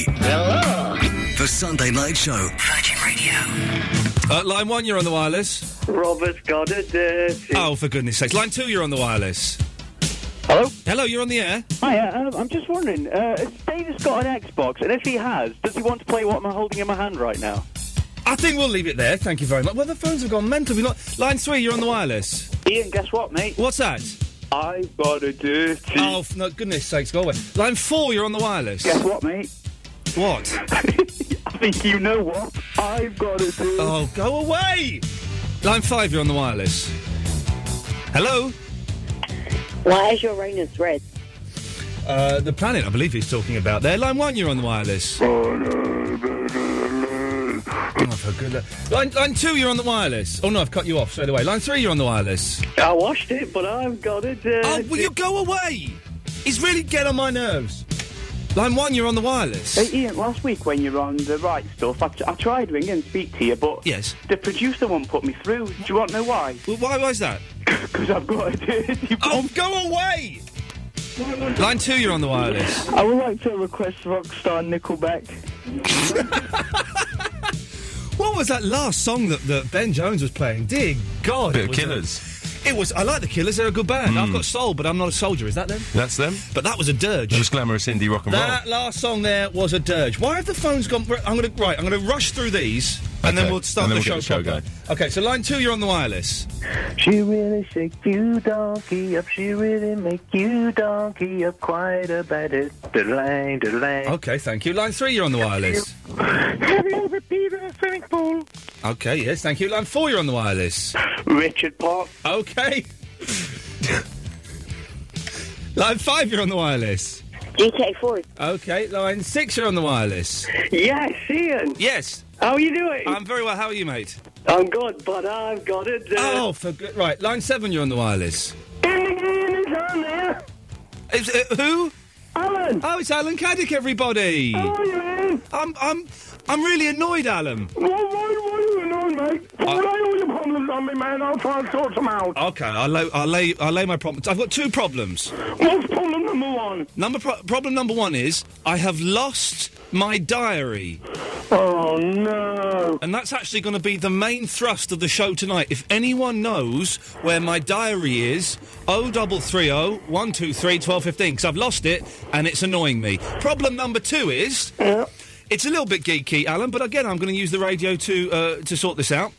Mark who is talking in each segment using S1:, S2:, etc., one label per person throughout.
S1: Hello.
S2: The Sunday Night Show.
S3: Virgin Radio.
S4: Uh, line one, you're on the wireless.
S3: Robert got a dirty.
S4: Oh, for goodness sakes. Line two, you're on the wireless.
S5: Hello?
S4: Hello, you're on the air.
S5: Hi, uh, um, I'm just wondering, uh, has Davis got an Xbox? And if he has, does he want to play what I'm holding in my hand right now?
S4: I think we'll leave it there. Thank you very much. Well, the phones have gone mental. We're not... Line three, you're on the wireless.
S5: Ian, guess what, mate?
S4: What's that?
S5: I've got a dirty.
S4: Oh, for no, goodness sakes, go away. Line four, you're on the wireless.
S5: Guess what, mate?
S4: What?
S5: I think you know what I've got to do.
S4: Oh, go away! Line five, you're on the wireless. Hello?
S6: Why is Uranus red?
S4: Uh, the planet, I believe he's talking about there. Line one, you're on the wireless. Oh, for good luck. Line, line two, you're on the wireless. Oh, no, I've cut you off straight away. Line three, you're on the wireless.
S5: I washed it, uh, but I've got a dirty.
S4: Oh, will you go away? He's really getting on my nerves. Line one, you're on the wireless.
S5: Hey, Uh, Ian, last week when you were on the right stuff, I, t- I tried ringing and speak to you, but
S4: yes,
S5: the producer won't put me through. Do you want to know why?
S4: Well, why was that?
S5: Because I've got a dirty.
S4: Oh, go away! Line two, you're on the wireless.
S7: I would like to request Rockstar Nickelback.
S4: What was that last song that, that Ben Jones was playing? Dear God.
S8: Bit
S4: it
S8: of
S4: was
S8: Killers.
S4: a- it was. I like the Killers. They're a good band. I've
S8: Mm.
S4: got soul, but I'm not a soldier. Is that them?
S8: That's them.
S4: But that was a dirge.
S8: Just glamorous indie rock and roll.
S4: That last song there was a dirge. Why have the phones gone? I'm gonna right. I'm gonna rush through these, and
S8: Okay.
S4: then we'll start
S8: And then
S4: the
S8: we'll get
S4: show.
S8: the show
S4: proper. Okay, so line two, you're on the wireless.
S7: She really shake you donkey up. She really make you donkey up quite a bit. Delay, delay.
S4: Okay, thank you. Line three, you're on the wireless.
S7: Have you ever peed in a swimming pool?
S4: Okay, yes, thank you. Line four, you're on the wireless.
S5: Richard Park.
S4: Okay. line five, you're on the wireless.
S6: GTA 4.
S4: Okay, line six, you're on the wireless.
S5: Yes, Ian.
S4: Yes.
S5: How are you doing?
S4: I'm very well. How are you, mate?
S5: I'm good, but I've got uh, a dirty.
S4: Oh, for good. Right, line seven, you're on the wireless.
S7: on there.
S4: It's, uh, who?
S7: Alan.
S4: Oh, it's Alan Caddick, everybody.
S7: How are you, man?
S4: I'm, I'm, I'm really annoyed, Alan.
S7: Why, why, why are you annoying, mate?
S4: Uh,
S7: Put away all your problems on me, man. I'll try and sort them out.
S4: Okay, I'll lay, I'll lay, I'll lay my problems. I've got two problems.
S7: What's problem number one?
S4: Number pro- problem number one is I have lost my diary,
S7: Oh, no.
S4: and that's actually going to be the main thrust of the show tonight. If anyone knows where my diary is, o double three o one two three twelve fifteen, because I've lost it and it's annoying me. Problem number two is it's a little bit geeky, Alan, but again I'm going to use the radio to uh, to sort this out.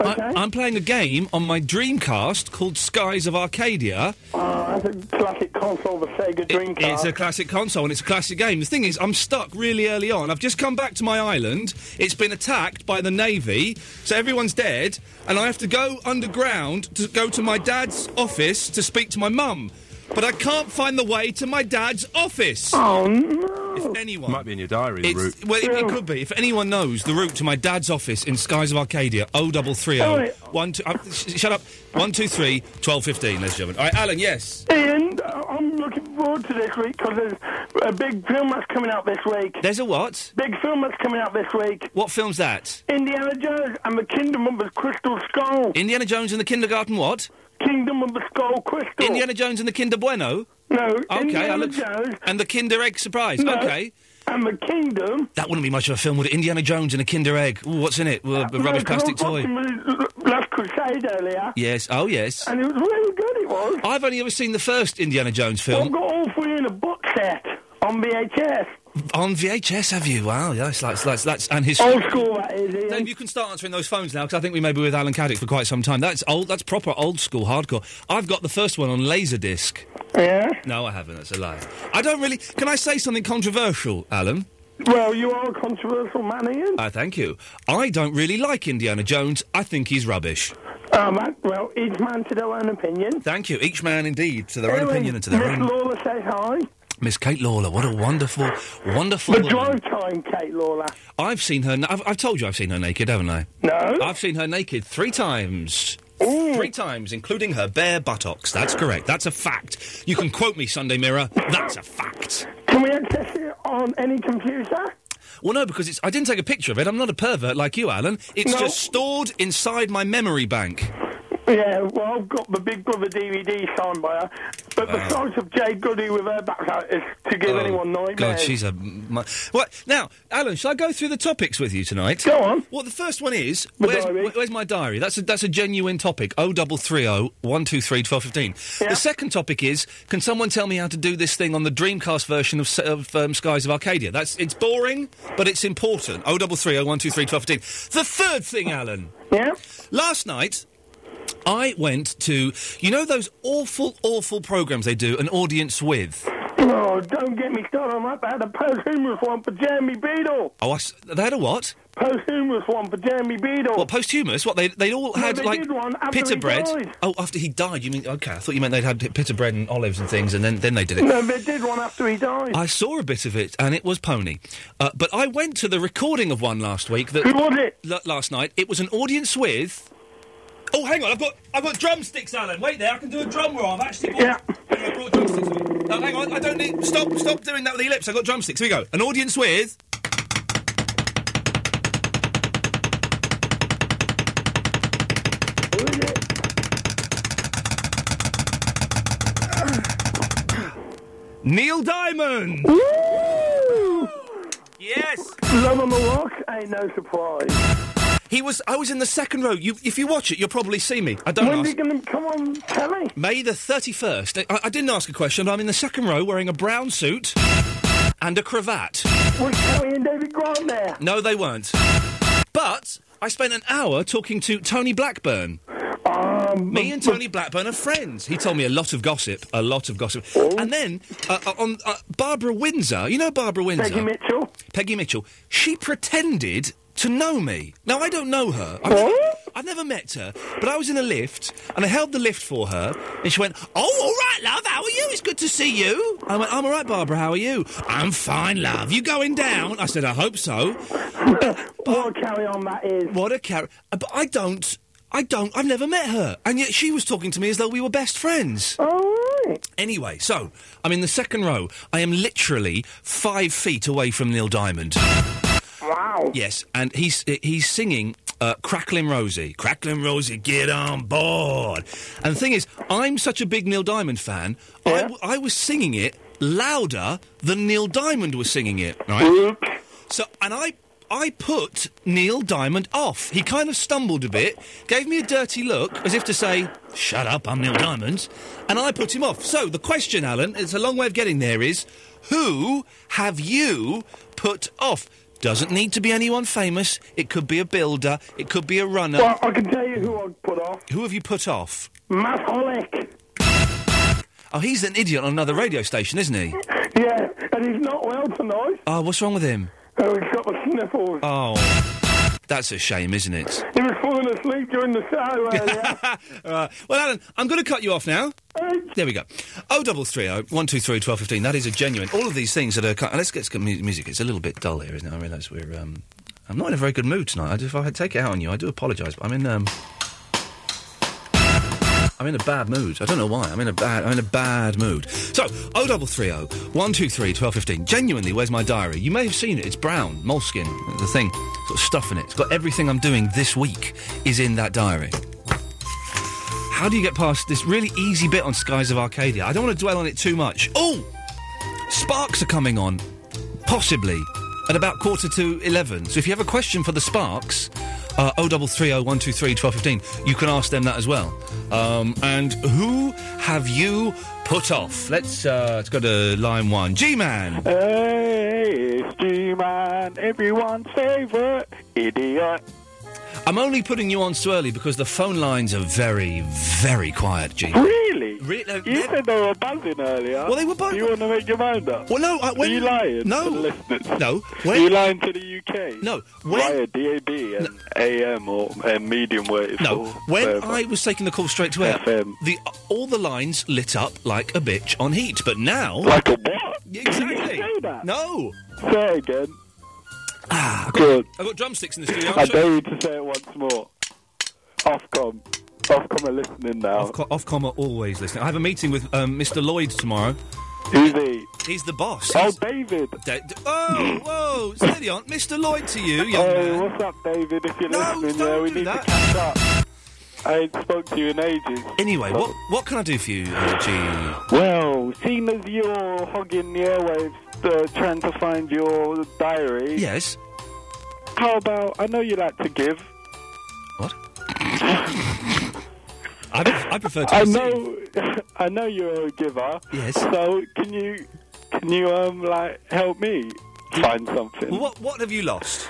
S4: I, I'm playing a game on my Dreamcast called Skies of Arcadia.
S5: Uh,
S7: Oh, that's a classic console, the Sega Dreamcast.
S4: It's a classic console and it's a classic game. The thing is, I'm stuck really early on. I've just come back to my island. It's been attacked by the navy, so everyone's dead, and I have to go underground to go to my dad's office to speak to my mum. But I can't find the way to my dad's office.
S7: Oh, no.
S4: If anyone,
S8: Might be in your diary, the
S4: it's,
S8: route.
S4: well, it, it could be. If anyone knows the route to my dad's office in Skies of Arcadia, O double three
S7: All
S4: O
S7: right.
S4: one two. uh, sh- Shut up. One two three twelve fifteen, ladies and gentlemen. All right, Alan. Yes,
S7: Ian, uh, I'm looking forward to this week because there's a big film that's coming out this week.
S4: there's a what?
S7: Big film that's coming out this week.
S4: What film's that?
S7: Indiana Jones and the Kingdom of the Crystal Skull.
S4: Indiana Jones and the Kindergarten what?
S7: Kingdom of the Skull Crystal.
S4: Indiana Jones and the Kinder Bueno?
S7: no,
S4: Okay,
S7: Indiana
S4: I look.
S7: Jones
S4: And the Kinder Egg Surprise?
S7: No.
S4: Okay.
S7: and the Kingdom.
S4: That wouldn't be much of a film, would it? Indiana Jones and a Kinder Egg. Ooh, what's in it? Well, a
S7: No, 'cause I
S4: rubbish
S7: was
S4: plastic toy.
S7: watching the Last Crusade earlier,
S4: Yes, oh yes.
S7: and it was really good. It was.
S4: I've only ever seen the first Indiana Jones
S7: I've
S4: film
S7: got all three in a box set on VHS.
S4: on VHS, have you? Wow, yes, that's, that's, that's, and his.
S7: Old school, that is. Ian.
S4: Dave, you can start answering those phones now because I think we may be with Alan Caddick for quite some time. That's old. That's proper old school hardcore. I've got the first one on Laserdisc.
S7: Yeah.
S4: No, I haven't. That's a lie. I don't really. Can I say something controversial, Alan?
S7: Well, you are a controversial man, Ian.
S4: Ah, thank you. I don't really like Indiana Jones. I think he's rubbish.
S7: Um, I- well, each man to their own opinion.
S4: Thank you. Each man, indeed, to their own
S7: Anyway,
S4: opinion and to their
S7: Miss
S4: own.
S7: Lawler says hi.
S4: Miss Kate Lawler, what a wonderful, wonderful.
S7: The
S4: woman.
S7: drive time, Kate Lawler.
S4: I've seen her. na- I've, I've told you I've seen her naked, haven't I?
S7: No.
S4: I've seen her naked three times.
S7: Ooh.
S4: Three times, including her bare buttocks. That's correct. That's a fact. You can quote me, Sunday Mirror. That's a fact.
S7: Can we access it on any computer?
S4: Well, no, because it's. I didn't take a picture of it. I'm not a pervert like you, Alan. It's
S7: No.
S4: just stored inside my memory bank.
S1: Yeah, well, I've got the Big Brother DVD signed by her, but the
S4: Wow.
S1: sight of Jay Goody with her back out is to give
S4: Oh,
S1: anyone nightmares.
S4: God, she's a. m- mu- What now, Alan? Shall I go through the topics with you tonight?
S1: Go on.
S4: Well, the first one is where's, wh- where's my diary? That's a that's a genuine topic. O double three O one two three twelve fifteen. The second topic is can someone tell me how to do this thing on the Dreamcast version of, S- of um, Skies of Arcadia? That's it's boring, but it's important. O double three O one two three twelve fifteen. The third thing, Alan.
S1: Yeah.
S4: Last night. I went to, you know, those awful, awful programs they do an audience with.
S1: Oh, don't get me started on that. They had a posthumous one for Jeremy Beadle.
S4: Oh, I s they had a what?
S1: Posthumous one for Jeremy Beadle.
S4: What posthumous? What they they all
S1: No,
S4: had
S1: they
S4: like
S1: did one after
S4: pita
S1: he
S4: bread.
S1: died.
S4: Oh, after he died, you mean? Okay, I thought you meant they'd had pita bread and olives and things, and then then they did it.
S1: No, they did one after he died.
S4: I saw a bit of it, and it was pony. Uh, but I went to the recording of one last week. That
S1: Who was it?
S4: L- last night, it was an audience with. Oh, hang on! I've got I've got drumsticks, Alan. Wait there, I can do a drum roll. I've actually bought, yeah. I brought drumsticks. With me. No, oh, hang on, I don't need. Stop! Stop doing that with the ellipse. I've got drumsticks. Here we go. An audience with. Neil Diamond. Yes.
S1: Love on the Rocks ain't no surprise.
S4: He was. I was in the second row. You, if you watch it, you'll probably see me. I don't.
S1: When
S4: ask-
S1: they going to come on telly?
S4: May the 31st. I, I didn't ask a question. but I'm in the second row wearing a brown suit and a cravat.
S1: Was Kelly and David Grant there?
S4: No, they weren't. But I spent an hour talking to Tony Blackburn. me and Tony Blackburn are friends. He told me a lot of gossip, a lot of gossip. And then uh, uh, on uh, Barbara Windsor, you know Barbara Windsor,
S1: Peggy Mitchell.
S4: Peggy Mitchell. She pretended to know me. Now I don't know her. I've, I've never met her, but I was in a lift and I held the lift for her, and she went, "Oh, all right, love. How are you? It's good to see you." I went, "I'm all right, Barbara. How are you?" "I'm fine, love. You going down?" I said, "I hope so."
S1: what a carry on that is.
S4: What a carry. uh, But I don't. I don't. I've never met her, and yet she was talking to me as though we were best friends.
S1: Oh.
S4: Anyway, so I'm in the second row. I am literally five feet away from Neil Diamond.
S1: Wow.
S4: Yes, and he's he's singing uh, "Cracklin' Rosie." Cracklin' Rosie, get on board. And the thing is, I'm such a big Neil Diamond fan. I w I I, was singing it louder than Neil Diamond was singing it. Right. So, and I. I put Neil Diamond off. He kind of stumbled a bit, gave me a dirty look, as if to say, Shut up, I'm Neil Diamond. And I put him off. So, the question, Alan, it's a long way of getting there, is who have you put off? Doesn't need to be anyone famous. It could be a builder. It could be a runner.
S1: Well, I can tell you who I'd put off.
S4: Who have you put off?
S1: Matt Hollick.
S4: Oh, he's an idiot on another radio station, isn't he?
S1: Yeah, and he's not well tonight.
S4: Oh, what's wrong with him?
S1: Oh, he's got the sniffles.
S4: Oh, that's a shame, isn't it?
S1: He was falling asleep during the show earlier.
S4: Uh, well, Alan, I'm going to cut you off now. There we go. Oh, double three oh one two three twelve fifteen. That is a genuine. All of these things that are. cut- Let's get some mu- music. It's a little bit dull here, isn't it? I realise we're. Um, I'm not in a very good mood tonight. I do- If I take it out on you, I do apologise. But I'm in. Um, I'm in a bad mood. I don't know why. I'm in a bad. I'm in a bad mood. So, oh double three oh one two three twelve fifteen. Genuinely, where's my diary? You may have seen it. It's brown, moleskin, the thing, sort of stuff in it. It's got everything I'm doing this week is in that diary. How do you get past this really easy bit on Skies of Arcadia? I don't want to dwell on it too much. Oh, Sparks are coming on, possibly at about quarter to eleven. So if you have a question for the Sparks, uh, 0330 123 1215, you can ask them that as well. Um, and who have you put off? Let's uh, let's go to line one. G Man.
S1: Hey, it's G-Man, everyone's favourite idiot.
S4: I'm only putting you on so early because the phone lines are very, very quiet, G.
S1: Really?
S4: you
S1: said they were buzzing earlier.
S4: Well, they were buzzing.
S1: You want to make your mind up?
S4: Well, no. I, when,
S1: Are you lying?
S4: No.
S1: to the listeners?
S4: No.
S1: Are you lying to the UK?
S4: No.
S1: Via DAB and AM or and medium wave.
S4: No,
S1: or
S9: Oh,
S4: when
S1: whatever.
S4: I was taking the call straight to air, the all the lines lit up like a bitch on heat. But now,
S1: Like a what?
S4: Exactly. No.
S1: Say again.
S4: Ah,
S1: Good.
S4: I've got drumsticks in the studio.
S1: I dare you to say it once more. Ofcom. Ofcom are listening now.
S4: Ofcom, Ofcom are always listening. I have a meeting with um, Mr. Lloyd tomorrow.
S1: Who's he?
S4: He's the boss.
S1: Oh,
S4: He's-
S1: David.
S4: Da- d- oh, whoa, steady on, Mr. Lloyd to you, young
S1: hey,
S4: man.
S1: what's up, David? If you're
S4: No,
S1: listening,
S4: don't
S1: yeah, we
S4: do
S1: need
S4: that.
S1: to catch up.
S9: I ain't spoke to you in ages.
S4: Anyway, what what can I do for you, uh, G?
S9: Well, seeing as you're hogging the airwaves, uh, trying to find your diary.
S4: Yes.
S9: How about? I know you like to give.
S4: I, pref- I prefer to.
S9: I
S4: receive.
S9: know. I know you're a giver.
S4: Yes.
S9: So can you can you um like help me find something?
S4: Well, what what have you lost?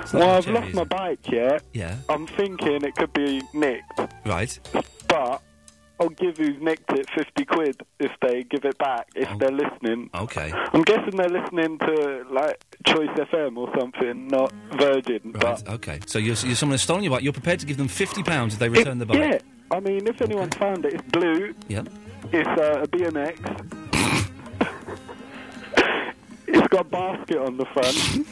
S4: It's not
S9: Well, I've
S4: Jerry,
S9: lost
S4: is
S9: my
S4: it?
S9: bike. Yeah.
S4: Yeah.
S9: I'm thinking it could be nicked,
S4: Right.
S9: but I'll give who's nicked it fifty quid if they give it back if
S4: Oh.
S9: they're listening.
S4: Okay.
S9: I'm guessing they're listening to like Choice FM or something, not Virgin.
S4: Right. Okay. So you're, you're someone has stolen your bike. You're prepared to give them fifty pounds if they return the
S9: It-
S4: bike.
S9: Yeah, I mean, if anyone's found it, it's blue.
S4: Yeah.
S9: It's uh, a BMX. it's got a basket on the front.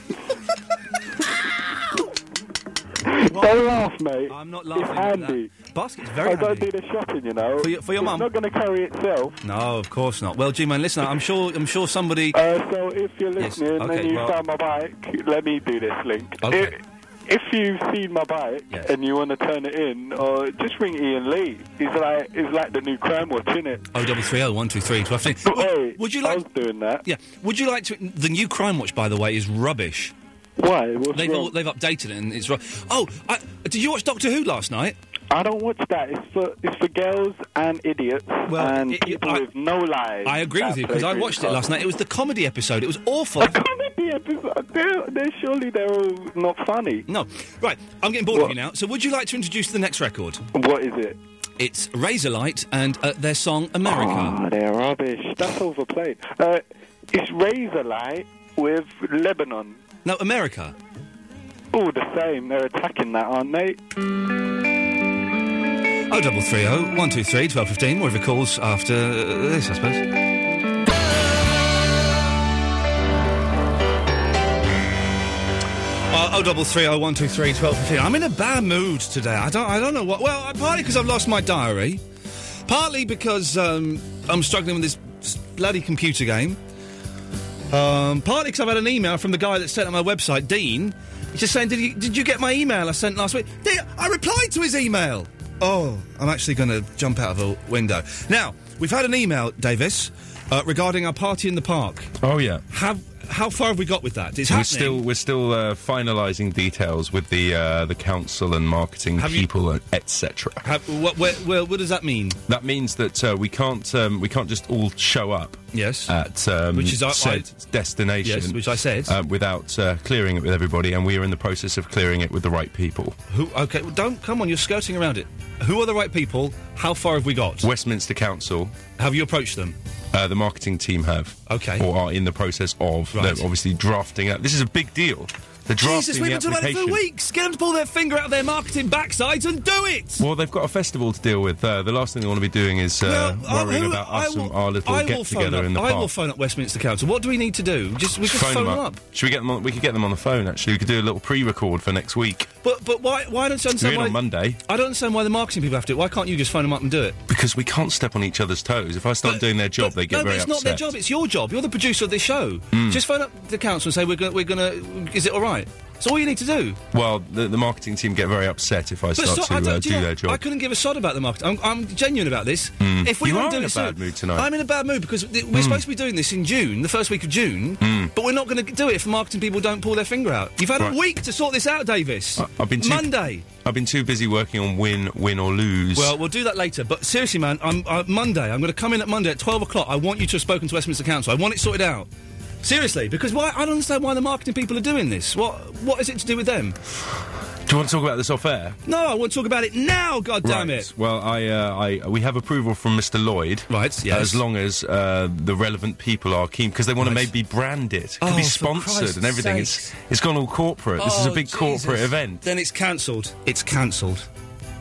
S9: Don't laugh, mate.
S4: I'm not laughing.
S9: It's
S4: at
S9: handy.
S4: that. Basket's very
S9: I
S4: handy.
S9: don't do the shopping, you know.
S4: For your- for your
S9: it's
S4: mum?
S9: not going to carry itself.
S4: No, of course not. Well, G-Man, listen, I'm sure I'm sure somebody.
S9: Uh, so if you're
S4: Yes,
S9: listening
S4: okay,
S9: and you
S4: well-
S9: found my bike, let me do this link.
S4: Okay.
S9: If, if you've seen my bike and you want to turn it in, or just ring Ian Lee. He's like he's like the new crime watch, is it?
S4: Oh, double three oh one two three twelve. Would, would you like? I was
S9: doing that.
S4: Yeah. Would you like to? The new Crime Watch, by the way, is rubbish.
S9: Why?
S4: they've
S9: wrong?
S4: all- they've updated it and it's ru- Oh, I, did you watch Doctor Who last night?
S9: I don't watch that. It's for it's for girls and idiots and people with no lives.
S4: I agree with
S9: that
S4: you because
S9: play
S4: I watched it
S9: Dreamcast.
S4: last night. It was the comedy episode. It was awful.
S9: comedy episode. uh, They're, they're surely they're all not funny.
S4: No, right. I'm getting bored of you now. So, would you like to introduce the next record?
S9: What is it?
S4: It's Razorlight and uh, their song America.
S9: Oh, they're rubbish. That's overplayed. Uh, it's Razorlight with Lebanon.
S4: No, America.
S9: All the same, they're attacking that, aren't they?
S4: Oh, double three oh one two three twelve fifteen. More of your calls after uh, this, I suppose. Oh, double three oh one two three twelve fifteen. I'm in a bad mood today. I don't. I don't know what. Well, partly because I've lost my diary, partly because um, I'm struggling with this s- bloody computer game. Um, partly because I've had an email from the guy that sent on my website, Dean. He's just saying, "Did you did you get my email I sent last week?" Did- I replied to his email. Oh, I'm actually going to jump out of a window. Now we've had an email, Davis, uh, regarding our party in the park.
S8: Oh yeah.
S4: Have how far have we got with that? It's
S8: we're
S4: happening.
S8: still we're still uh, finalising details with the uh, the council and marketing people and etc.
S4: Have, what, where, where, what does that mean?
S8: That means that uh, we can't um, we can't just all show up.
S4: Yes.
S8: At um,
S4: Which is our-
S8: said destination.
S4: Yes, which I said.
S8: uh, without uh, clearing it with everybody, and we are in the process of clearing it with the right people.
S4: Who? Okay, well, don't come on. You're skirting around it. Who are the right people? How far have we got?
S8: Westminster Council.
S4: Have you approached them?
S8: Uh, the marketing team have.
S4: Okay.
S8: Or are in the process of.
S4: Right.
S8: They're obviously drafting out. This is a big deal. They're drafting
S4: Jesus,
S8: the
S4: we've been talking about it
S8: application.
S4: for weeks. Get them to pull their finger out of their marketing backsides and do it.
S8: Well, they've got a festival to deal with. Uh, the last thing they want to be doing is uh,
S4: Well, I-
S8: worrying
S4: who-
S8: about
S4: I
S8: us and
S4: will-
S8: our little
S4: I will
S8: get together
S4: phone
S8: in the
S4: up,
S8: park.
S4: I will phone up Westminster Council. What do we need to do? Just we just phone,
S8: them
S4: them up.
S8: Should we get them? On, we could get them on the phone. Actually, we could do a little pre-record for next week.
S4: But but why why don't you
S8: We're
S4: understand
S8: in
S4: why
S8: on Monday
S4: I don't understand why the marketing people have to. do it. Why can't you just phone them up and do it?
S8: because we can't step on each other's toes. If I start doing their job, they get
S4: no, but
S8: very
S4: it's
S8: upset.
S4: not their job. It's your job. You're the producer of this show.
S8: Mm.
S4: Just phone up the council and say we're gonna, we're gonna. Is it all right? That's all you need to do.
S8: Well, the, the marketing team get very upset if I
S4: But
S8: start
S4: so-
S8: to
S4: I don't-
S8: uh,
S4: do
S8: do
S4: you know,
S8: their job.
S4: I couldn't give a sod about the market. I'm, I'm genuine about this.
S8: Mm.
S4: If we
S8: You
S4: want
S8: are
S4: to do
S8: in a
S4: this
S8: bad
S4: soon-
S8: mood tonight. Hmm.
S4: I'm in a bad mood because th- we're supposed to be doing this in June, the first week of June, but we're not going to do it if marketing people don't pull their finger out. You've had
S8: Right.
S4: a week to sort this out, Davis.
S8: I've been too,
S4: Monday.
S8: I've been too busy working on win, win or lose.
S4: Well, we'll do that later. But seriously, man, I'm, uh, Monday. I'm going to come in at Monday at 12 o'clock. I want you to have spoken to Westminster Council. I want it sorted out. Seriously, because why? I don't understand why the marketing people are doing this. What What is it to do with them?
S8: do you want to talk about this off air?
S4: No, I want to talk about it now. God Oh, damn
S8: right.
S4: it!
S8: Well, I, uh, I we have approval from Mr. Lloyd. Right.
S4: yes.
S8: As long as uh, the relevant people are keen, because they want to maybe brand it, it could
S4: Oh,
S8: be
S4: for
S8: sponsored
S4: Christ's
S8: and everything. It's it's gone all corporate. this is a
S4: Oh,
S8: big
S4: Jesus.
S8: corporate event.
S4: Then it's cancelled. It's cancelled.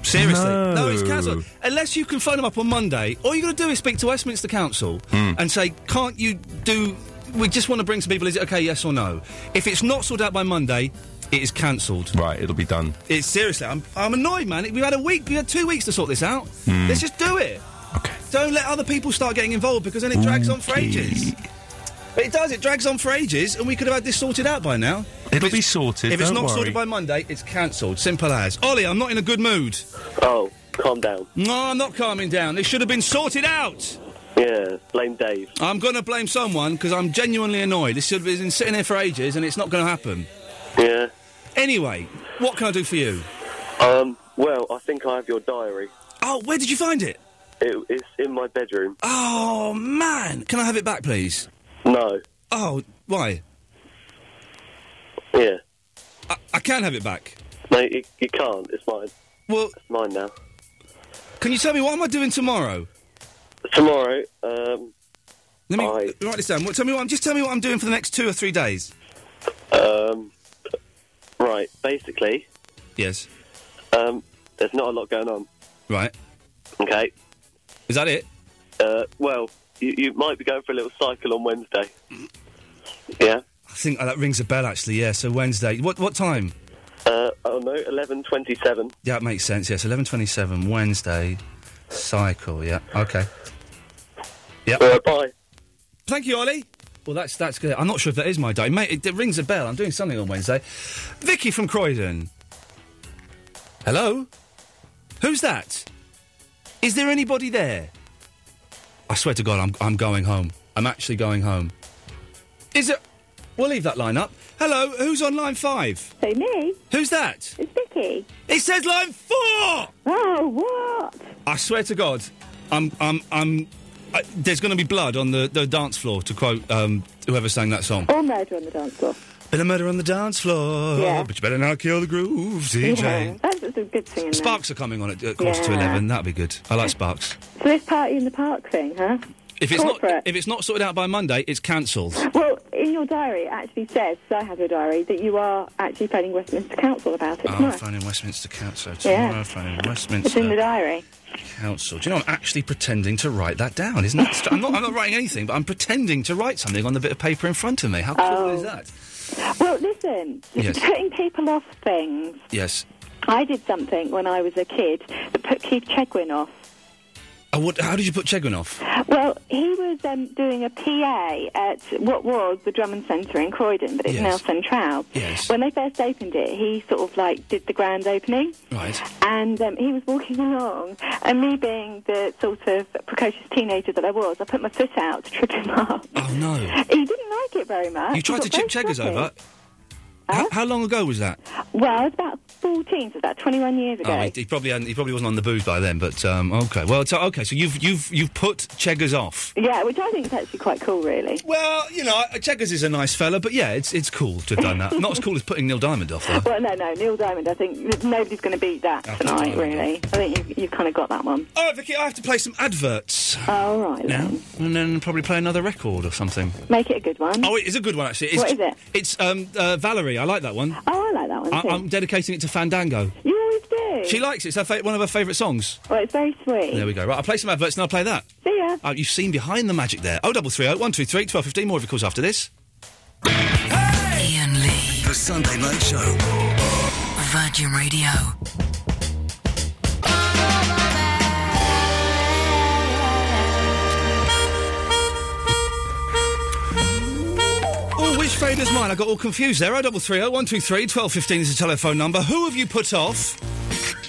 S4: Seriously.
S8: No.
S4: it's cancelled. Unless you can phone them up on Monday, all you got to do is speak to Westminster Council
S8: Hmm.
S4: and say, can't you do. We just want to bring some people. Is it okay, yes or no? If it's not sorted out by Monday, it is cancelled.
S8: Right. It'll be done.
S4: It's seriously, I'm, I'm annoyed, man. We've had a week, we've had two weeks to sort this out.
S8: Mm.
S4: Let's just do it. Okay. Don't let other people start getting involved because then it drags on for ages. But it does, it drags on for ages, and we could have had this sorted out by now.
S8: It'll be sorted.
S4: If it's
S8: don't
S4: not
S8: worry.
S4: sorted by Monday, it's cancelled. Simple as. Ollie, I'm not in a good mood.
S10: Oh.
S11: Calm down.
S4: No, I'm not calming down. This should have been sorted out.
S11: Yeah, blame Dave.
S4: I'm going to blame someone because I'm genuinely annoyed. This should have been sitting there for ages and it's not going to happen.
S11: Yeah.
S4: Anyway, what can I do for you?
S11: Um, well, I think I have your diary.
S4: Oh, where did you find it?
S11: It, it's in my bedroom.
S4: Oh, man. Can I have it back, please?
S11: No.
S4: Oh, why?
S11: Yeah.
S4: I, I can have it back.
S11: No, you, you can't. It's mine.
S4: Well,
S11: it's mine now.
S4: Can you tell me what am I doing tomorrow?
S11: Tomorrow, um,
S4: Let me write this down. What, tell me what. I'm, just tell me what I'm doing for the next two or three days.
S11: um, right. Basically,
S4: Yes.
S11: um, there's not a lot going on.
S4: Right.
S11: Okay.
S4: Is that it?
S11: Uh, well, you, you might be going for a little cycle on Wednesday. Yeah.
S4: I think uh, that rings a bell, actually. Yeah. So Wednesday. What what time?
S11: Uh, I don't know. Eleven twenty-seven.
S4: Yeah, it makes sense. Yes, eleven twenty-seven Wednesday. Cycle. Yeah. Okay. Yeah.
S11: bye.
S4: Thank you, Ollie. Well, that's that's good. I'm not sure if that is my day, mate. It, it rings a bell. I'm doing something on Wednesday. Vicky from Croydon. Hello. Who's that? Is there anybody there? I swear to God, I'm I'm going home. I'm actually going home. Is it? We'll leave that line up. Hello, who's on line five?
S12: Who, me?
S4: Who's that?
S12: It's Vicky.
S4: It says line four!
S12: Oh, what?
S4: I swear to God, I'm, I'm, I'm. I, there's going to be blood on the, the dance floor, to quote um, whoever sang that song.
S12: Or murder on the dance floor.
S4: Been a murder on the dance floor,
S12: Yeah.
S4: Oh, but you better not kill the groove, DJ.
S12: Yeah, that's a good thing.
S4: Sparks are coming on at, at quarter to
S12: Yeah.
S4: eleven. That'd be good. I like Sparks.
S12: So this party in the park thing, huh?
S4: If it's
S12: Corporate.
S4: not if it's not sorted out by Monday, it's cancelled.
S12: Well, in your diary, it actually says, 'cause I have your diary, that you are actually phoning Westminster Council about it
S4: Oh,
S12: tomorrow.
S4: I'm phoning Westminster Council
S12: Yeah.
S4: tomorrow. Phoning
S12: It's in the
S4: Westminster
S12: diary.
S4: Council. Do you know I'm actually pretending to write that down? Isn't that? Str- I'm not. I'm not writing anything, but I'm pretending to write something on the bit of paper in front of me. How cool
S12: Oh.
S4: is that?
S12: Well, listen,
S4: Yes.
S12: putting people off things.
S4: Yes.
S12: I did something when I was a kid that put Keith Chegwin off.
S4: Oh, what, how did you put Chegwin off?
S12: Well, he was um, doing a PA at what was the Drummond Centre in Croydon, but it's
S4: Yes.
S12: now Central.
S4: Yes.
S12: When they first opened it, he sort of like did the grand opening.
S4: Right.
S12: And um, he was walking along, and me being the sort of precocious teenager that I was, I put my foot out to trip him up.
S4: Oh no.
S12: He didn't like it very much.
S4: You tried
S12: He
S4: to
S12: got
S4: chip
S12: very
S4: Cheggers
S12: snotty.
S4: over. How, how long ago was that?
S12: Well, I was about 14, so about 21 years ago.
S4: Oh, he, he probably hadn't, he probably wasn't on the booze by then. But um, okay, well, so, okay, so you've you've you've put Cheggers off.
S12: Yeah, which I think is actually quite cool, really.
S4: Well, you know, Cheggers is a nice fella, but yeah, it's it's cool to have done that. Not as cool as putting Neil Diamond off though.
S12: Well, no, no, Neil Diamond. I think nobody's going to beat that tonight, really. I think you've, you've kind of got that one.
S4: Oh, Vicky, I have to play some adverts.
S12: All right.
S4: Now and then probably play another record or something.
S12: Make it a good one.
S4: Oh, it is a good one actually. It's,
S12: What is it?
S4: It's um, uh, Valerie. I like that one.
S12: Oh, I like that one
S4: I,
S12: too.
S4: I'm dedicating it to Fandango.
S12: You always do.
S4: She likes it. It's her fa- one of her favourite songs.
S12: Well, it's very sweet.
S4: There we go. Right, I'll play some adverts and I'll play that.
S12: See ya.
S4: Oh, you've seen behind the magic there. Oh, double three oh one two three twelve fifteen. More of your calls after this.
S2: Ian Lee. The Sunday Night Show.
S13: Virgin Radio.
S4: Oh, which fader's mine? I got all confused there. Oh, double three oh one two three twelve fifteen is the telephone number. Who have you put off?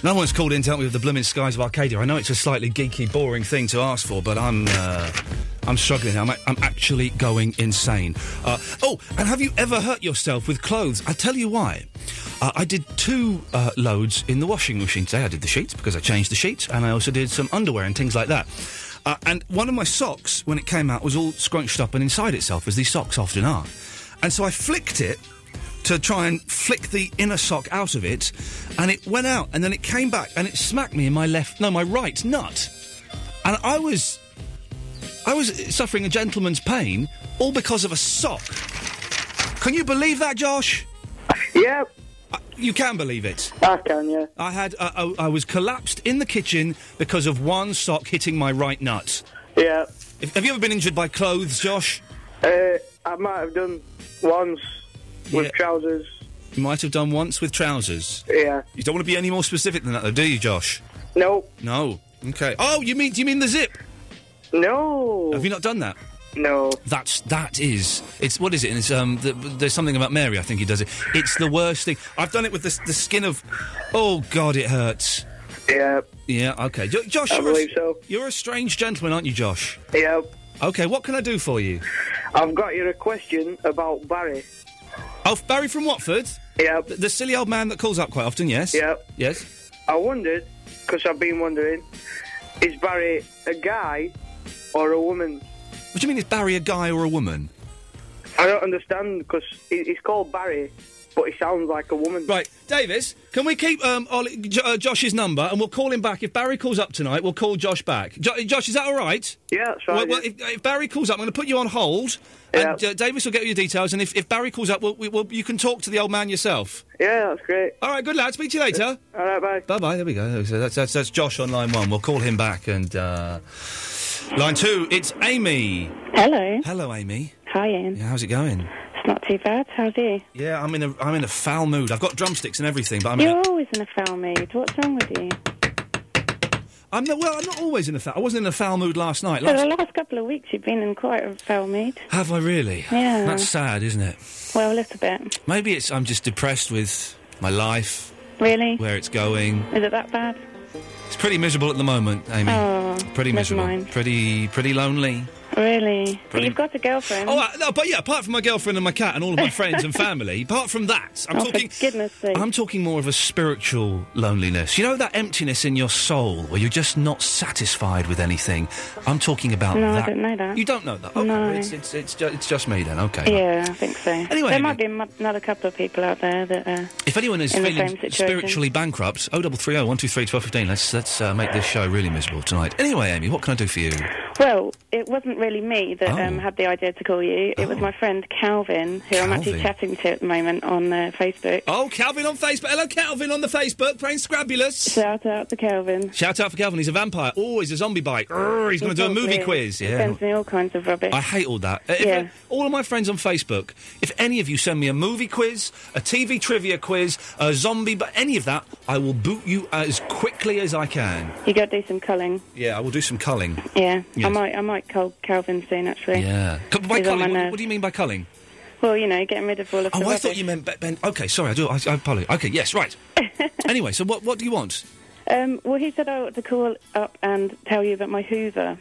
S4: No one's called in to help me with the blooming skies of Arcadia. I know it's a slightly geeky, boring thing to ask for, but I'm, uh, I'm struggling. I'm, I'm actually going insane. Uh, oh, and have you ever hurt yourself with clothes? I tell you why. Uh, I did two uh, loads in the washing machine today. I did the sheets because I changed the sheets, and I also did some underwear and things like that. Uh, and one of my socks, when it came out, was all scrunched up and inside itself, as these socks often are. And so I flicked it to try and flick the inner sock out of it, and it went out, and then it came back, and it smacked me in my left, no, my right nut, and I was, I was suffering a gentleman's pain, all because of a sock. Can you believe that, Josh?
S14: Yep.
S4: You can believe it.
S14: I can, yeah.
S4: I had, uh, I, I was collapsed in the kitchen because of one sock hitting my right nut.
S14: Yeah.
S4: If, have you ever been injured by clothes, Josh?
S14: Uh, I might have done once with trousers.
S4: You might have done once with trousers.
S14: Yeah.
S4: You don't want to be any more specific than that, though, do you, Josh?
S14: No.
S4: No. Okay. Oh, you mean do you mean the zip?
S14: No.
S4: Have you not done that?
S14: No.
S4: That's that is. It's what is it? And it's um. The, there's something about Mary. I think he does it. It's the worst thing. I've done it with the, s- the skin of. Oh God, it hurts.
S7: Yeah.
S4: Yeah, okay. Jo- Josh,
S7: I
S4: you're,
S7: believe
S4: a, you're a strange gentleman, aren't you, Josh?
S7: Yeah.
S4: Okay, what can I do for you?
S7: I've got you a question about Barry.
S4: Oh, f- Barry from Watford?
S7: Yeah.
S4: The, the silly old man that calls up quite often, yes?
S7: Yep.
S4: Yes?
S7: I wondered, because I've been wondering, is Barry a guy or a woman?
S4: What do you mean, is Barry a guy or a woman?
S7: I don't understand, because he, he's called Barry, but he sounds like a woman.
S4: Right, Davis, can we keep um, Ollie, J- uh, Josh's number and we'll call him back? If Barry calls up tonight, we'll call Josh back. Jo- Josh, is that all right?
S7: Yeah, that's right,
S4: Well, well,
S7: yeah.
S4: if, if Barry calls up, I'm going to put you on hold, and uh, Davis will get you your details. And if, if Barry calls up, we'll, we, we'll, you can talk to the old man yourself.
S7: Yeah, that's great.
S4: All right, good lad. Speak to you later.
S7: All right, bye.
S4: Bye bye. There we go. So that's, that's that's Josh on line one. We'll call him back. And uh, line two, it's Amy.
S15: Hello.
S4: Hello, Amy.
S15: Hi, Ian.
S4: Yeah, how's it going?
S15: It's not too bad. How's you?
S4: Yeah, I'm in a I'm in a foul mood. I've got drumsticks and everything, but I'm in
S15: You're
S4: a,
S15: always in a foul mood. What's wrong with you?
S4: I'm not, well. I'm not always in a foul. I wasn't in a foul mood last night.
S15: For
S4: Last,
S15: the last couple of weeks, you've been in quite a foul mood.
S4: have I really?
S15: Yeah.
S4: That's sad, isn't it?
S15: Well, a little bit.
S4: Maybe it's I'm just depressed with my life,
S15: Really?
S4: where it's going.
S15: Is it that bad?
S4: It's pretty miserable at the moment, Amy.
S15: Oh,
S4: pretty
S15: never
S4: miserable.
S15: mind.
S4: Pretty pretty lonely.
S15: Really? But
S4: Pretty-
S15: you've got a girlfriend.
S4: Oh, uh, no, but yeah, apart from my girlfriend and my cat and all of my friends and family, apart from that, I'm
S15: Oh, for
S4: talking.
S15: goodness sake.
S4: I'm talking more of a spiritual loneliness. You know that emptiness in your soul where you're just not satisfied with anything. I'm talking about
S15: no,
S4: that.
S15: I don't know that.
S4: You don't know that. Okay,
S15: No.
S4: it's, it's, it's, ju- it's just me then. Okay.
S15: Yeah, I think so.
S4: Anyway,
S15: there might be mu- another couple of people out there that uh, are.
S4: If anyone is
S15: in the
S4: feeling
S15: same situation.
S4: spiritually bankrupt, oh double three oh one two three twelve fifteen. Let's let's uh, make this show really miserable tonight. Anyway, Amy, what can I do for you?
S15: Well, it wasn't really me that
S4: Oh.
S15: um, had the idea to call you. It was my friend Calvin, who I'm actually
S4: Calvin.
S15: chatting to at the moment on uh, Facebook.
S4: Oh, Calvin on Facebook. Hello, Calvin on the Facebook playing Scrabulous.
S15: Shout
S4: Oh.
S15: out to Calvin.
S4: Shout out for Calvin. He's a vampire. Oh, he's a zombie bite. Grr, he's going to do a
S15: He
S4: movie
S15: does,
S4: quiz.
S15: He
S4: Yeah.
S15: sends me all kinds of rubbish.
S4: I hate all that. Uh, if,
S15: Yeah.
S4: uh, all of my friends on Facebook, if any of you send me a movie quiz, a TV trivia quiz, a zombie, but any of that, I will boot you as quickly as I can.
S15: You got to do some culling.
S4: Yeah, I will do some culling.
S15: Yeah, I
S4: Yes.
S15: might, I might cull Calvin soon actually.
S4: Yeah. C- By
S15: He's on my
S4: culling, what,
S15: nerves.
S4: what do you mean by culling?
S15: Well, you know, getting rid of all of the
S4: Oh, I
S15: rubbish.
S4: thought you meant be- Ben. Okay, sorry, I do. I, I apologize. Okay, yes, right. anyway, so what what do you want?
S15: Um, well, he said I ought to call up and tell you about my Hoover.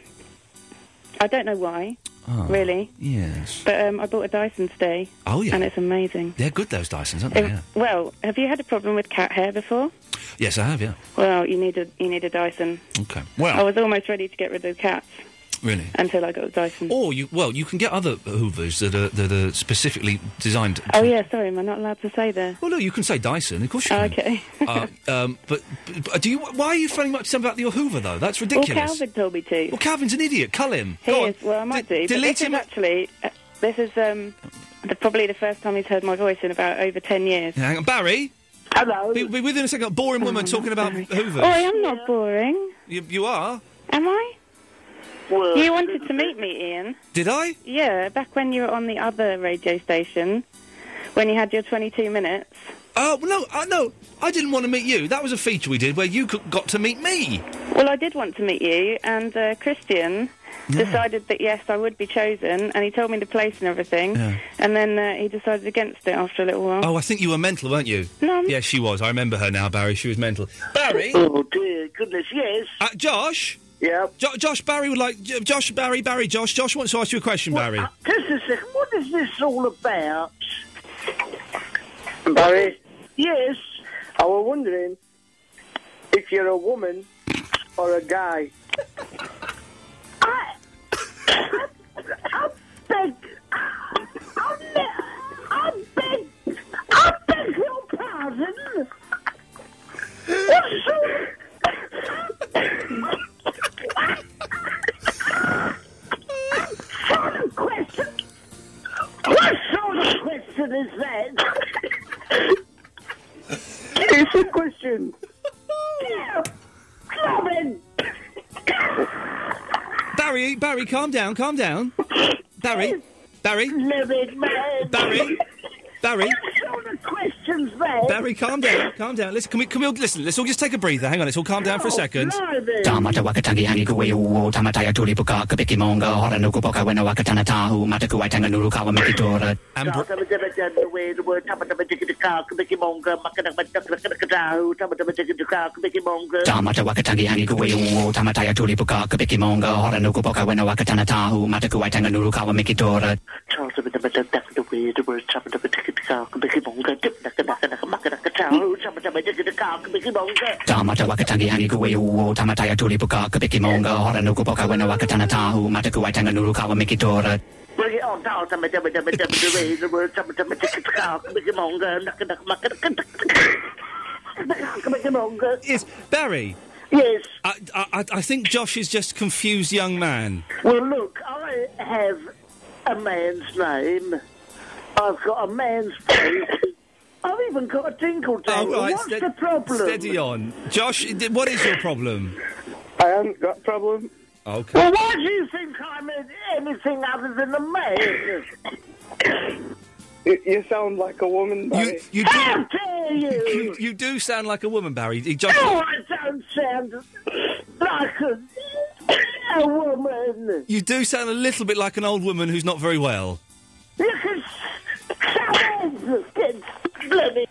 S15: I don't know why,
S4: Ah,
S15: really,
S4: Yes.
S15: but um, I bought a Dyson today.
S4: Oh, yeah.
S15: and it's amazing.
S4: They're good those Dysons, aren't they?
S15: It-
S4: Yeah.
S15: Well, have you had a problem with cat hair before?
S4: Yes, I have. Yeah.
S15: Well, you need a you need a Dyson.
S4: Okay. Well,
S15: I was almost ready to get rid of cats
S4: really. Oh.
S15: until I got a Dyson.
S4: Or you well, you can get other Hoovers that are that are specifically designed.
S15: Oh yeah, sorry, am I not allowed to say there?
S4: Well, no, you can say Dyson, of course you
S15: Oh,
S4: can.
S15: okay.
S4: uh, um, but, but do you? Why are you feeling much something about your Hoover though? That's
S15: Well,
S4: ridiculous.
S15: Calvin told me to.
S4: Well, Calvin's an idiot. Cull him.
S15: He is. Well, I might do. but
S4: delete
S15: this is actually. Uh, this is um, the, probably the first time he's heard my voice in about over ten years.
S4: Yeah, hang on, Barry.
S15: Hello.
S4: Be, be within a second. Boring woman talking about Hoovers.
S15: Oh, I am not boring,
S4: You, you are.
S15: am I? you wanted to meet me, Ian.
S4: Did I?
S15: Yeah, back when you were on the other radio station, when you had your 22 minutes.
S4: Oh well, no, I no. I didn't want to meet you. That was a feature we did where you co- got to meet me.
S15: Well, I did want to meet you, and uh, Christian decided that yes, I would be chosen, and he told me the place and everything,
S4: Yeah.
S15: and then uh, he decided against it after a little while.
S4: Oh, I think you were mental, weren't you?
S15: No.
S4: Yes, she was. I remember her now, Barry. She was mental. Barry.
S15: Oh,
S4: dear goodness, yes. Uh, Josh.
S7: Yeah.
S4: Jo- Josh Barry would like J- Josh Barry Barry Josh Josh wants to ask you a question, Barry.
S16: Just a second. What is this all about?
S7: Barry?
S16: Yes.
S7: I was wondering if you're a woman or a guy.
S16: Beg. I ne- I beg. I beg your pardon. What's all- Sort of question. What sort of question is that?
S7: it's a question.
S16: Dear Robin.
S4: Barry Barry, calm down, calm down. Barry, Barry,
S16: Living man.
S4: Barry, Barry.
S16: What sort of question's that? way.
S4: Barry, calm down, calm down. Listen, can we, can we all, listen? Let's all just take a breather. Hang on, let's all calm down for a second.
S17: Tamata wakatangi hangi kuwe uo tamataya tulipuka kapiki monga hora nuku poka wena wakatana tahu mataku waitanga nuru kawa mekitora.
S4: Amber-
S17: Tamata wakatangi hangi kuwe uo tamataya tulipuka kapiki monga hora nuku poka wena wakatana tahu mataku waitanga nuru kawa mekitora. Tamata wakatangi hangi kuwe uo tamataya tulipuka kapiki monga hora nuku poka wena wakatana tahu mataku waitanga nuru kawa mekitora.
S16: Bring it on down, tell me, tell me, tell me, tell me, tell me, tell me, tell me, tell me,
S4: Yes, Barry.
S16: Yes.
S4: I, I, I think Josh is just confused young man.
S16: Well, look, I have a man's name. I've got a man's face. I've even got a tinkle
S4: All
S16: tangle.
S4: Oh, right,
S16: What's
S4: stead-
S16: the problem?
S4: Steady on, Josh. d- What is your problem?
S14: I haven't got a problem.
S4: Okay.
S16: Well, why do you think I'm a- anything other than a man?
S14: You, you sound like a woman.
S4: You, you do, How
S16: dare you?
S4: you! do sound like a woman, Barry. He just-
S16: No, I don't sound like a, a woman.
S4: you do sound a little bit like an old woman who's not very well.
S16: You can sound bloody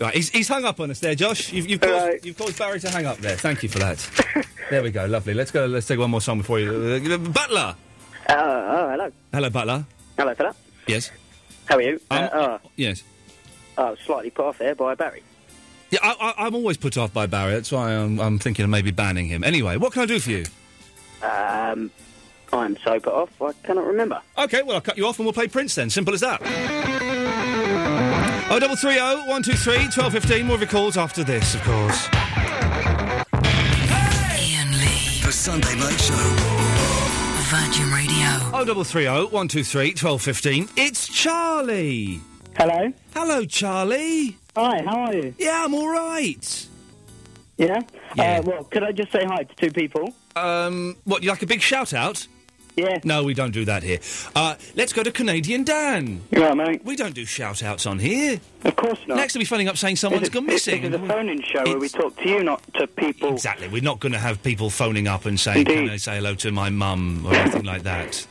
S4: Right, he's, he's hung up on us there, Josh. You've, you've, caused, you've caused Barry to hang up there. Thank you for that. there we go, lovely. Let's go. Let's take one more song before you. Uh, Butler.
S18: Uh, oh, hello.
S4: Hello, Butler.
S18: Hello, fella.
S4: Yes.
S18: How are you?
S4: Um,
S18: uh, oh,
S4: Yes.
S18: oh, I was slightly put off there by Barry.
S4: Yeah, I, I, I'm always put off by Barry. That's why I'm, I'm thinking of maybe banning him. Anyway, what can I do for you?
S18: Um, I'm so put off, I cannot remember.
S4: Okay, well I'll cut you off and we'll play Prince then. Simple as that. Oh double three oh one two three twelve fifteen. More of your calls after this, of course.
S13: Ian Lee.
S2: The Sunday Night Show.
S13: Virgin Radio.
S4: Oh double three oh one two three twelve fifteen. It's Charlie.
S19: Hello.
S4: Hello, Charlie.
S19: Hi, how are you?
S4: Yeah, I'm all right.
S19: Yeah? Uh, well, could I just say hi to two people?
S4: Um, what? You like a big shout out?
S19: Yeah.
S4: No, we don't do that here. Uh, let's go to Canadian Dan.
S19: Yeah, mate.
S4: We don't do shout outs on here.
S19: Of course not.
S4: Next, we'll be phoning up saying someone's
S19: This is-
S4: gone missing.
S19: This is a phone-in show where we talk to you, not to people.
S4: Exactly. We're not going to have people phoning up and saying, "Can
S19: Indeed.
S4: I say hello to my mum?" or anything like that.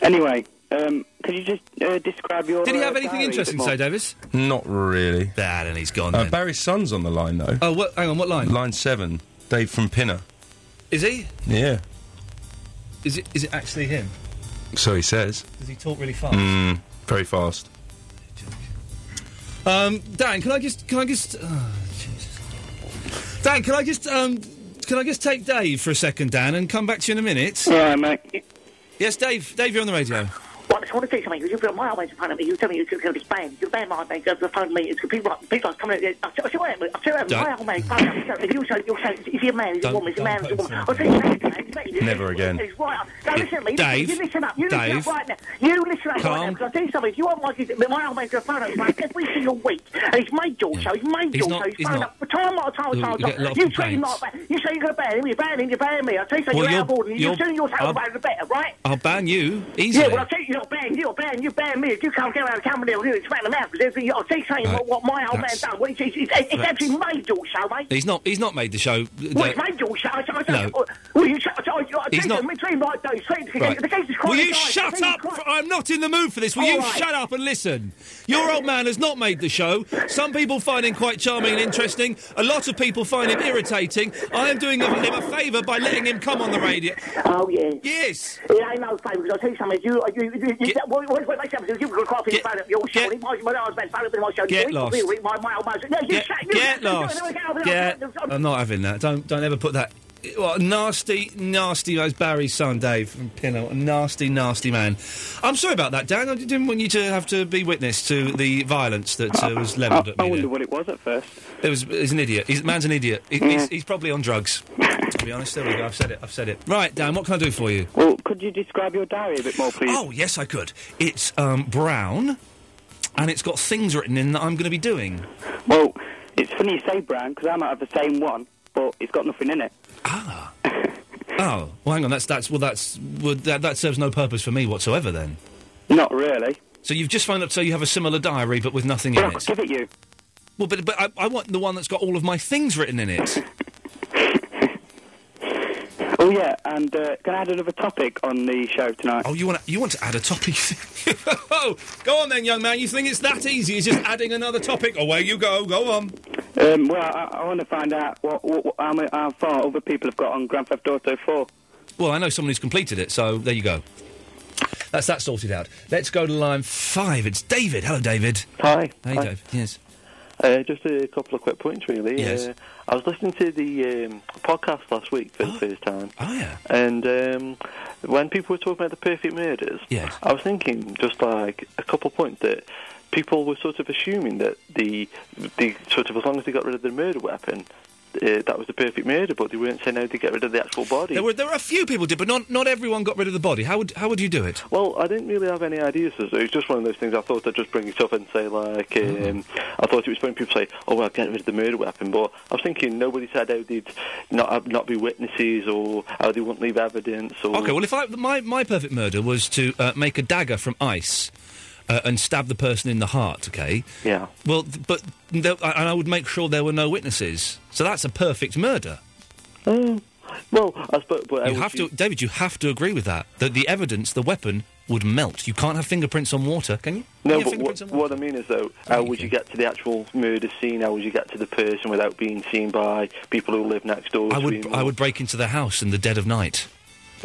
S19: Anyway, um, could you just uh, describe your...
S4: Did he
S19: uh,
S4: have anything
S19: diary a
S4: interesting
S19: bit
S4: to say,
S19: more?
S4: Davis?
S8: Not really.
S4: Bad, and he's gone.
S8: Uh,
S4: then.
S8: Barry's son's on the line though.
S4: Oh, what, hang on, what line?
S8: Line seven. Dave from Pinner.
S4: Is he?
S8: Yeah.
S4: Is it? Is it actually him?
S8: So he says.
S4: Does he talk really fast?
S8: Mm, very fast.
S19: Hmm.
S4: Um, Dan, can I just? Can I just? Oh, Jesus. Dan, can I just? Um, can I just take Dave for a second, Dan, and come back to you in a minute?
S19: All right, mate.
S4: Yes, Dave. Dave, you're on the radio.
S16: Well, I want to say something. You put my eyes in front of me. You tell me you could go to Spain. You ban my bank. Go to phone me. It's people like people like coming. I tell you what, I tell you
S8: Don't-
S16: what, my old man. phone me. So If you say you say if you're a man, it's a
S8: Don't-
S16: woman. It's a man, it's a
S8: don't
S16: woman. I tell you what, it's a man.
S8: Never again.
S16: It's right. Now listen to me.
S8: Dave,
S16: you listen up. You listen
S8: Dave,
S16: up right now. You listen up right now.
S8: calm.
S16: Because I tell you something. If you want my kids, my old man's going to phone up like, every single week, and he's made your show. He's made
S4: He's
S16: your
S4: not-
S16: show. He's
S4: he's
S16: phoned
S4: not.
S16: up time after time
S4: Look,
S16: after
S4: you get a
S16: time.
S4: lot of
S16: You treat him like
S4: complaints.
S16: that. You say you're going to ban him. You're banning him. You're banning me. I tell you something.
S4: Well,
S16: You're out
S4: you're-
S16: of order. You
S4: you're-
S16: soon you'll say
S4: I'll-
S16: the better, right?
S4: I'll ban you easily.
S16: Yeah, well, I'll tell you, you're banned, you're banned, you're banned me. If you can't get out of the company, I'll really smack them out. Because if you- I'll tell you something,
S4: Right.
S16: what, what my old man
S4: That's-
S16: done, what it's, it's, it's, it's
S4: that's-
S16: actually made your show, mate.
S4: He's not. He's not made the show.
S16: Well,
S4: The-
S16: it's made your show. I, I, I,
S4: No.
S16: well, you, I, I, I, I
S4: He's not-
S16: Between like those things, the,
S4: Right.
S16: the case is quite
S4: Will you
S16: nice, the
S4: shut
S16: case is
S4: up?
S16: quite-
S4: I'm not in the mood for this. Will
S16: All
S4: you
S16: right.
S4: shut up and listen? Your old man has not made the show. Some people find him quite charming and interesting. A lot of people find him irritating. I am doing him him a favour by letting him come on the radio.
S16: Oh yeah.
S4: Yes.
S16: It ain't no favour because I tell you something. You, you, you, you get, what, what, what makes sense is you've got coffee in front of your show. My, my old man's phone up in my show.
S4: Get
S16: You-
S4: lost.
S16: you- My, my old man's. No, you
S4: Get,
S16: shut- you-
S4: get
S16: you- you-
S4: lost.
S16: you-
S4: Get. I'm not having that. Don't don't ever put that. What a nasty, nasty. That's Barry's son, Dave from Pinner. What a nasty, nasty man. I'm sorry about that, Dan. I didn't want you to have to be witness to the violence that uh, was levelled at me.
S19: I
S4: there.
S19: wonder what it was at first.
S4: It was, he's an idiot. He's, man's an idiot. He, he's, he's probably on drugs. To be honest, there we go. I've said it. I've said it. Right, Dan. What can I do for you?
S19: Well, could you describe your diary a bit more, Oh, please?
S4: Oh yes, I could. It's um, brown, and it's got things written in that I'm going to be doing.
S19: Well, it's funny you say brown, because I'm out of the same one, but it's got nothing in it.
S4: Oh, well, hang on. That's that's well, that's well, that, that serves no purpose for me whatsoever. Then.
S19: Not really.
S4: So you've just found up. So you have a similar diary, but with nothing
S19: Well, I
S4: in
S19: could
S4: it.
S19: give it you.
S4: Well, but but I, I want the one that's got all of my things written in it.
S19: Oh yeah, and uh, can I add another topic on the show tonight?
S4: Oh, you want you want to add a topic? oh, go on then, young man. You think it's that easy? It's just adding another topic. Away you go. Go on.
S19: Um, well, I, I want to find out what, what, what- how, mu- how far other people have got on Grand Theft Auto 4.
S4: Well, I know someone who's completed it, so there you go. That's that sorted out. Let's go to line five. It's David. Hello, David.
S20: Hi.
S4: Hey,
S20: Hi.
S4: Dave. Yes.
S20: Uh, just a couple of quick points, really.
S4: Yes.
S20: Uh, I was listening to the um, podcast last week for the first time.
S4: Oh, yeah.
S20: And um, when people were talking about the perfect murders,
S4: Yes.
S20: I was thinking just like a couple of points that people were sort of assuming that the, the sort of as long as they got rid of the murder weapon, uh, that was the perfect murder, but they weren't saying how to get rid of the actual body.
S4: There were there were a few people did, but not not everyone got rid of the body. How would how would you do it?
S20: Well, I didn't really have any ideas. It was just one of those things. I thought I'd just bring it up and say, like,
S4: Mm-hmm.
S20: um, I thought it was when people say, "Oh, well, get rid of the murder weapon," but I was thinking nobody said how they'd not have, not be witnesses or how they wouldn't leave evidence. Or
S4: Okay, well, if I my my perfect murder was to uh, make a dagger from ice. Uh, and stab the person in the heart. Okay.
S20: Yeah.
S4: Well, th- but there, I- and I would make sure there were no witnesses. So that's a perfect murder.
S20: Oh, well, I suppose. But how
S4: you
S20: would
S4: have
S20: you-
S4: to, David. You have to agree with that. That the evidence, the weapon, would melt. You can't have fingerprints on water, can you?
S20: No,
S4: Yeah,
S20: but what, what I mean is though, how would you get to the actual murder scene? How would you get to the person without being seen by people who live next door?
S4: I would.
S20: screaming?
S4: I would break into the house in the dead of night.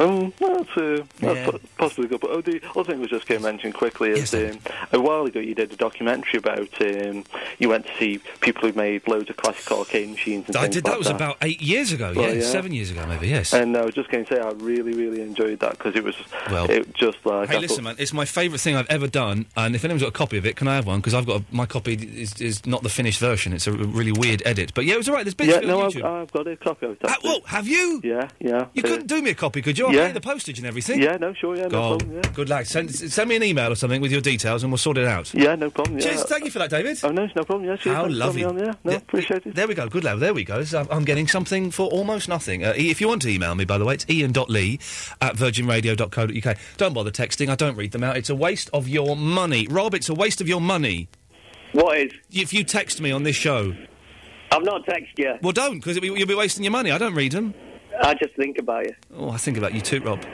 S20: Um, well, that's, uh, that's
S4: Yeah.
S20: po- possibly good. But oh, the other thing I was just going to mention quickly is um, a while ago you did a documentary about um, you went to see people who made loads of classic arcade machines. And
S4: I
S20: things
S4: did.
S20: like
S4: That was about eight years ago.
S20: Well,
S4: yeah,
S20: yeah.
S4: seven years ago, maybe. Yes.
S20: And uh, I was just going to say I really, really enjoyed that because it was
S4: Well-
S20: it just like
S4: Hey,
S20: I
S4: listen,
S20: thought-
S4: man. It's my favourite thing I've ever done, and if anyone's got a copy of it, can I have one? Because I've got a, my copy is, is not the finished version. It's a r- really weird edit. But yeah, it was all right. There's bits
S20: Yeah,
S4: of it
S20: no,
S4: on
S20: I've,
S4: YouTube. Ah,
S20: I've got a copy of that.
S4: well, have you?
S20: Yeah, yeah.
S4: you
S20: Uh,
S4: couldn't do me a copy, could you? I
S20: yeah.
S4: pay the postage and everything.
S20: Yeah, no, sure, yeah, no
S4: God,
S20: problem,
S4: good lad. Send, s- send me an email or something with your details, and we'll sort it out.
S20: Yeah, no problem. Yeah.
S4: Cheers, thank you for that, David.
S20: Oh, no, it's no problem. Yeah, cheers,
S4: How
S20: thanks for
S4: lovely.
S20: having me on, yeah. No,
S4: appreciate it. There we go. Good lad. There we go. So I'm, I'm getting something for almost nothing. Uh, if you want to email me, by the way, it's ian.lee at virginradio.co.uk. Don't bother texting. I don't read them out. It's a waste of your money. Rob, it's a waste of your money.
S21: What is?
S4: If you text me on this show.
S21: I've not texted you.
S4: Well, don't, because you'll be wasting your money. I don't read them.
S21: I just think about you.
S4: Oh, I think about you too, Rob.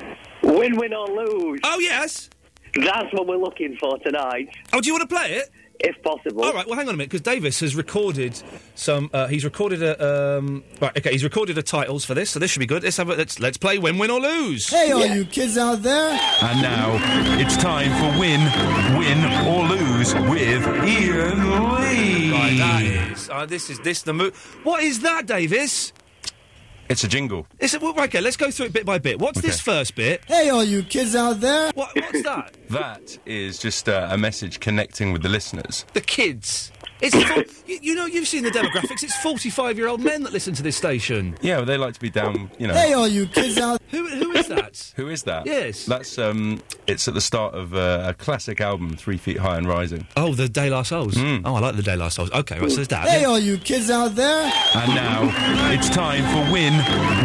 S21: Win, win or lose.
S4: Oh yes.
S21: That's what we're looking for tonight.
S4: Oh, do you want to play it?
S21: If possible.
S4: All right. Well, hang on a minute, because Davis has recorded some. Uh, he's recorded a. Um, right. Okay. He's recorded a titles for this, so this should be good. Let's have a. Let's let's play win, win or lose.
S15: Hey,
S16: oh,
S15: all you kids out there.
S8: And now it's time for win, win or lose with Ian Lee.
S4: Right, that is. Uh, this is this the move. What is that, Davis?
S8: It's a jingle.
S4: Is it? Well, right, okay. Let's go through it bit by bit. What's this first bit?
S15: Hey, all you kids out there.
S4: What, what's that?
S8: That is just uh, a message connecting with the listeners.
S4: the kids. It's for, you, you know you've seen the demographics. It's forty-five year old men that listen to this station.
S8: Yeah, well, they like to be down, you know.
S15: all you kids out.
S4: Oh. Who who is that?
S8: Who is that?
S4: Yes.
S8: That's um. It's at the start of uh, a classic album, Three Feet High and Rising. Hmm.
S4: Oh, the De La Souls. Oh, I like the De La Souls. Okay, right. So there's that.
S15: Hey, all you kids out there.
S8: And now it's time for win,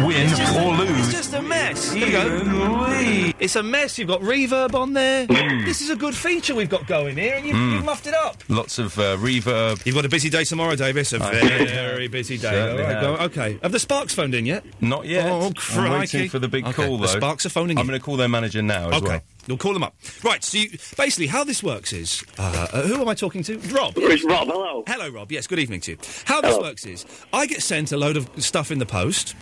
S8: win or
S4: It's
S8: lose.
S4: just a mess. There you go. It's a mess. You've got reverb on there.
S8: Hmm.
S4: this is a good feature we've got going here, and you've,
S8: Mm.
S4: you've muffed it up.
S8: Lots of uh, reverb.
S4: You've got a busy day tomorrow, Davis. A very busy day. All right, go- okay. Have the Sparks phoned in yet?
S8: Not yet.
S4: Oh,
S8: I'm
S4: crikey.
S8: waiting for the big
S4: Okay,
S8: call, though.
S4: the Sparks are phoning
S8: I'm going to call their manager now as
S4: okay.
S8: well.
S4: You'll call them up. Right, so you, basically, how this works is uh, uh, who am I talking to? Rob.
S21: It's Rob, hello.
S4: Hello, Rob. Yes, good evening to you. How this works is I get sent a load of stuff in the post.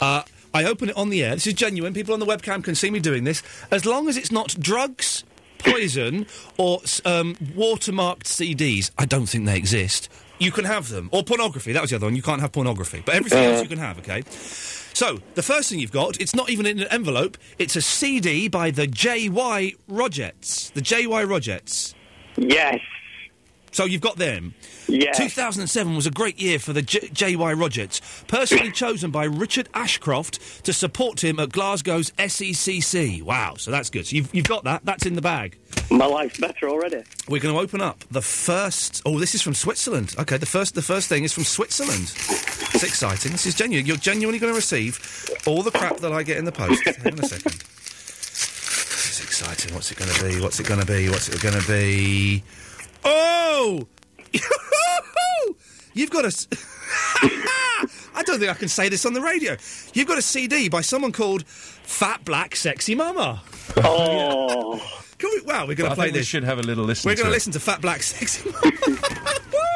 S4: Uh, I open it on the air. This is genuine. People on the webcam can see me doing this. As long as it's not drugs, poison, or s- um, watermarked CDs, I don't think they exist. You can have them. Or pornography. That was the other one. You can't have pornography. But everything
S22: Uh.
S4: else you can have, okay? So, the first thing you've got, it's not even in an envelope, it's a CD by the JY Rogettes. The JY Rogettes.
S21: Yes.
S4: So you've got them.
S21: Yes.
S4: 2007 was a great year for the J- JY Rogettes, personally chosen by Richard Ashcroft to support him at Glasgow's SECC. Wow, so that's good. So you've, you've got that. That's in the bag.
S21: My life's better already.
S4: We're going to open up the first. Oh, this is from Switzerland. Okay, the first the first thing is from Switzerland. It's exciting. This is genuine. You're genuinely going to receive all the crap that I get in the post. Hang on a second. This is exciting. What's it going to be? What's it going to be? What's it going to be? Oh! You've got a. s- I don't think I can say this on the radio. You've got a CD by someone called Fat Black Sexy Mama. Oh. Can we, wow, we're going to
S8: I
S4: play
S8: think we
S4: this.
S8: should have a little listen.
S4: We're going
S8: to
S4: to listen to Fat Black Sexy Mama.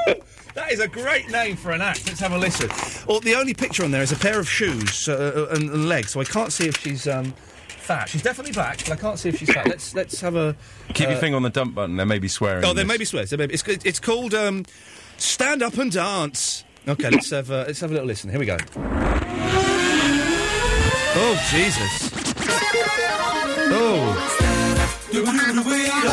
S4: Woo! That is a great name for an act. Let's have a listen. Or the only picture on there is a pair of shoes uh, uh, and, and legs, so I can't see if she's um, fat. She's definitely black, but I can't see if she's fat. Let's let's have a
S8: Keep your
S4: uh,
S8: finger on the dump button. There may be swearing.
S4: Oh,
S8: in
S4: there
S8: this.
S4: may be swears. There may be. It's, it's called um, "Stand Up and Dance." Okay, let's have uh, let's have a little listen. Here we go. Oh Jesus! Oh.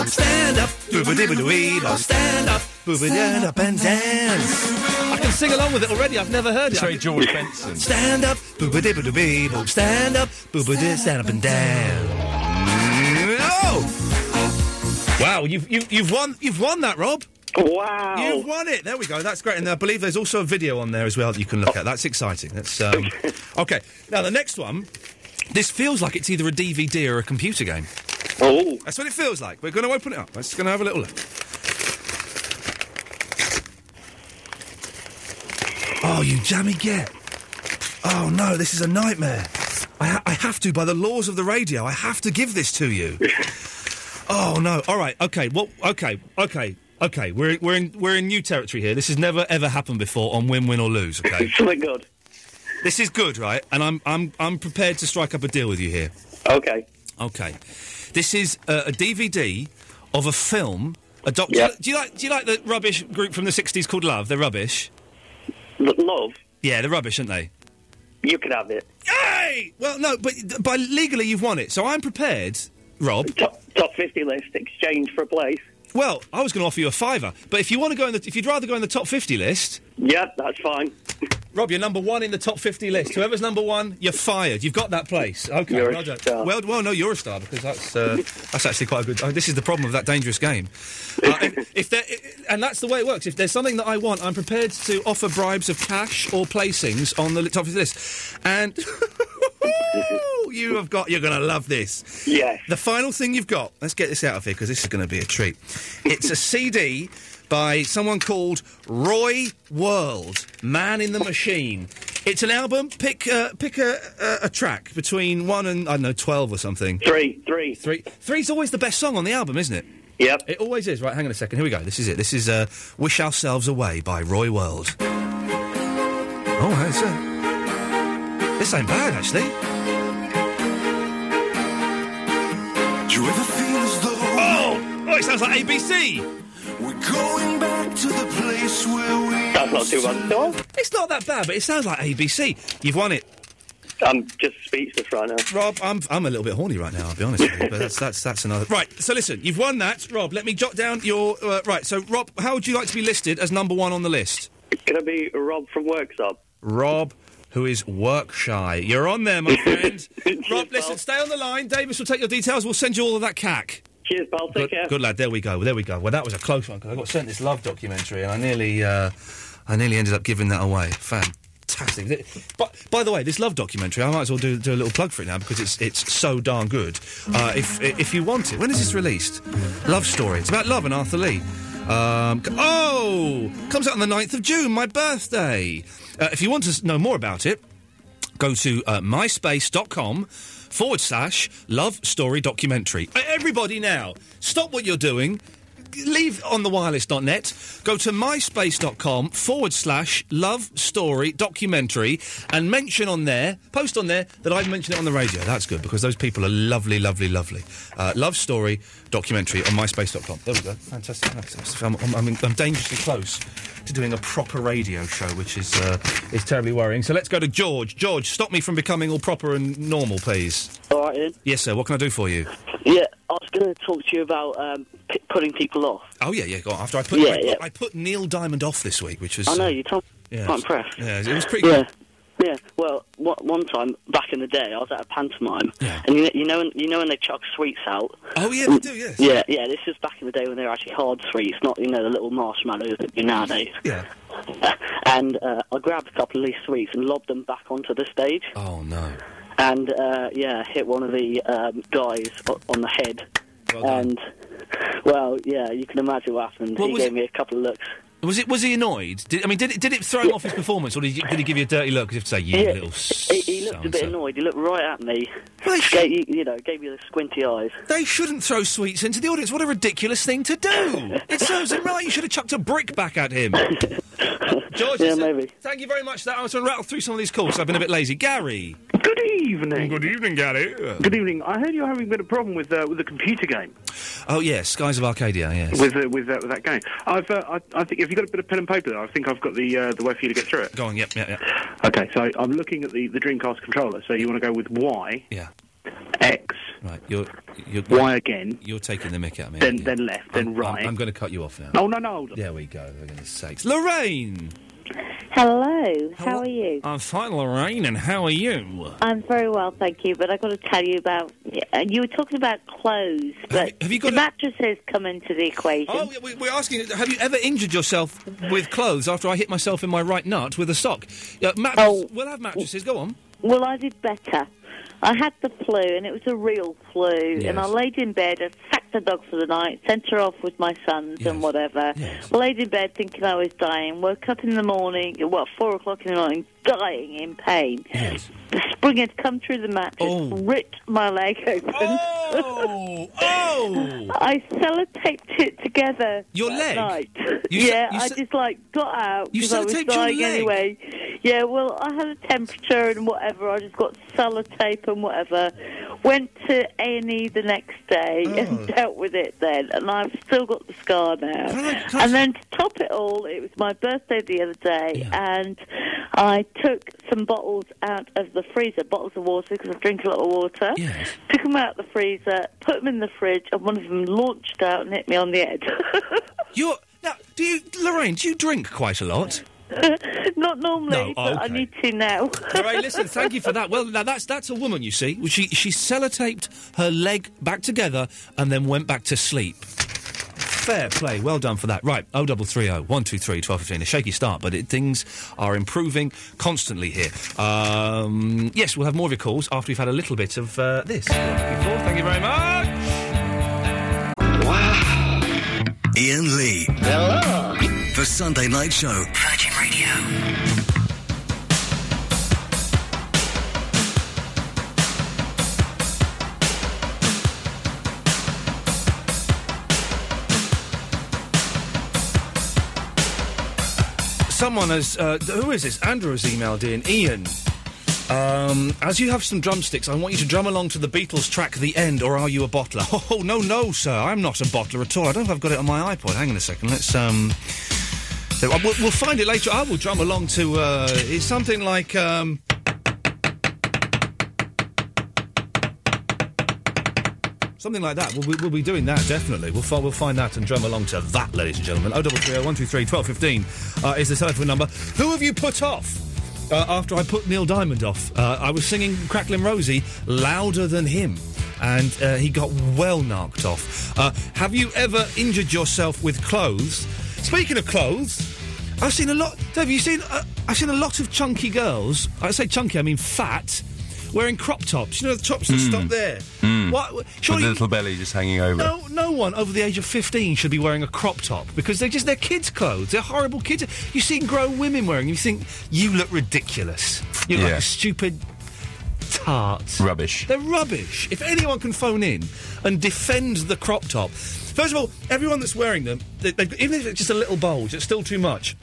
S4: Stand up, booba stand up, booba stand up and dance. I can sing along with it already. I've never heard it.
S8: Sorry, George Benson.
S4: Stand up, booba dibba dibba stand up, booba dibba stand up and dance. Oh! Wow, you've, you've you've won you've won that, Rob.
S21: Wow,
S4: you've won it. There we go. That's great, and I believe there's also a video on there as well that you can look at. That's exciting. That's um, okay. Now the next one. This feels like it's either a DVD or a computer game.
S21: Oh,
S4: that's what it feels like. We're going to open it up. Let's going to have a little look. Oh, you jammy get. Oh no, this is a nightmare. I, ha- I have to, by the laws of the radio, I have to give this to you. oh no! All right, okay. Well, okay, okay, okay. We're we're in we're in new territory here. This has never ever happened before on win, win or lose. Okay.
S21: Something good.
S4: This is good, right? And I'm I'm I'm prepared to strike up a deal with you here.
S21: Okay.
S4: Okay. This is uh, a DVD of a film. A doc- do, you, li- do you like do you like the rubbish group from the '60s called Love? They're rubbish.
S21: love.
S4: Yeah, they're rubbish, aren't they?
S21: You can have it.
S4: Hey! Well, no, but th- by legally you've won it, so I'm prepared, Rob.
S21: Top, top 50 list, exchange for a place.
S4: Well, I was going to offer you a fiver, but if you want to go in the, if you'd rather go in the top fifty list,
S21: yeah, that's fine.
S4: Rob, you're number one in the top fifty list. Whoever's number one, you're fired. You've got that place. Okay,
S21: You're a
S4: well done.
S21: star.
S4: Well, well, no, you're a star because that's uh, that's actually quite a good. oh, this is the problem of that dangerous game. Uh, if- if there, i- and that's the way it works. If there's something that I want, I'm prepared to offer bribes of cash or placings on the li- top of this. And you have got. You're going to love this.
S21: Yes.
S4: The final thing you've got. Let's get this out of here because this is going to be a treat. It's a CD by someone called Roy World, Man in the Machine. It's an album. Pick uh, pick a, a, a track between one and I don't know twelve or something.
S21: Three, three,
S4: three. Three's always the best song on the album, isn't it?
S21: Yep.
S4: It always is. Right, hang on a second. Here we go. This is it. This is uh, "Wish Ourselves Away" by Roy World. Oh, that's uh, this ain't bad actually.
S2: Do you ever feel as though
S4: Oh, oh, it sounds like ABC.
S2: We're going back to the place where we.
S21: That's not too bad. No,
S4: it's not that bad, but it sounds like ABC. You've won it.
S21: I'm just speechless right now.
S4: Rob, I'm, I'm a little bit horny right now, I'll be honest with you, but that's, that's, that's another... Right, so listen, you've won that. Rob, let me jot down your... Uh, right, so, Rob, how would you like to be listed as number one on the list?
S21: Gonna be Rob from Worksop.
S4: Rob, who is work shy. You're on there, my friend. Rob, listen, stay on the line. Davis will take your details. We'll send you all of that cack.
S21: Cheers, pal. Take
S4: Good,
S21: care.
S4: good lad, there we go, there we go. Well, that was a close one, because I got sent this love documentary, and I nearly... Uh, I nearly ended up giving that away. Fantastic. Th- But by the way, this love documentary, I might as well do, do a little plug for it now because it's it's so darn good. Uh, if if you want it, when is this released? Love Story. It's about love and Arthur Lee. Um, c- oh, comes out on the 9th of June, my birthday. Uh, if you want to s- know more about it, go to uh, myspace.com forward slash love story documentary. Uh, Everybody now, stop what you're doing. Leave on the wireless.net, go to myspace.com forward slash love story documentary and mention on there, post on there that I've mentioned it on the radio. That's good because those people are lovely, lovely, lovely. Uh, love story documentary on myspace.com. There we go. Fantastic. That's- I'm, I'm, I'm, I'm dangerously close to doing a proper radio show, which is uh, is terribly worrying. So let's go to George. George, stop me from becoming all proper and normal, please.
S22: All right, Ian.
S4: Yes, sir. What can I do for you?
S22: Yeah, I was going to talk to you about um, p- putting people off.
S4: Oh yeah, yeah. Go on. After I put
S22: Yeah,
S4: I, put-
S22: yeah.
S4: I put Neil Diamond off this week, which was
S22: I know
S4: uh,
S22: you told.
S4: yeah,
S22: quite impressed.
S4: Yeah, it was pretty.
S22: Yeah.
S4: good.
S22: Yeah, well, wha- one time back in the day, I was at a pantomime, and you, you know, when- you know when they chuck sweets out.
S4: Oh yeah, they do. Yes.
S22: Yeah, yeah. This is back in the day when they were actually hard sweets, not you know the little marshmallows that you nowadays.
S4: Yeah.
S22: And uh, I grabbed a couple of these sweets and lobbed them back onto the stage.
S4: Oh no.
S22: And uh, yeah, hit one of the um, guys o- on the head.
S4: done.
S22: and well, yeah, you can imagine what happened.
S4: What
S22: he
S4: was
S22: gave me a couple of looks.
S4: Was it? Was he annoyed? Did, I mean, did it? Did it throw him off his performance, or did he, did he give you a dirty look? 'Cause you have to say, "You
S22: Yeah.
S4: little." s-"
S22: He, he looked a bit annoyed. He looked right at me. Gave, you, you know, gave me the squinty eyes.
S4: They shouldn't throw sweets into the audience. What a ridiculous thing to do! it serves him right. You should have chucked a brick back at him. George,
S22: Yeah,
S4: listen, thank you very much. for That I was going to rattle through some of these calls. I've been a bit lazy. Gary.
S3: Good evening.
S4: Good evening, Gary.
S3: Good evening. I heard you're having a bit of problem with uh, with the computer game.
S4: Oh yes, Skies of Arcadia. Yes.
S3: With uh, with, uh, with that game. I've uh, I, I think have you got a bit of pen and paper there? I think I've got the uh, the way for you to get through it.
S4: Go on. Yep. Yep. Yep.
S3: Okay, so I'm looking at the, the Dreamcast controller. So you want to go with Y,
S4: Yeah.
S3: X,
S4: Right. You're. you're
S3: Y again.
S4: You're taking the mick out of me.
S3: then
S4: aren't you?
S3: then left, then
S4: I'm-
S3: right. Oh,
S4: I'm, going to cut you off now.
S3: No, no, no. hold on.
S4: There we go. For goodness sakes. Lorraine.
S23: Hello, how are you?
S4: I'm fine, Lorraine, and how are you?
S23: I'm very well, thank you. But I've got to tell you about. uh, You were talking about clothes, but the mattresses come into the equation.
S4: Oh, yeah, we, we're asking, have you ever injured yourself with clothes after I hit myself in my right nut with a sock? Yeah, mattress, We'll have mattresses, go on.
S23: Well, I did better. I had the flu, and it was a real flu. And I
S4: Yes.
S23: laid in bed. I sacked the dog for the night, sent her off with my sons and whatever. Laid in bed thinking I was dying. Woke up in the morning, what four o'clock in the morning, dying in pain. The spring had come through the mattress, ripped my leg open.
S4: Oh, oh!
S23: I sellotaped it together.
S4: Your
S23: that
S4: leg?
S23: Night.
S4: You se-
S23: yeah,
S4: you
S23: I
S4: se-
S23: just like got out
S4: You
S23: because I was
S4: sellotaped your
S23: dying
S4: leg?
S23: anyway. Yeah, well, I had a temperature and whatever. I just got sellotape and whatever. Went to A and E the next day and dealt with it then, and I've still got the scar now. and then to top it all, it was my birthday the other day, and I took some bottles out of the freezer, bottles of water because I drink a lot of water. Took them out of the freezer, put them in the fridge, and one of them launched out and hit me on the head.
S4: You're, now, do you, Lorraine, do you drink quite a lot?
S23: Not normally,
S4: No,
S23: but I
S4: okay.
S23: need to now.
S4: Lorraine, listen, thank you for that. Well, now that's, that's a woman, you see. She, she sellotaped her leg back together and then went back to sleep. Fair play. Well done for that. Right, 0330 123 1215. A shaky start, but it, things are improving constantly here. Um, yes, we'll have more of your calls after we've had a little bit of uh, this. Thank you very much.
S2: Ian Lee. Hello. The Sunday Night Show. Virgin Radio.
S4: Someone has. Uh, th- who is this? Andrew has emailed in. Ian. Um, as you have some drumsticks, I want you to drum along to the Beatles track The End, or are you a bottler? Oh, no, no, sir. I'm not a bottler at all. I don't know if I've got it on my iPod. Hang on a second. Let's. um... so- uh, We'll, we'll find it later. I will drum along to. Uh, it's something like. Um, Something like that. We'll, we'll be doing that, definitely. We'll, fi- we'll find that and drum along to that, ladies and gentlemen. Oh, 0330 123 1215 uh, is the telephone number. Who have you put off uh, after I put Neil Diamond off? Uh, I was singing Cracklin' Rosie louder than him, and uh, he got well knocked off. Uh, have you ever injured yourself with clothes? Speaking of clothes, I've seen a lot. Dave, you seen? Uh, I've seen a lot of chunky girls. I say chunky, I mean fat, wearing crop tops. You know the tops that
S8: Mm.
S4: stop there.
S8: Mm.
S4: What?
S8: With the little belly just hanging over.
S4: No, no one over the age of fifteen should be wearing a crop top because they're just they're kids' clothes. They're horrible kids. You see grown women wearing, them, you think you look ridiculous. You look like
S8: Yeah.
S4: a stupid tart. Rubbish. They're rubbish. If anyone can phone in and defend the crop top, first of all, everyone that's wearing them, they, they've, got- even if it's just a little bulge, it's still too much.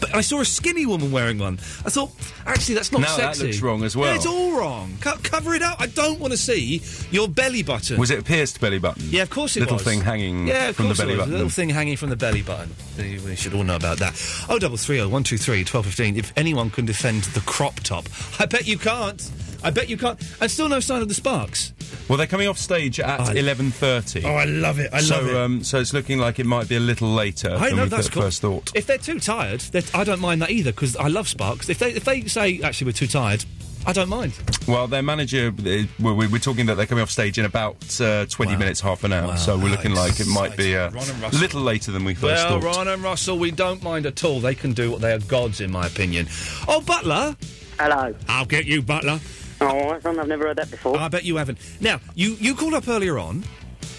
S4: But I saw a skinny woman wearing one. I thought, actually, that's not
S8: No, that
S4: sexy.
S8: looks wrong as
S4: Yeah,
S8: well.
S4: it's all wrong. Co- cover it up. I don't want to see your belly button.
S8: Was it a pierced belly button?
S4: Yeah, of course it
S8: Mm. little
S4: was.
S8: thing hanging
S4: yeah, of
S8: from the
S4: course
S8: belly
S4: it was.
S8: button.
S4: A little thing hanging from the belly button. We we should all know about that. Oh, double three oh one two three twelve fifteen. If anyone can defend the crop top, I bet you can't. I bet you can't. And still no sign of the sparks.
S8: Well, they're coming off stage at
S4: I-
S8: 11.30.
S4: Oh, I love it, I
S8: so,
S4: love it.
S8: Um, so it's looking like it might be a little later
S4: I
S8: than
S4: know
S8: we
S4: that's
S8: th-
S4: cool.
S8: first thought.
S4: If they're too tired, they're- I don't mind that either because I love sparks. If they if they say actually we're too tired, I don't mind.
S8: Well, their manager, uh, we're, we're talking that they're coming off stage in about uh, 20 minutes, half an hour. So we're looking like it might be a
S4: Ron and Russell.
S8: little later than we first
S4: Well,
S8: thought.
S4: Ron and Russell, we don't mind at all. They can do what they are gods, in my opinion. Oh, Butler.
S18: Hello.
S4: I'll get you, Butler.
S18: Oh, that's one I've never heard that before.
S4: I bet you haven't. Now, you, you called up earlier on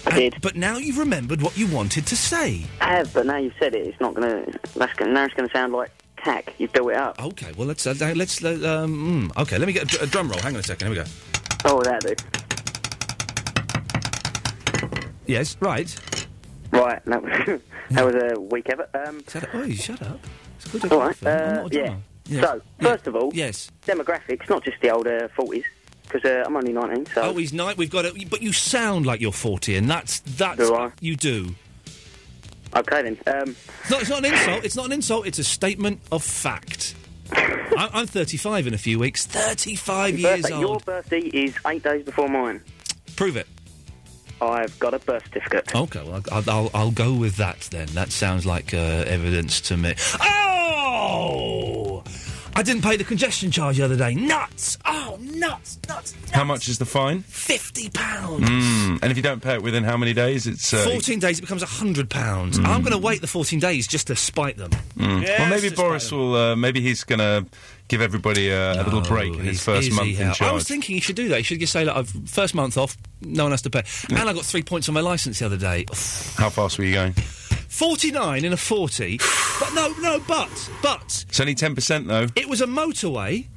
S4: I did. But now you've remembered what you wanted to say.
S18: I have, but now you've said it, it's not going to. That's gonna, now it's going to sound like tack. You've built it up.
S4: Okay, well let's uh, let's let, um, mm, okay. Let me get a, dr- a drum roll. Hang on a second. Here we go.
S18: Oh, that do.
S4: Yes, right.
S18: Right, that was, that was a weak effort. Um,
S4: oh, you shut up. It's
S18: good all right,
S4: effort. I'm
S18: uh,
S4: not a
S18: yeah.
S4: drummer. Yeah.
S18: So, first of all,
S4: yes,
S18: demographics, not just the old uh, 40s, because uh, I'm only 19, so...
S4: Oh, he's night. We've got it. But you sound like you're 40, and that's that's
S18: Do I?
S4: you do.
S18: Okay then. Um,
S4: It's not, it's not an insult. It's not an insult. It's a statement of fact. I'm, I'm 35 in a few weeks. 35
S18: your
S4: years
S18: birthday-
S4: old.
S18: Your birthday is eight days before mine.
S4: Prove it.
S18: I've got a birth certificate.
S4: Okay, well, I'll, I'll, I'll go with that then. That sounds like uh, evidence to me. Oh! I didn't pay the congestion charge the other day. Nuts! Oh, nuts, nuts.
S8: How much is the fine?
S4: Fifty pounds.
S8: Mm. And if you don't pay it within how many days, it's uh,
S4: 14 days, it becomes £100. I'm going to wait the 14 days just to spite them.
S8: Mm.
S4: Yes,
S8: well, maybe
S4: it's
S8: Boris will. Uh, maybe he's going to give everybody uh, a little break in his first
S4: Is he
S8: month in
S4: hell? I was
S8: charge.
S4: thinking you should do that. You should just say, like, I've first month off, no one has to pay.
S8: Hmm.
S4: And I got three points on my licence the other day. How
S8: fast were you going?
S4: 49 in a 40. but no, no, but, but,
S8: It's only ten percent though.
S4: it was a motorway,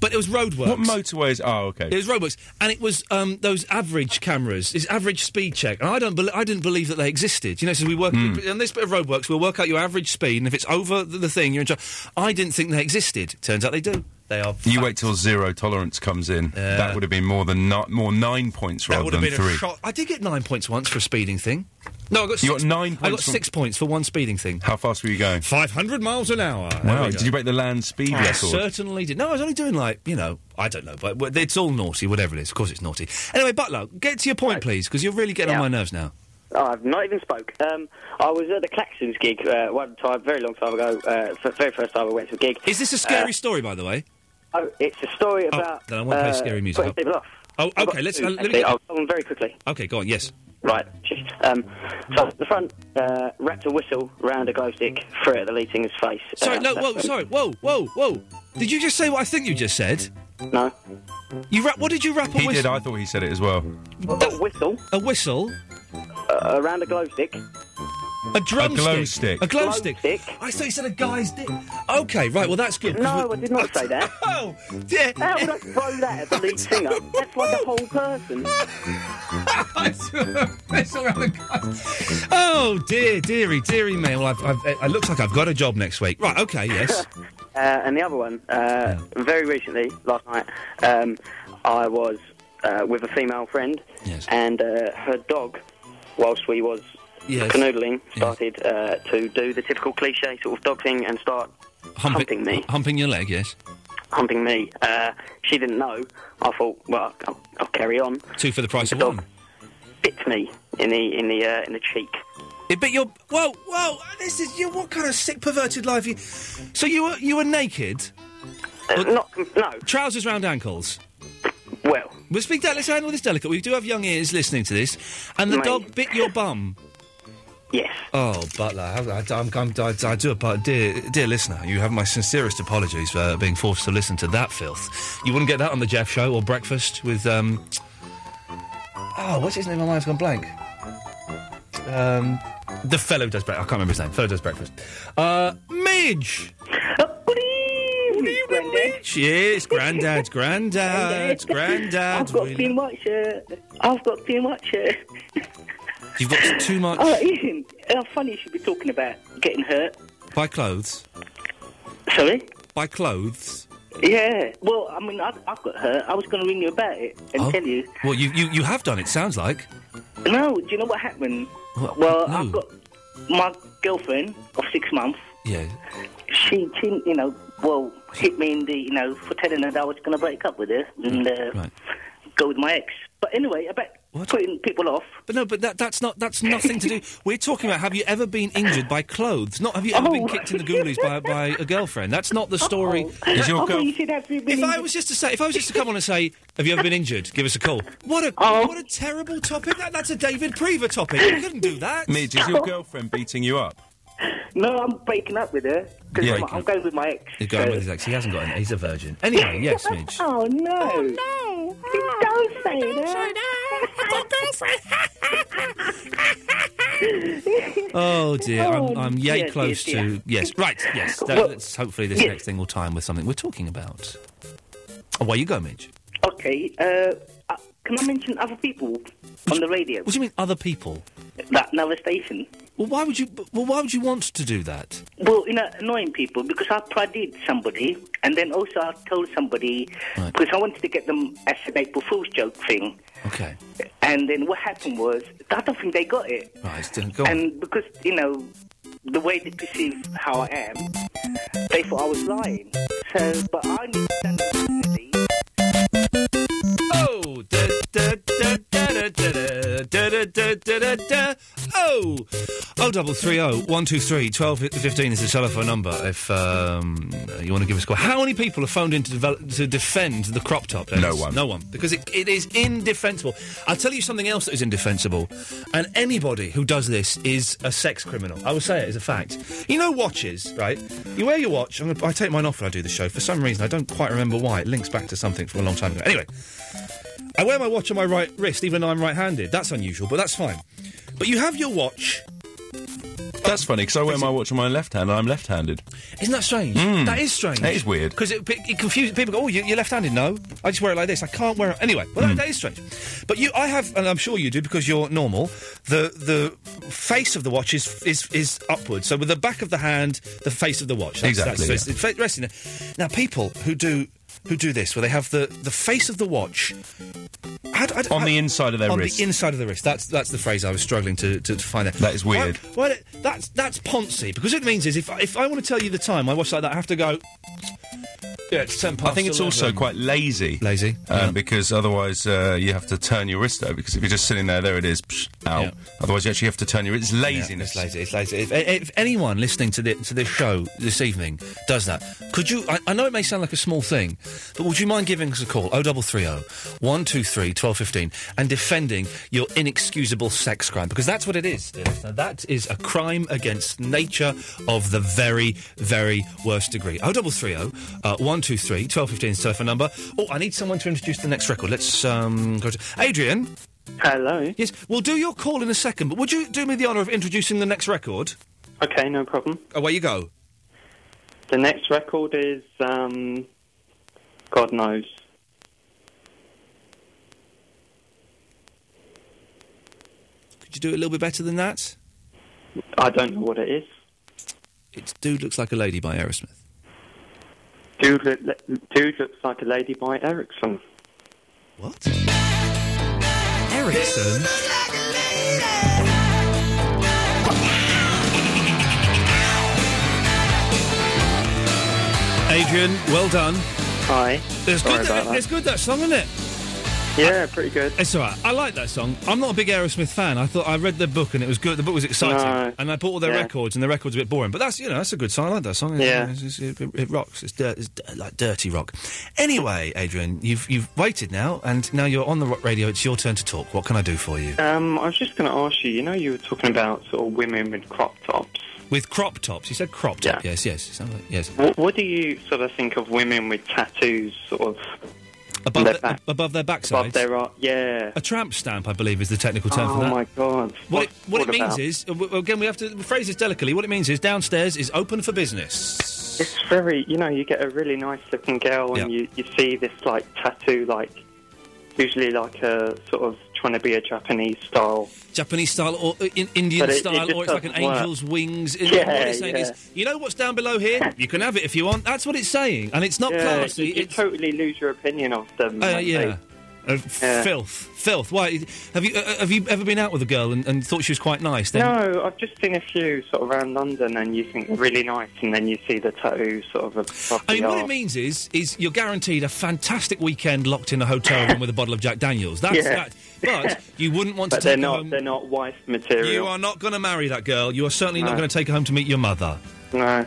S4: but it was roadworks.
S8: What motorways? Oh, okay.
S4: It was roadworks, and it was um, those average cameras, it's average speed check, and I don't, bel I didn't believe that they existed. You know, so we work
S8: Mm.
S4: on this bit of roadworks, we'll work out your average speed, and if it's over the, the thing, you're in charge. I didn't think they existed. Turns out they do. They are.
S8: you wait till zero tolerance comes in. that would have been more than ni- more nine points
S4: That
S8: rather
S4: would
S8: than
S4: have been
S8: three.
S4: a shot. I did get nine points once for a speeding thing. No, I got
S8: You
S4: six,
S8: got nine
S4: I got
S8: points from-
S4: six points for one speeding thing.
S8: How fast were you going?
S4: Five hundred miles an hour. There
S8: Wow!
S4: we go.
S8: Did you break the land speed
S4: I
S8: record?
S4: certainly did. No, I was only doing like you know, I don't know, but but it's all naughty, whatever it is. Of course, it's naughty. Anyway, Butler, get to your point, please, because you're really getting on my nerves now.
S18: Oh, I've not even spoke. Um, I was at the Claxons gig uh, one time, very long time ago. Uh, for the very first time I went to a gig.
S4: Is this a scary
S18: Uh,
S4: story, by the way?
S18: Oh, it's a story
S4: Oh,
S18: about.
S4: then I won't play
S18: uh,
S4: scary music.
S18: putting people off.
S4: Oh,
S18: I've
S4: okay,
S18: got
S4: let's-
S18: two,
S4: uh, let me
S18: actually.
S4: get-
S18: I'll tell them very quickly.
S4: Okay, go on. Yes.
S18: Right. cheers. Um, so the front uh, wrapped a whistle round a glow stick, threw it at the lead singer's face.
S4: Sorry,
S18: Uh,
S4: no,
S18: that's
S4: whoa,
S18: when-
S4: sorry, whoa, whoa, whoa. Did you just say what I think you just said?
S18: No.
S4: You rap. What did you rap? A
S8: He did. I thought he said it as well.
S18: A whistle.
S4: A whistle.
S18: Uh, around a glow stick.
S4: A drum
S8: A glow stick.
S4: A glow,
S18: Glow
S4: stick. I thought you said a guy's dick. Okay, right. Well, that's good.
S18: No, I did not say that.
S4: oh, yeah.
S18: How would I throw that at the lead singer? That's like a whole person.
S4: oh dear, dearie, dearie me. Well, I've, I've, it looks like I've got a job next week. Right. Okay. Yes.
S18: Uh, and the other one, uh, very recently, last night, um, I was uh, with a female friend, and uh, her dog, whilst we was
S4: Yes.
S18: canoodling, started uh, to do the typical cliche sort of dog thing and start humping, me,
S4: Humping your leg. Yes.
S18: humping me. Uh, she didn't know. I thought, well, I'll, I'll carry on.
S4: Two for the price of one.
S18: Bit me in the in the uh, in the cheek.
S4: It bit your. Whoa, whoa! This is you. What kind of sick, perverted life? You, so you were you were naked.
S18: Uh, not no
S4: trousers round ankles.
S18: Well,
S4: we'll speak that. Let's handle this delicate. We do have young ears listening to this, and the
S18: Mate.
S4: dog bit your bum.
S18: Yes.
S4: Oh, Butler, I, I, I'm, I'm, I, I do. apo- Dear, dear listener, you have my sincerest apologies for being forced to listen to that filth. You wouldn't get that on the Jeff Show or Breakfast with um. Oh, what's his name? My mind's gone blank. Um, the fellow who does breakfast. I can't remember his name. Fellow who does breakfast. Uh, Midge.
S5: Uh, Good evening, Brendan.
S4: Yes, grandad, grandad, grandad.
S5: I've got too much. Uh, I've got too much. Uh,
S4: You've got too much
S5: oh, Ian, how funny you should be talking about getting hurt.
S4: by clothes.
S5: Sorry.
S4: By clothes.
S5: Yeah. Well, I mean, I've, I've got hurt. I was going to ring you about it and
S4: Oh.
S5: tell you.
S4: Well, you, you you have done. It sounds like.
S5: No, do you know what happened?
S4: What?
S5: Well,
S4: No.
S5: I've got my girlfriend of six months.
S4: Yeah.
S5: She, she, you know, well, hit me in the, you know, for telling her that I was going to break up with her and
S4: Mm,
S5: uh, go with my ex. But anyway, about putting people off.
S4: But no, but that, that's not that's nothing to do. We're talking about have you ever been injured by clothes? Not have you ever been
S5: Oh.
S4: kicked in the ghoulies by by a girlfriend? That's not the story.
S5: I thought Oh. you said have you been
S4: If I
S5: injured-
S4: was just to say, if I was just to come on and say, have you ever been injured? Give us a call. What a
S5: Oh.
S4: what a terrible topic. That, that's a David Prever topic. You couldn't do that.
S8: Midge, is your girlfriend beating you up?
S5: No, I'm breaking up with her because
S8: Yeah.
S5: I'm, I'm going with my ex.
S4: He's going with his ex. He hasn't got any. He's a virgin. Anyway, yes, Midge.
S5: Oh no! Oh no! Don't say that.
S4: Oh dear,
S6: Oh,
S4: I'm, I'm yay
S6: dear,
S4: close
S6: dear,
S4: to
S6: dear.
S4: yes. Right, yes. Th-
S6: Well-
S4: let's hopefully this
S6: Yes.
S4: next thing will time with something we're talking about. Away you go, Midge.
S6: Okay, uh, uh, can I mention other people on the radio?
S4: What do you mean, other people?
S6: That another station.
S4: Well, why would you? Well, why would you want to do that?
S6: Well, you know, annoying people because I prodded somebody, and then also I told somebody because I wanted to get them as an April Fool's joke thing.
S4: Okay.
S6: And then what happened was I don't think they got it,
S4: Right, then go on.
S6: and because you know the way they perceive how I am, they thought I was lying. So, but I knew
S4: Oh, da, da, da, da, da, da, da, da, da, da, da, da. oh, oh, double three oh one two three twelve fifteen is the telephone number. If um, you want to give us a call, how many people have phoned in to develop to defend the crop top? Dennis?
S7: No one.
S4: no one, because it, it is indefensible. I'll tell you something else that is indefensible, and anybody who does this is a sex criminal. I will say it as a fact. You know watches, right? You wear your watch. I'm gonna, I take mine off when I do the show for some reason. I don't quite remember why. It links back to something from a long time ago. Anyway. Uh, I wear my watch on my right wrist, even though I'm right-handed. That's unusual, but that's fine. But you have your watch.
S7: That's funny because I wear my watch on my left hand and I'm left-handed.
S4: Isn't that strange?
S7: Mm.
S4: That is strange.
S7: That is weird.
S4: Because it, it confuses people. Go, oh, you, you're left-handed. No, I just wear it like this. I can't wear it anyway. Well,
S7: Hmm.
S4: that, that is strange. But you, I have, and I'm sure you do because you're normal. The the face of the watch is is is upwards. So with the back of the hand, the face of the watch.
S7: Exactly,
S4: so it's- it's resting there. Now, people who do who do this, where they have the the face of the watch
S7: on the inside of their
S4: on
S7: wrist.
S4: the inside of the wrist. That's that's the phrase I was struggling to, to, to find. There. That is
S7: weird.
S4: Well, that's that's Ponzi because what it means is if if I want to tell you the time I watch like that, I have to go. Yeah, it's ten past.
S7: I think it's
S4: 11.
S7: also quite lazy.
S4: Lazy.
S7: Um, Because otherwise uh, you have to turn your wrist over because if you're just sitting there, there it is. Psh, ow. Otherwise you actually have to turn your It's laziness.
S4: Yeah, it's lazy. It's lazy. If, if anyone listening to, the, to this show this evening does that, could you? I, I know it may sound like a small thing, but would you mind giving us a call? 0330 123 1215 and defending your inexcusable sex crime because that's what it is. dear listener. that is a crime against nature of the very, very worst degree. 0330 uh, 123 1215 is the telephone number. Oh, I need someone to introduce the next record. Let's um, go to Adrian.
S21: Hello.
S4: Yes, we'll do your call in a second, but would you do me the honour of introducing the next record?
S21: Okay, no problem.
S4: Away you go.
S21: The next record is, um, God knows.
S4: Could you do it a little bit better than that?
S21: I don't know what it is.
S4: It's Dude Looks Like a Lady by Aerosmith.
S21: Dude, look, le- dude looks like a lady by Ericsson.
S4: What? Ericsson? Adrian, well done.
S21: Hi.
S4: It's
S21: Sorry about
S4: good, that,
S21: that.
S4: it's good that song, isn't it?
S21: Yeah, pretty good.
S4: It's all right. I like that song. I'm not a big Aerosmith fan. I thought I read the book and it was good. The book was exciting,
S21: No.
S4: and I bought all their
S21: Yeah.
S4: records, and the records a bit boring. But that's you know that's a good song. I like that song. It's-
S21: Yeah.
S4: it's- it's- it, it rocks. It's, dirt, it's dirt, like dirty rock. Anyway, Adrian, you've you've waited now, and now you're on the rock radio. It's your turn to talk. What can I do for you?
S21: Um, I was just going to ask you, you know, you were talking about sort of women with crop tops.
S4: With crop tops, you said crop top. Yes, yes, Sound like- yes.
S21: What, what do you sort of think of women with tattoos sort of
S4: Above,
S21: their
S4: the-
S21: back?
S4: above their
S21: above
S4: backsides.
S21: their ar- Yeah.
S4: A tramp stamp, I believe, is the technical term for
S21: Oh
S4: that.
S21: my god.
S4: What, it, what, it
S21: What
S4: means
S21: about?
S4: is, uh, w- again, we have to phrase this delicately. What it means is, downstairs is open for business.
S21: It's very, you know, you get a really nice looking girl and you, you see this like tattoo, like usually like a sort of trying to be a Japanese style.
S4: Japanese style or uh, in, Indian
S21: But it- it
S4: style,
S21: just
S4: or it's like an
S21: doesn't work.
S4: angel's wings. In
S21: Yeah,
S4: what it's saying
S21: yeah.
S4: is, you know what's down below here? You can have it if you want. That's what it's saying, and it's not
S21: yeah,
S4: classy.
S21: You, you totally lose your opinion of them.
S4: Uh,
S21: like,
S4: yeah.
S21: they-
S4: Uh, Filth, filth. Why have you uh, have you ever been out with a girl and, and thought she was quite nice? Then
S21: No, I've just seen a few sort of around London, and you think they're really nice, and then you see the tattoo sort of above
S4: I mean,
S21: the
S4: what it
S21: arse.
S4: means is, is you're guaranteed a fantastic weekend locked in a hotel room with a bottle of Jack Daniels. That's
S21: Yeah.
S4: that. But you wouldn't want
S21: But
S4: to
S21: they're
S4: take her
S21: not
S4: home.
S21: they're not wife material.
S4: You are not going to marry that girl. You are certainly not
S21: No.
S4: going to take her home to meet your mother.
S21: No.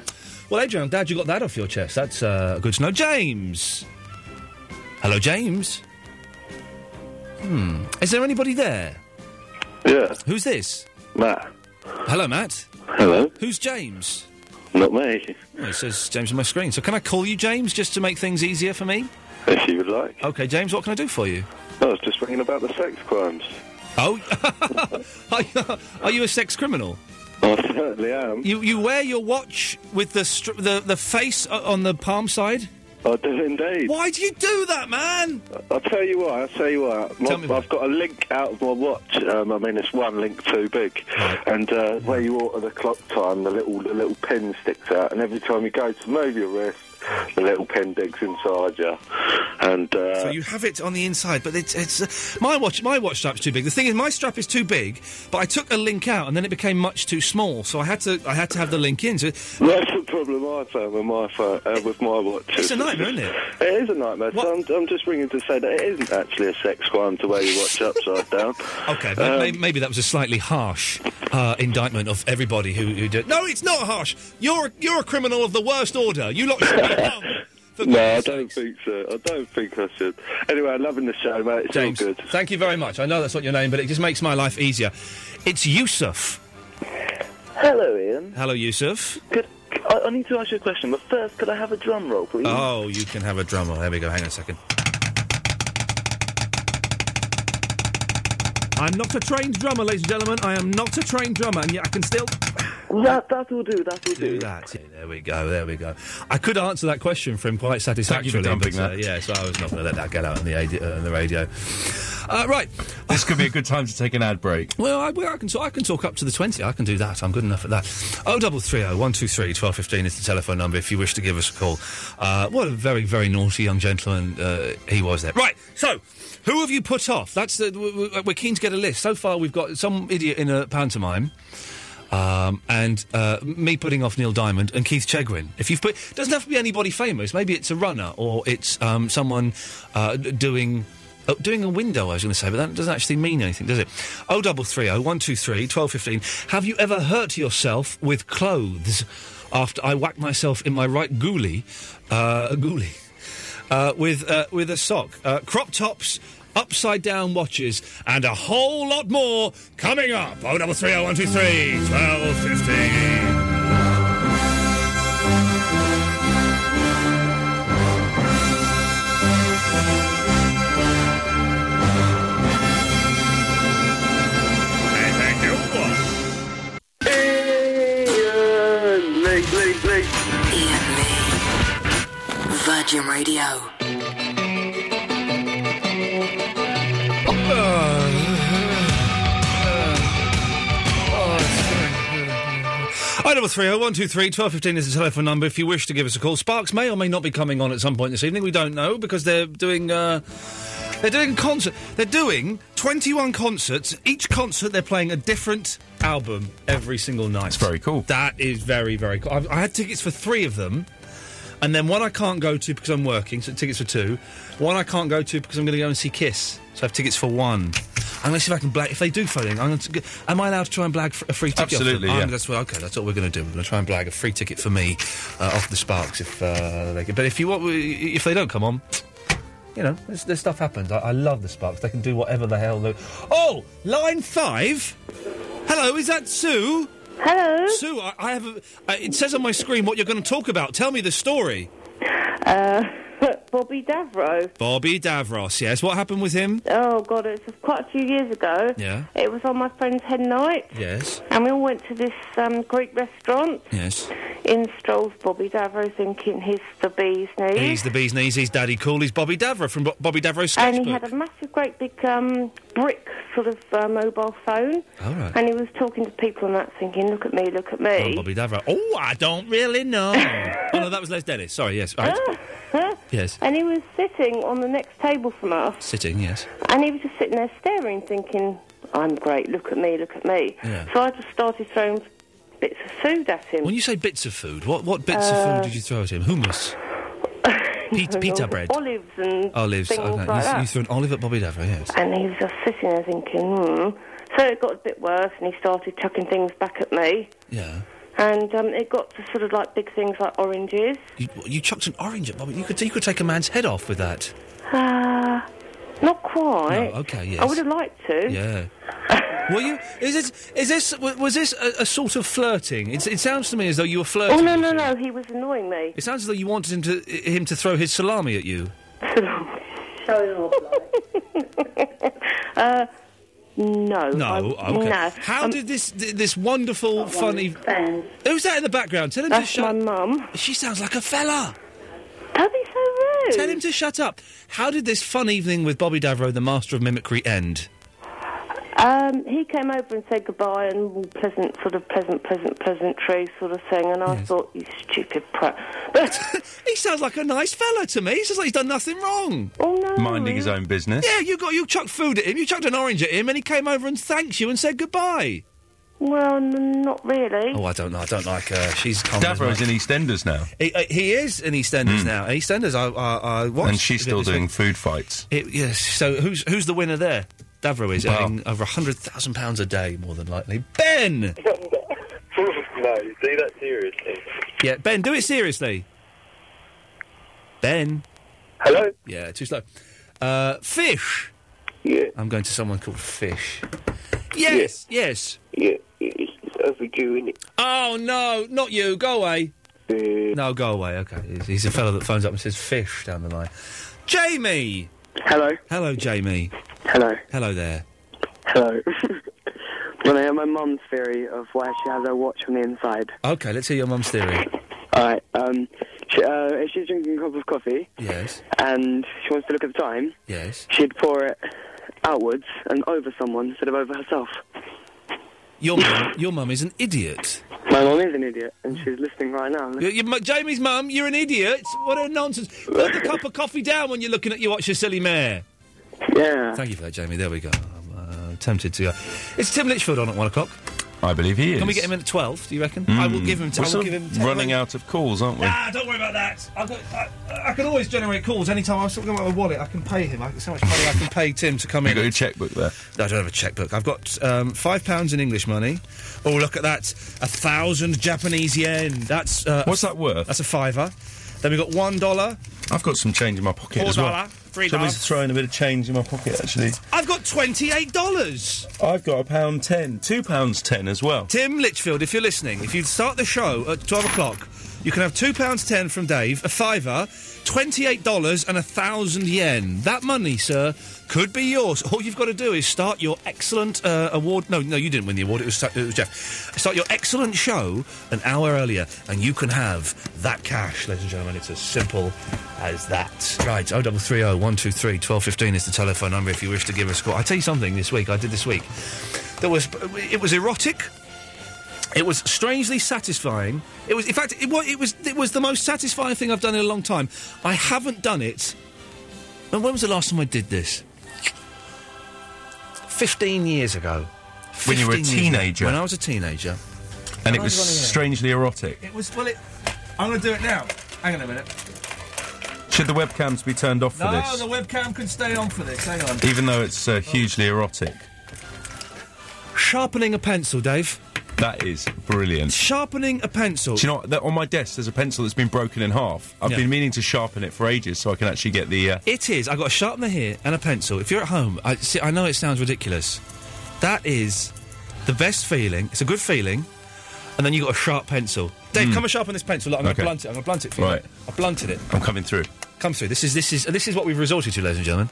S4: Well, Adrian, I'm glad you got that off your chest. That's uh, good to know. James. Hello, James. Hmm. Is there anybody there?
S24: Yeah.
S4: Who's this?
S24: Matt.
S4: Hello, Matt.
S24: Hello.
S4: Who's James?
S24: Not me.
S4: Oh, it says James on my screen. So can I call you James just to make things easier for me?
S24: If you would like.
S4: Okay, James, what can I do for you?
S24: I I was just ringing about the sex crimes.
S4: Oh, are, you, are you a sex criminal?
S24: I certainly am.
S4: You you wear your watch with the str- the the face o- on the palm side.
S24: I do indeed.
S4: Why do you do that, man?
S24: I'll tell you why. I'll tell you why. My, I've got a link out of my watch. Um, I mean, it's one link too big, and uh, where you alter the clock time, the little the little pin sticks out, and every time you go to move your wrist, the little pin digs inside you, and uh,
S4: So you have it on the inside, but it's it's uh, my watch. My watch strap's too big. The thing is, my strap is too big, but I took a link out, and then it became much too small. So I had to I had to have the link in. So
S24: That's the problem I found with my phone, uh, with my watch.
S4: It's a nightmare, isn't it?
S24: It is a nightmare. So I'm, I'm just ringing to say that it isn't actually a sex crime to wear your watch upside down. Um,
S4: okay, but may- maybe that was a slightly harsh uh, indictment of everybody who who did. No, it's not harsh. You're you're a criminal of the worst order. You lot should be hung.
S24: No, I don't think so. I don't think I should. Anyway, I'm loving the show, mate. It's
S4: James,
S24: all good.
S4: thank you very much. I know that's not your name, but it just makes my life easier. It's Yusuf.
S1: Hello, Ian.
S4: Hello, Yusuf.
S1: I, I need to ask you a question, but first, could I have a drum roll, please?
S4: Oh, you can have a drum roll. There we go. Hang on a second. I'm not a trained drummer, ladies and gentlemen. I am not a trained drummer, and yet I can still
S1: That, that will do, that will do.
S4: do that. Yeah, there we go. There we go. I could answer that question for him quite satisfactorily.
S7: for dumping
S4: but, uh,
S7: that.
S4: yeah, so I was not going to let that get out on the, adi- uh, on the radio. Uh, right.
S7: This could be a good time to take an ad break.
S4: Well, I, well, I can talk, I can talk up to the twenty. I can do that. I'm good enough at that. Oh, double three oh one two three twelve fifteen is the telephone number if you wish to give us a call. Uh, what a very very naughty young gentleman uh, he was there. Right. So, who have you put off? That's the w- w- we're keen to get a list. So far, we've got some idiot in a pantomime. Um, and uh, me putting off Neil Diamond and Keith Chegwin. If you've put, doesn't have to be anybody famous. Maybe it's a runner or it's um, someone uh, d- doing Oh, doing a window, I was going to say, but that doesn't actually mean anything, does it? Oh, double three oh one two three twelve fifteen. Have you ever hurt yourself with clothes? After I whacked myself in my right ghoulie, uh, ghoulie, uh, with uh, with a sock, uh, crop tops, upside down watches, and a whole lot more coming up. Oh, double three oh one two three twelve fifteen.
S1: Ian, Lee, Lee, Lee.
S13: Virgin Radio.
S4: Oh, double three oh one two three twelve fifteen is the telephone number. If you wish to give us a call, Sparks may or may not be coming on at some point this evening. We don't know because they're doing uh, they're doing concert. They're doing twenty one concerts. Each concert they're playing a different album every single night. It's very cool. That is very very cool. I've, I had tickets for three of them, and then one I can't go to because I'm working. So tickets for two. One I can't go to because I'm going to go and see Kiss. So I have tickets for one. I'm going to see if I can black. If they do phone, I'm going to. Am I allowed to try and blag a free ticket? off them?
S7: Absolutely,
S4: I'm
S7: yeah.
S4: gonna- that's what, okay. That's what we're going to do. We're going to try and blag a free ticket for me uh, off the Sparks if uh, they can. But if you want, if they don't come on, you know, this, this stuff happens. I, I love the Sparks. They can do whatever the hell they. Oh, line five. Hello, is that Sue?
S11: Hello.
S4: Sue, I, I have. A, uh, it says on my screen what you're going to talk about. Tell me the story.
S11: Uh, Bobby Davro.
S4: Bobby Davros. Yes, what happened with him?
S11: Oh God, it was quite a few years ago.
S4: Yeah.
S11: It was on my friend's head night,
S4: Yes.
S11: and we all went to this um, Greek restaurant.
S4: Yes.
S11: In strolls Bobby Davro, thinking he's the bee's knees.
S4: He's the bee's knees. He's daddy cool. He's Bobby Davro from Bo- Bobby Davro's
S11: and
S4: sketchbook.
S11: he had a massive, great big um, brick sort of uh, mobile phone,
S4: All right.
S11: and he was talking to people and that, thinking, "Look at me, look at
S4: Oh,
S11: me."
S4: Bobby Davro. Oh, I don't really know. oh no, that was Les Dennis. Sorry. Yes. Right.
S11: Ah.
S4: yes.
S11: and he was sitting on the next table from us,
S4: Sitting. Yes.
S11: And he was just sitting there staring, thinking, I'm great, look at me, look at me.
S4: Yeah.
S11: So I just started throwing bits of food at him.
S4: When you say bits of food, what what bits of
S11: Uh,
S4: food did you throw at him? Hummus, pizza, pizza bread,
S11: Olives and
S4: olives.
S11: things
S4: okay.
S11: like
S4: you,
S11: that.
S4: you threw an olive at Bobby Davro. Yes.
S11: And he was just sitting there thinking, hmm. So it got a bit worse and he started chucking things back at me.
S4: Yeah.
S11: And um, it got to sort of like big things like oranges.
S4: You, you chucked an orange at Bobby. You could you could take a man's head off with that.
S11: Uh, not quite.
S4: No, okay,
S11: I
S4: yes.
S11: would have liked to.
S4: Yeah. Were you? Is this? Is this? wa- Was this a, a sort of flirting? It's, it sounds to me as though you were flirting.
S11: Oh, no, no, no, he was annoying me.
S4: It sounds as though you wanted him to him to throw his salami at you.
S16: showing off
S11: Uh, no.
S4: No,
S11: I-
S4: okay.
S11: No. Um,
S4: How did this th- this wonderful, funny? Who's that in the background? Tell him to
S11: That's
S4: shut.
S11: my mum.
S4: She sounds like a fella.
S11: Don't be so rude.
S4: Tell him to shut up. How did this fun evening with Bobby Davro, the master of mimicry, end?
S11: Um, he came over and said goodbye and all pleasant, sort of pleasant, pleasant, pleasantry sort of thing. And I thought, you stupid prat.
S4: he sounds like a nice fella to me. He sounds like he's done nothing wrong.
S11: Oh no!
S7: Minding his own business.
S4: Yeah, you got you chucked food at him. You chucked an orange at him, and he came over and thanked you and said goodbye.
S11: Well, n- not really.
S4: Oh, I don't know. I don't like her. She's calm as
S7: Davro's in
S4: much.
S7: EastEnders now. Hmm.
S4: He, uh, he is in EastEnders now. EastEnders, I, I, I watched.
S7: And she's still
S4: this
S7: doing
S4: week.
S7: food fights.
S4: It, yes. So who's who's the winner there? Davro is
S7: Well-
S4: earning over hundred thousand pounds a day, more than likely. Ben.
S12: no, do that seriously.
S4: Yeah, Ben, do it seriously. Ben.
S12: Hello.
S4: Yeah, too slow. Uh, fish.
S12: Yeah.
S4: I'm going to someone called Fish.
S12: Yes.
S4: Yes.
S12: Yeah, it's overdue, isn't it?
S4: Oh no, not you. Go away. No, go away. Okay, he's, he's a fellow that phones up and says fish down the line. Jamie.
S12: Hello.
S4: Hello, Jamie.
S12: Hello.
S4: Hello there.
S12: Hello. well, I have my mum's theory of why she has her watch on the inside.
S4: Okay, let's hear your mum's theory.
S12: All right. Um, she, uh, if she's drinking a cup of coffee
S4: Yes.
S12: and she wants to look at the time,
S4: Yes.
S12: she'd pour it outwards and over someone instead of over herself.
S4: Your mum, your mum is an idiot.
S12: My mum is an idiot, and she's listening right now.
S4: You, you, mu- Jamie's mum, you're an idiot. What a nonsense. Put the cup of coffee down when you're looking at your watch, you silly mare.
S12: Yeah.
S4: Thank you for that, Jamie. There we go. I'm uh, tempted to go. It's Tim Litchfield on at one o'clock.
S7: I believe he is.
S4: Can we get him in at twelve? Do you reckon? I will give him. T-
S7: We're
S4: I will
S7: sort
S4: give
S7: of
S4: him. t-
S7: Hmm. running out of calls, aren't we?
S4: Ah, don't worry about that. I've got, I, I can always generate calls anytime. I'm still got my wallet. I can pay him. I, so much money I can pay Tim to come in.
S7: You got your checkbook there.
S4: No, I don't have a checkbook. I've got um, five pounds in English money. Oh, look at that! A thousand Japanese yen. That's uh,
S7: What's that worth?
S4: That's a fiver. Then we got one dollar.
S7: I've got some change in my pocket
S4: Four
S7: as well.
S4: dollar, three
S7: Somebody's
S4: dollar.
S7: throwing a bit of change in my pocket actually.
S4: I've got twenty-eight dollars.
S7: I've got a pound ten, two pounds ten as well.
S4: Tim Litchfield, if you're listening, if you start the show at twelve o'clock, you can have two pounds ten from Dave, a fiver, twenty-eight dollars, and a thousand yen. That money, sir, could be yours. All you've got to do is start your excellent uh, award. No, no, you didn't win the award. It was, it was Jeff. Start your excellent show an hour earlier, and you can have that cash, ladies and gentlemen. It's as simple as that. Right, oh double three oh one two three twelve fifteen is the telephone number if you wish to give us a call. I tell you something this week. I did this week. There was it was erotic. It was strangely satisfying. It was, in fact, it was, it was it was the most satisfying thing I've done in a long time. I haven't done it. And when was the last time I did this? Fifteen years ago.
S7: When you were a
S4: 15 years ago.
S7: teenager.
S4: When I was a teenager.
S7: And it
S4: How
S7: was
S4: do I know?
S7: strangely erotic.
S4: It was. Well, it. I'm going to do it now. Hang on a minute.
S7: Should the webcams be turned off for
S4: No,
S7: this?
S4: the webcam can stay on for this. Hang on.
S7: Even though it's uh, hugely erotic.
S4: Sharpening a pencil, Dave.
S7: That is brilliant.
S4: Sharpening a pencil.
S7: Do you know what? That- on my desk there's a pencil that's been broken in half. I've
S4: Yeah.
S7: been meaning to sharpen it for ages so I can actually get the. Uh,
S4: It is. I've got a sharpener here and a pencil. If you're at home, I, see, I know it sounds ridiculous. That is the best feeling. It's a good feeling. And then you got a sharp pencil. Dave,
S7: Hmm.
S4: come and sharpen this pencil. Look, I'm
S7: Okay.
S4: going to blunt it. I'm going to blunt it for you.
S7: Right.
S4: I blunted it.
S7: I'm coming through.
S4: Come through. This is this is this is what we've resorted to, ladies and gentlemen.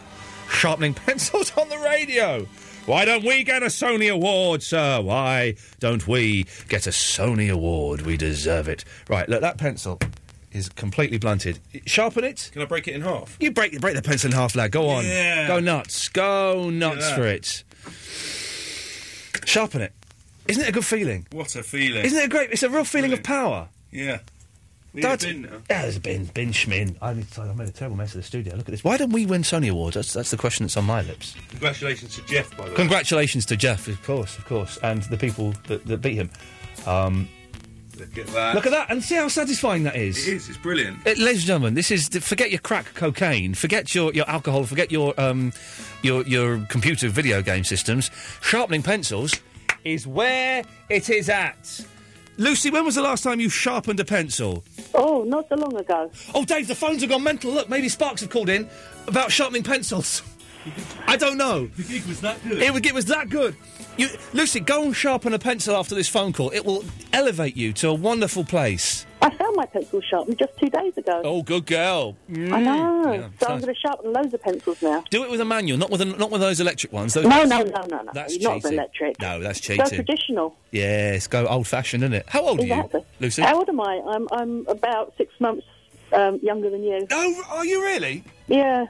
S4: Sharpening pencils on the radio. Why don't we get a Sony Award, sir? Why don't we get a Sony Award? We deserve it. Right, look, that pencil is completely blunted. Sharpen it.
S7: Can I break it in half?
S4: You break break the pencil in half, lad. Go on.
S7: Yeah.
S4: Go nuts. Go nuts
S7: that.
S4: for it. Sharpen it. Isn't it a good feeling?
S7: What a feeling.
S4: Isn't it a great? It's a real feeling of power.
S7: Yeah.
S4: That's- Yeah, there's a bin, bin schmin. I, need to- I made a terrible mess of the studio. Look at this. Why don't we win Sony Awards? That's, that's the question that's on my lips.
S7: Congratulations to Jeff, by the
S4: Congratulations to Jeff, of course, of course, and the people that, that beat him. Um,
S7: Look at that.
S4: look at that, and see how satisfying that is.
S7: It's brilliant.
S4: Uh, ladies and gentlemen, this is forget your crack cocaine, forget your, your alcohol, forget your um, your your computer video game systems. Sharpening pencils is where it is at. Lucy, when was the last time you sharpened a pencil?
S25: Oh, not so long ago.
S4: Oh, Dave, the phones have gone mental. Look, maybe Sparks have called in about sharpening pencils. I don't know.
S14: The gig was that good.
S4: It was, it was that good. You, Lucy, go and sharpen a pencil after this phone call. It will elevate you to a wonderful place.
S25: I found my pencil sharpened just two days ago.
S4: Oh, good girl.
S25: I know.
S4: Oh, Yeah,
S25: so I'm going to sharpen loads of pencils now.
S4: Do it with a manual, not with a, not with those electric ones. Those
S25: No, no, no, no, no.
S4: That's
S25: Not with
S4: cheating.
S25: electric.
S4: No, that's
S25: Go
S4: cheating.
S25: traditional.
S4: yes, go old fashioned, isn't it? How old are
S25: Exactly.
S4: you, Lucy?
S25: How old am I? I'm I'm about six months um, younger than you.
S4: No, are you really?
S25: Yeah.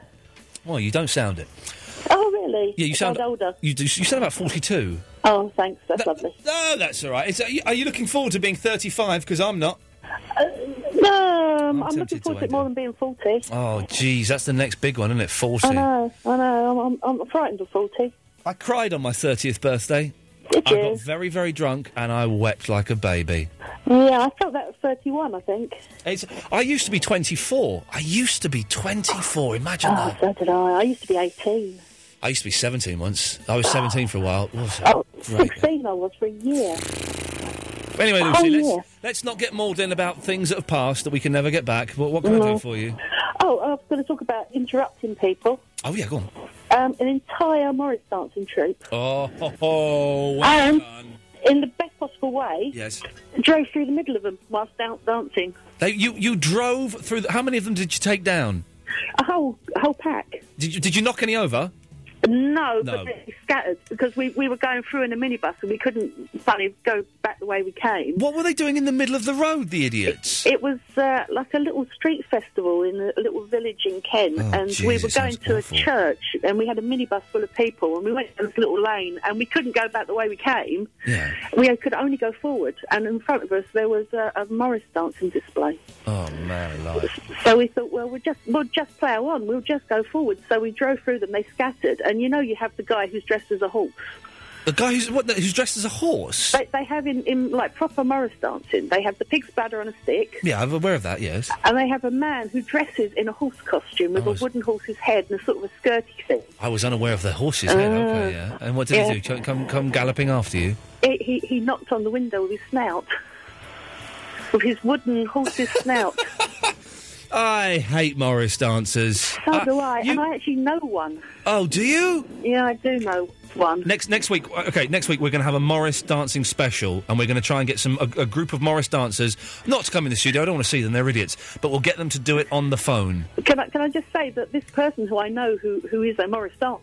S4: Well, you don't sound it.
S25: Oh, really?
S4: Yeah, you
S25: I
S4: sound
S25: sound older.
S4: You, do, you sound about forty-two.
S25: Oh, thanks. That's lovely.
S4: No, that's all right. It's, are, you, are you looking forward to being thirty-five? Because I'm not.
S25: Um, I'm,
S4: tempted
S25: looking forward
S4: to
S25: to it more than being forty.
S4: Oh, geez, that's the next big one, isn't it? Forty.
S25: I know. I know. I'm, I'm, I'm frightened of forty.
S4: I cried on my 30th birthday.
S25: Did
S4: I
S25: you?
S4: got very, very drunk and I wept like a baby.
S25: Yeah, I felt that at thirty-one. I think.
S4: It's, I used to be 24. I used to be 24. Imagine
S25: oh,
S4: that.
S25: so did I. I used to be eighteen.
S4: I used to be 17 once. I was 17 for a while. Oof,
S25: Oh.
S4: great.
S25: Sixteen, I was for a year.
S4: Anyway,
S25: Oh,
S4: Lucy,
S25: yeah.
S4: let's, let's not get mauled in about things that have passed that we can never get back. But what can I do
S25: No.
S4: for you?
S25: Oh, I was going to talk about interrupting people.
S4: Oh, yeah, go on.
S25: Um, an entire Morris dancing troupe,
S4: Oh, ho, ho, well
S25: Um,
S4: done.
S25: in the best possible way,
S4: Yes.
S25: drove through the middle of them whilst out dancing.
S4: They, you, you drove through. The, how many of them did you take down?
S25: A whole a whole pack.
S4: Did you, did you knock any over?
S25: No,
S4: No.
S25: but they scattered because we, we were going through in a minibus and we couldn't suddenly go back the way we came.
S4: What were they doing in the middle of the road, the idiots?
S25: It was uh, like a little street festival in a little village in Kent,
S4: Oh,
S25: and
S4: jeez,
S25: we
S4: it
S25: were going
S4: sounds
S25: to
S4: awful.
S25: a church, and we had a minibus full of people, and we went down this little lane, and we couldn't go back the way we came.
S4: Yeah.
S25: We could only go forward, and in front of us there was a, a Morris dancing display.
S4: Oh man, alive.
S25: So we thought, well, we'll just we'll just plough on, we'll just go forward. So we drove through them, they scattered, and you know you have the guy who's dressed as a hawk.
S4: The guy who's what, who's dressed as a horse.
S25: They, they have in, in like proper Morris dancing. They have the pig's bladder on a stick,
S4: Yeah, I'm aware of that. Yes.
S25: and they have a man who dresses in a horse costume with
S4: Oh,
S25: a
S4: it's-
S25: wooden horse's head and a sort of a skirty thing.
S4: I was unaware of the horse's head.
S25: Ah.
S4: Okay, yeah. And what did
S25: Yeah.
S4: he do? Come, come, come galloping after you.
S25: It, he he knocked on the window with his snout, with his wooden horse's snout.
S4: I hate Morris dancers.
S25: So do I, and I actually know one.
S4: Oh, do you?
S25: Yeah, I do know one.
S4: Next next week, uh, okay. Next week we're going to have a Morris dancing special, and we're going to try and get some a, a group of Morris dancers not to come in the studio. I don't want to see them; they're idiots. But we'll get them to do it on the phone.
S25: Can I, can I just say that this person who I know who, who is a Morris dancer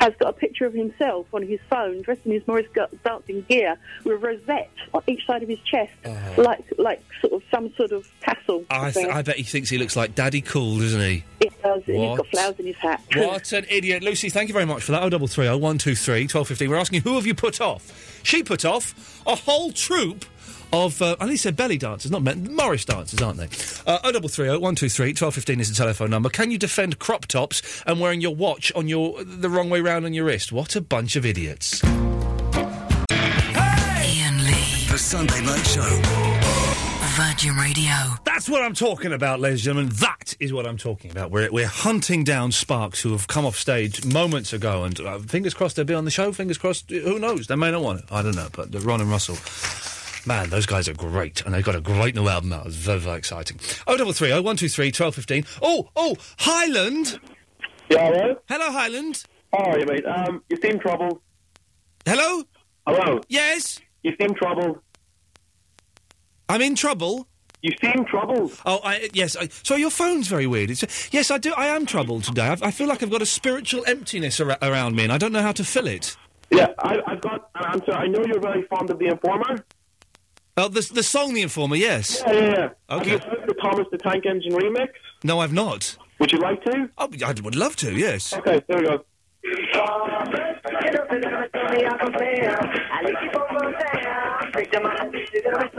S25: has got a picture of himself on his phone dressed in his Morris gu- dancing gear with a rosette on each side of his chest, like like sort of some sort of tassel.
S4: Uh-huh. I, th-
S25: thing.
S4: I bet he thinks he looks like Daddy Cool, doesn't he?
S25: It does. and He's
S4: What?
S25: got flowers in his hat.
S4: What an idiot. Lucy, thank you very much for that. Oh, 0330 123 1215. We're asking who have you put off? She put off a whole troop of, uh, I think they said belly dancers, not men, Morris dancers, aren't they? Uh, 0330 123 1215 is the telephone number. Can you defend crop tops and wearing your watch on your the wrong way round on your wrist? What a bunch of idiots.
S13: Ian Lee.
S2: The Sunday Night Show.
S13: Virgin Radio.
S4: That's what I'm talking about, ladies and gentlemen. That is what I'm talking about. We're, we're hunting down sparks who have come off stage moments ago, and uh, fingers crossed they'll be on the show. Fingers crossed, uh, who knows? They may not want it. I don't know. But the Ron and Russell, man, those guys are great, and they've got a great new album out. It's very, very exciting. Oh, double three, oh, one, two, three, twelve, fifteen. Oh, oh, Highland.
S17: Yeah, hello.
S4: Hello, Highland.
S17: How are you, mate? Um, you seem troubled.
S4: Hello.
S17: Hello.
S4: Yes.
S17: You seem troubled.
S4: I'm in trouble.
S17: You seem troubled.
S4: Oh, I, yes. I, so your phone's very weird. It's, yes, I do. I am troubled today. I've, I feel like I've got a spiritual emptiness ar- around me, and I don't know how to fill it.
S17: Yeah, I, I've got. Uh, I'm sorry. I know you're very fond of the Informer.
S4: Oh, the the song, The Informer. Yes.
S17: Yeah, yeah. yeah.
S4: Okay.
S17: Have you heard the Thomas the Tank Engine remix?
S4: No, I've not.
S17: Would you like to?
S4: Oh, I would love to. Yes.
S17: Okay, there we go.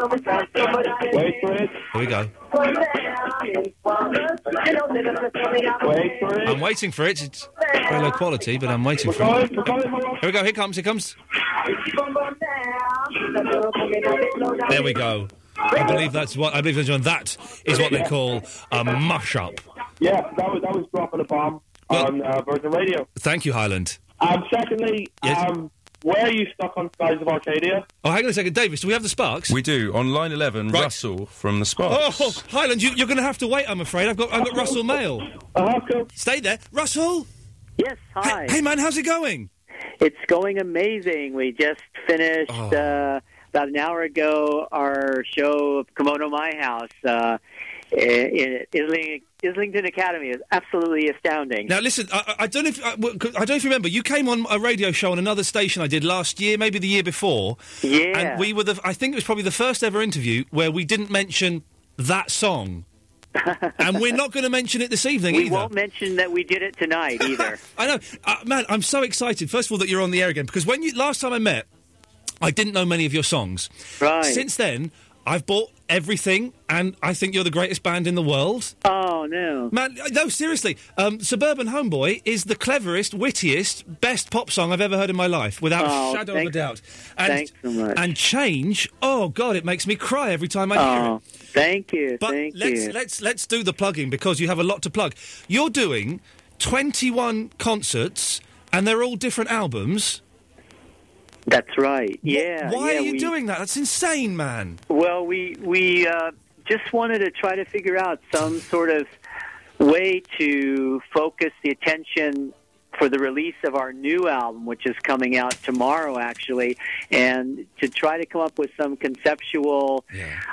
S17: Wait for it.
S4: Here we go.
S17: Wait for it.
S4: I'm waiting for it. It's very low quality, but I'm waiting for it. Here we go. Here comes. Here comes. There we go. I believe that's what I believe that's what that is what they call a mush up.
S17: Yeah, that was that was dropping a bomb on uh, Virgin Radio.
S4: Thank you, Highland.
S17: Um, secondly, um, where are you stuck on Skies of Arcadia?
S4: Oh, hang on a second, Davis. Do we have the sparks?
S7: We do. On line 11, Russell from the Sparks.
S4: Oh,
S17: Oh,
S4: Highland, you, you're going to have to wait. I'm afraid. I've got I've got Russell Mail.
S17: Stay
S4: there, Russell.
S14: Yes, hi.
S4: Hey, man, how's it going?
S14: It's going amazing. We just finished
S4: Oh.
S14: uh, about an hour ago our show of Kimono My House uh, in Isling- Islington Academy. is absolutely astounding.
S4: Now, listen, I, I I don't know if I, well, 'cause I don't know if you remember. You came on a radio show on another station I did last year, maybe the year before.
S14: Yeah.
S4: And we were the. I think it was probably the first ever interview where we didn't mention that song. and we're not going to mention it this evening
S14: we
S4: either.
S14: won't mention that we did it tonight either.
S4: I know, uh, man. I'm so excited. First of all, that you're on the air again because when you last time I met, I didn't know many of your songs.
S14: Right.
S4: Since then, I've bought everything, and I think you're the greatest band in the world.
S14: Oh no,
S4: man! uh, No, seriously. Um, Suburban Homeboy is the cleverest, wittiest, best pop song I've ever heard in my life, without
S14: Oh,
S4: a shadow of a
S14: thanks-
S4: doubt.
S14: thanks so much.
S4: And change. Oh God, it makes me cry every time I hear
S14: Oh,
S4: it.
S14: Thank you.
S4: But
S14: thank
S4: let's
S14: you.
S4: let's let's do the plugging because you have a lot to plug. You're doing 21 concerts and they're all different albums.
S14: That's right. Yeah.
S4: Why
S14: yeah,
S4: are you
S14: we-
S4: doing that? That's insane, man.
S14: Well, we we uh, just wanted to try to figure out some sort of way to focus the attention for the release of our new album, which is coming out tomorrow, actually, and to try to come up with some conceptual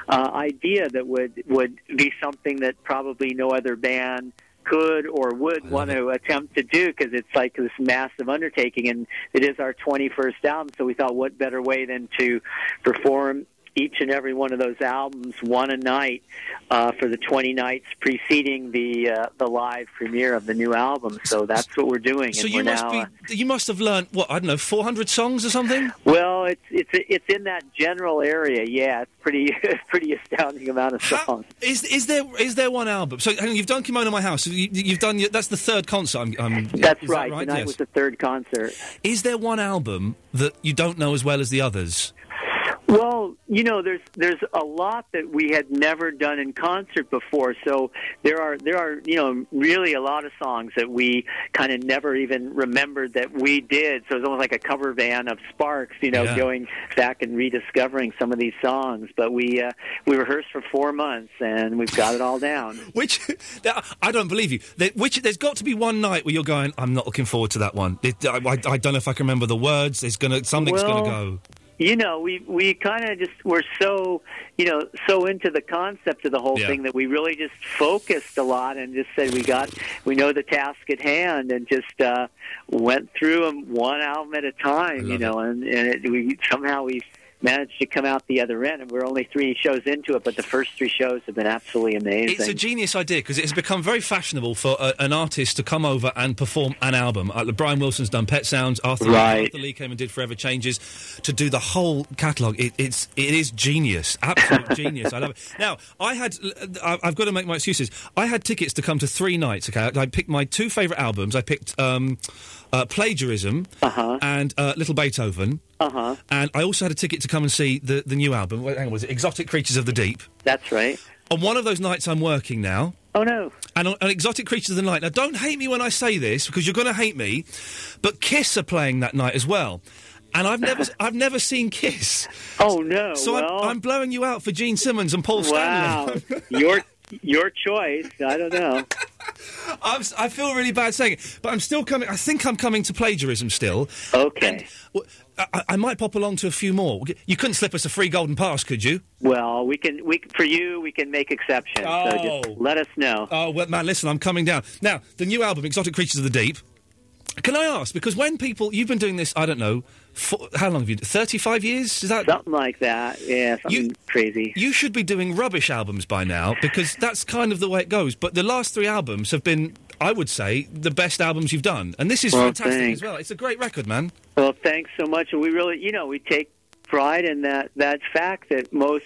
S14: uh, idea that would would be something that probably no other band could or would want to attempt to do because it's like this massive undertaking and it is our 21st album so we thought what better way than to perform each and every one of those albums one a night uh, for the 20 nights preceding the uh, the live premiere of the new album so that's what we're doing
S4: So
S14: and
S4: you
S14: we're
S4: must
S14: now uh,
S4: be you must have learnt what I don't know 400 songs or something.
S14: well it's it's it's in that general area yeah it's pretty pretty astounding amount of songs
S4: Is is there is there one album? So hang on, you've done Kimono My House. So you, you've done your, that's the third concert. I'm, I'm,
S14: that's
S4: is that
S14: right tonight
S4: Yes.
S14: was the third concert
S4: Is there one album that you don't know as well as the others?
S14: Well, you know, there's there's a lot that we had never done in concert before. So there are there are you know really a lot of songs that we kind of never even remembered that we did. So it's almost like a cover van of Sparks, you know,
S19: Yeah.
S14: going back and rediscovering some of these songs. But we uh, we rehearsed for four months and we've got it all down.
S4: Which that- I don't believe you. There, which there's got to be one night where you're going. I'm not looking forward to that one. It- I, I- I don't know if I can remember the words. There's gonna something's
S14: Well,
S4: gonna go.
S14: You know, we we kind of just were so you know so into the concept of the whole
S4: Yeah.
S14: thing that we really just focused a lot and just said we got we know the task at hand and just uh, went through them one album at a time. You know, and and it, we somehow we managed to come out the other end and we're only three shows into it, but the first three shows have been absolutely amazing.
S4: It's a genius idea because it has become very fashionable for a, an artist to come over and perform an album. Uh, Brian Wilson's done Pet Sounds. Arthur,
S14: Right.
S4: Arthur Lee came and did Forever Changes. To do the whole catalogue, it, it's it is genius, absolute genius. I love it. Now, I had I- I've got to make my excuses. I had tickets to come to three nights. Okay, I, I picked my two favourite albums. I picked um, uh, Plagiarism and uh, Little Beethoven.
S14: Uh-huh.
S4: And I also had a ticket to come and see the, the new album. Wait, Hang on, was it Exotic Creatures of the Deep?
S14: That's right.
S4: On one of those nights, I'm working now.
S14: Oh no!
S4: And on, on Exotic Creatures of the Night. Now, don't hate me when I say this because you're going to hate me, but Kiss are playing that night as well. And I've never, I've never seen Kiss.
S14: Oh no!
S4: So
S14: Well-
S4: I'm, I'm blowing you out for Gene Simmons and Paul
S14: Wow,
S4: Stanley.
S14: your your choice. I don't know.
S4: I'm, si feel really bad saying it, but I'm still coming. I think I'm coming to plagiarism still.
S14: Okay.
S4: And, w- I, I might pop along to a few more. You couldn't slip us a free golden pass, could you?
S14: Well, we can we for you we can make exceptions. So
S4: Oh.
S14: just let us know.
S4: Oh, well, man, listen, I'm coming down. Now, the new album, Exotic Creatures of the Deep. Can I ask? Because when people, you've been doing this, I don't know, for, how long have you? Thirty-five years? Is that
S14: something like that? Yeah, something crazy.
S4: You should be doing rubbish albums by now because that's kind of the way it goes. But the last three albums have been, I would say, the best albums you've done, and this is
S14: Well,
S4: fantastic
S14: thanks.
S4: as well. It's a great record, man.
S14: Well, thanks so much. And we really, you know, we take pride in that that fact that most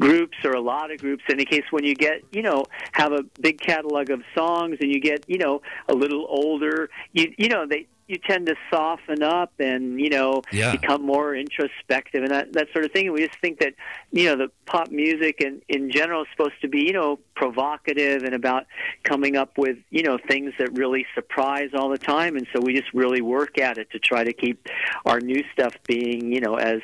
S14: groups or a lot of groups in the case when you get you know have a big catalog of songs and you get you know a little older you you know they you tend to soften up and you know
S20: Yeah.
S14: become more introspective and that that sort of thing and we just think that you know the pop music in, in general is supposed to be, you know, provocative and about coming up with, you know, things that really surprise all the time. And so we just really work at it to try to keep our new stuff being, you know, as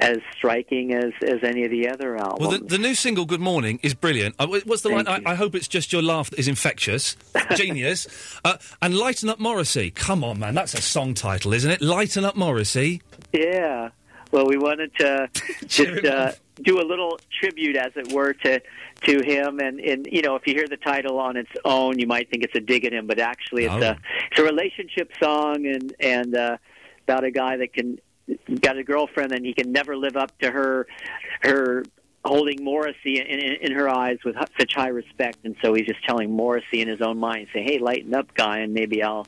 S14: as striking as, as any of the other albums.
S4: Well, the, the new single "Good Morning" is brilliant. Uh, wh- What's the
S14: Thank
S4: line? I, I hope it's just your laugh that is infectious, genius. Uh, and "Lighten Up, Morrissey." Come on, man, that's a song title, isn't it? "Lighten Up, Morrissey."
S14: Yeah. Well, we wanted to just uh, do a little tribute, as it were, to to him. And, and you know, if you hear the title on its own, you might think it's a dig at him, but actually, it's
S19: No.
S14: a it's a relationship song and and uh, about a guy that can got a girlfriend and he can never live up to her her holding Morrissey in, in, in her eyes with hu- such high respect, and so he's just telling Morrissey in his own mind, say, "Hey, lighten up, guy, and maybe I'll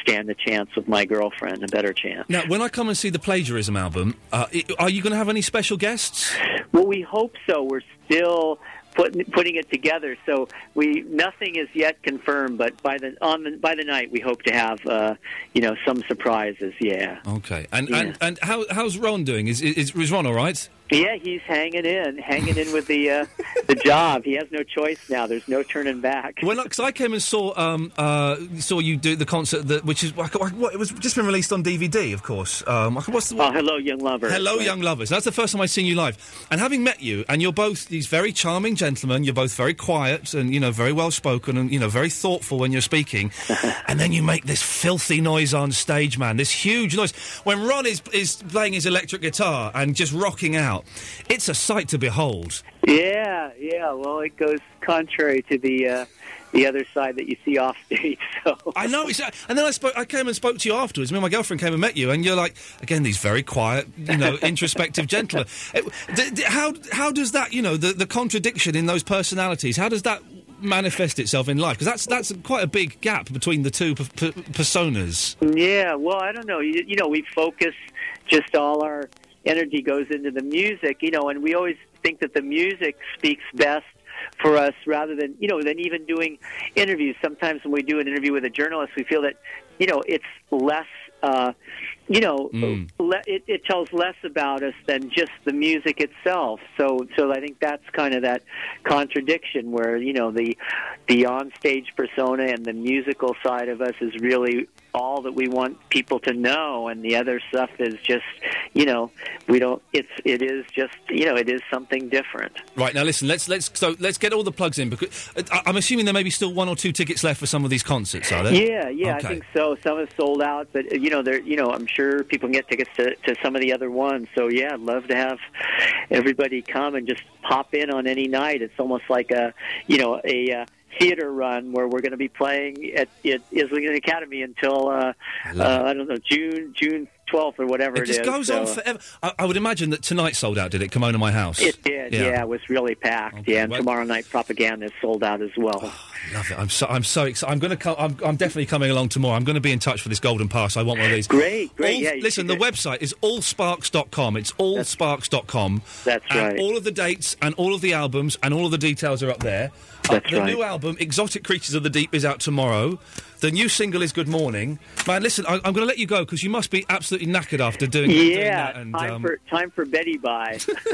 S14: stand a chance with my girlfriend, a better chance."
S4: Now, when I come and see the plagiarism album, uh, i- are you going to have any special guests?
S14: Well, we hope so. We're still putting putting it together, so we nothing is yet confirmed. But by the on the, by the night, we hope to have uh, you know some surprises. Yeah,
S4: Okay, and and, and how, how's Ron doing? Is, is is Ron all right?
S14: yeah, he's hanging in, hanging in with the uh, the job. He has no choice now. There's no turning back.
S4: Well, because I came and saw um, uh, saw you do the concert that which is what, what- it was just been released on DVD, of course. Um, I- what's the
S14: Oh, hello, young lover.
S4: Hello, young lovers. That's the first time I've seen you live. And having met you, and you're both these very charming gentlemen. You're both very quiet and you know very well spoken and you know very thoughtful when you're speaking. and then you make this filthy noise on stage, man. This huge noise when Ron is is playing his electric guitar and just rocking out. It's a sight to behold.
S14: Yeah, yeah. Well, it goes contrary to the uh, the other side that you see off stage. So
S4: I know. It's, uh, and then I spoke. I came and spoke to you afterwards. Me and my girlfriend came and met you, and you're like, again, these very quiet, you know, introspective gentlemen. It, d- d- how how does that, you know, the, the contradiction in those personalities? How does that manifest itself in life? Because that's that's quite a big gap between the two p- p- personas.
S14: Yeah, well, I don't know. You, you know, we focus just all our energy goes into the music, you know, and we always think that the music speaks best for us rather than, you know, than even doing interviews. Sometimes when we do an interview with a journalist, we feel that, you know, it's less, uh, you know,
S20: Mm.
S14: le- it, it tells less about us than just the music itself. So, so I think that's kind of that contradiction where you know the the onstage persona and the musical side of us is really all that we want people to know, and the other stuff is just you know we don't. It's it is just you know it is something different.
S4: Right now, listen. Let's let's so let's get all the plugs in because uh, I, I'm assuming there may be still one or two tickets left for some of these concerts. Are there?
S14: Yeah, yeah,
S4: Okay.
S14: I think so. Some have sold out, but uh, you know, they're you know, I'm sure people can get tickets to, to some of the other ones. So yeah, I'd love to have everybody come and just pop in on any night. It's almost like a you know a uh, theater run where we're going to be playing at, at Islington Academy until uh, uh, I don't know June June 12th or whatever
S4: It
S14: it
S4: just
S14: is.
S4: goes on
S14: So-
S4: forever. I, I would imagine that tonight sold out. Did it? Come on to my house.
S14: It did, yeah. It was really packed, yeah. And
S4: well-
S14: tomorrow night propaganda is sold out as well.
S4: Love it. I'm so I'm so excited. I'm going to come. I'm, I'm definitely coming along tomorrow. I'm going to be in touch for this golden pass. I want one of these.
S14: Great, great,
S4: All-
S14: yeah, you
S4: listen, the website is allsparks.com. It's allsparks.com. That's and
S14: right.
S4: All of the dates and all of the albums and all of the details are up there. Uh,
S14: That's
S4: the
S14: right.
S4: new album, Exotic Creatures of the Deep, is out tomorrow. The new single is Good Morning. Man, listen, I, I'm going to let you go because you must be absolutely knackered after doing, doing
S14: yeah,
S4: that. And,
S14: time
S4: um,
S14: for time for Betty Bye.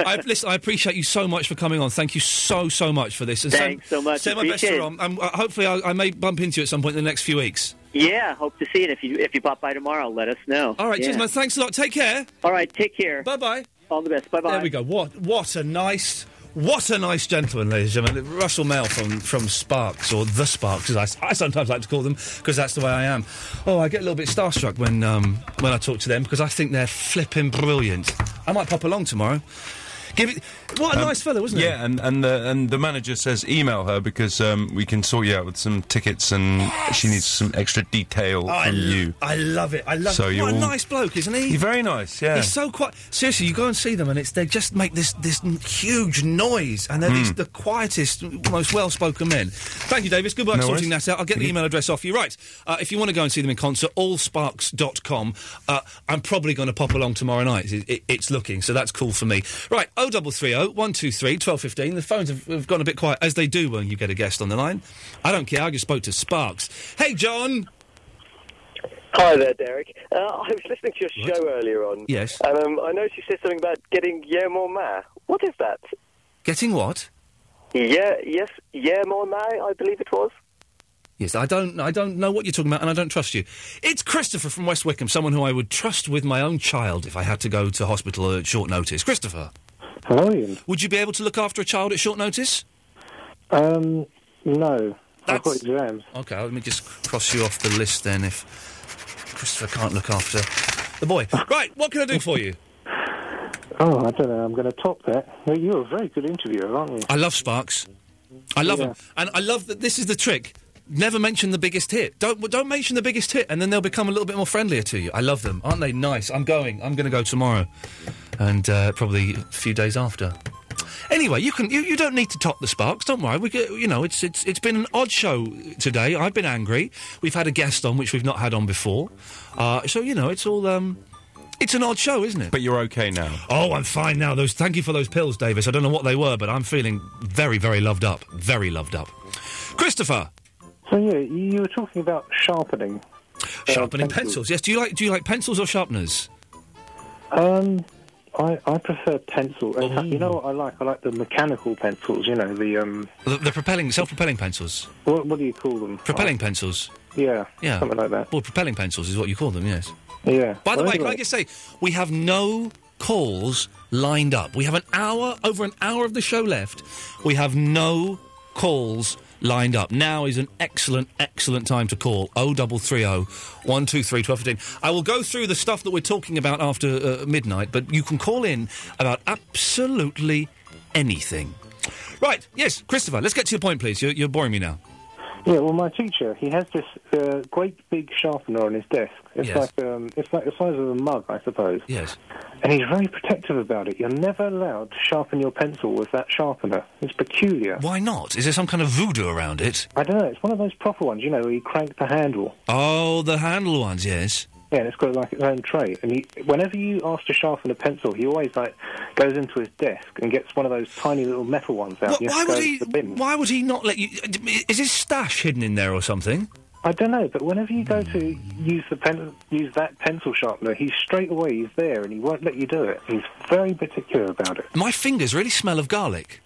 S4: I, listen, I appreciate you so much for coming on. Thank you so, so much for this. send-
S14: Thanks so much.
S4: Send my best
S14: Appreciate
S4: to
S14: it.
S4: Ron. Um, uh, hopefully, I, I may bump into you at some point in the next few weeks.
S14: Yeah, hope to see it. If you if you pop by tomorrow, let us know.
S4: All right, cheers,
S14: Yeah.
S4: man. Thanks a lot. Take care.
S14: All right, take care.
S4: Bye bye.
S14: All the best. Bye bye.
S4: There we go. What what a nice what a nice gentleman, ladies and gentlemen. Russell Mail from from Sparks or the Sparks, as I, s- I sometimes like to call them, because that's the way I am. Oh, I get a little bit starstruck when um, when I talk to them because I think they're flipping brilliant. I might pop along tomorrow. Give it. What a
S7: Um,
S4: nice fellow, wasn't he?
S7: Yeah, and and the, and the manager says email her because um, we can sort you out with some tickets and she needs some extra detail
S4: Oh, I
S7: from
S4: lo-
S7: you.
S4: I love it. I love
S7: So
S4: it. What a
S7: you'll-
S4: nice bloke, isn't he?
S7: He's very nice. Yeah.
S4: He's so quiet. Seriously, you go and see them, and it's they just make this this n- huge noise, and they're these,
S7: Mm.
S4: the quietest, most well spoken men. Thank you, Davis. Good work
S7: No
S4: sorting
S7: worries.
S4: that out. I'll get the email address off you. Right. Uh, if you want to go and see them in concert, allsparks.com. Uh, I'm probably going to pop along tomorrow night. It, it- it's looking, so that's cool for me. Right. 0330 123 1215. oh, The phones have, have gone a bit quiet, as they do when you get a guest on the line. I don't care. I just spoke to Sparks. Hey, John.
S15: Hi there, Derek. Uh, I was listening to your show earlier on.
S4: Yes.
S15: And um, I noticed you said something about getting Guillermo Ma. What is that?
S4: Getting what?
S15: Yeah, yes, yeah, more now, I believe it was.
S4: Yes, I don't, I don't know what you're talking about, and I don't trust you. It's Christopher from West Wickham, someone who I would trust with my own child if I had to go to hospital at short notice. Christopher,
S19: Hello, Ian.
S4: would you be able to look after a child at short notice?
S19: Um, no. I've got exams.
S4: Okay, let me just cross you off the list then. If Christopher can't look after the boy, right? What can I do for you?
S19: Oh, I don't know. I'm going to top that. Well, you're a very good interviewer, aren't you?
S4: I love Sparks. I love
S19: Yeah.
S4: them, and I love that. This is the trick. Never mention the biggest hit. Don't well, don't mention the biggest hit, and then they'll become a little bit more friendlier to you. I love them, aren't they nice? I'm going. I'm going to go tomorrow, and uh, probably a few days after. Anyway, you can you, you don't need to top the sparks. Don't worry. We get, you know it's it's it's been an odd show today. I've been angry. We've had a guest on which we've not had on before. Uh, so you know it's all um, it's an odd show, isn't it?
S7: But you're okay now.
S4: Oh, I'm fine now. Those thank you for those pills, Davis. I don't know what they were, but I'm feeling very, very loved up. Very loved up. Christopher,
S19: So yeah, you you were talking about sharpening. Uh,
S4: sharpening pencils. Yes, do you like do you like pencils or sharpeners?
S19: Um, I, I prefer pencil. In fact,
S4: Mm.
S19: you know what I like? I like the mechanical pencils. You know the um,
S4: The, the propelling, self-propelling pencils,
S19: what, what do you call them?
S4: propelling pencils.
S19: Yeah,
S4: Yeah,
S19: something like that.
S4: Well, propelling pencils is what you call them. Yes.
S19: Yeah.
S4: By the
S19: Well,
S4: way, can I
S19: anyway,
S4: just say we have no calls lined up. We have an hour over an hour of the show left. We have no calls lined up. Now is an excellent, excellent time to call. O double three O one two three twelve fifteen. I will go through the stuff that we're talking about after uh, midnight, but you can call in about absolutely anything. Right? Yes, Christopher. Let's get to the point, please. You're, you're boring me now.
S19: Yeah, well, my teacher, he has this uh, great big sharpener on his desk. It's
S4: Yes.
S19: like um, it's like the size of a mug, I suppose.
S4: Yes.
S19: And he's very protective about it. You're never allowed to sharpen your pencil with that sharpener. It's peculiar.
S4: Why not? Is there some kind of voodoo around it?
S19: I don't know. It's one of those proper ones, you know, where you crank the handle.
S4: Oh, the handle ones. Yes.
S19: Yeah, and it's got like its own tray. And he, whenever you ask to sharpen a pencil, he always like goes into his desk and gets one of those tiny little metal ones out.
S4: Wh-
S19: You have
S4: why
S19: to go
S4: would
S19: into
S4: he?
S19: the bin.
S4: Why would he not let you? Is his stash hidden in there or something?
S19: I don't know, but whenever you go to use the pen, use that pencil sharpener, he's straight away he's there and he won't let you do it. He's very particular about it.
S4: My fingers really smell of garlic.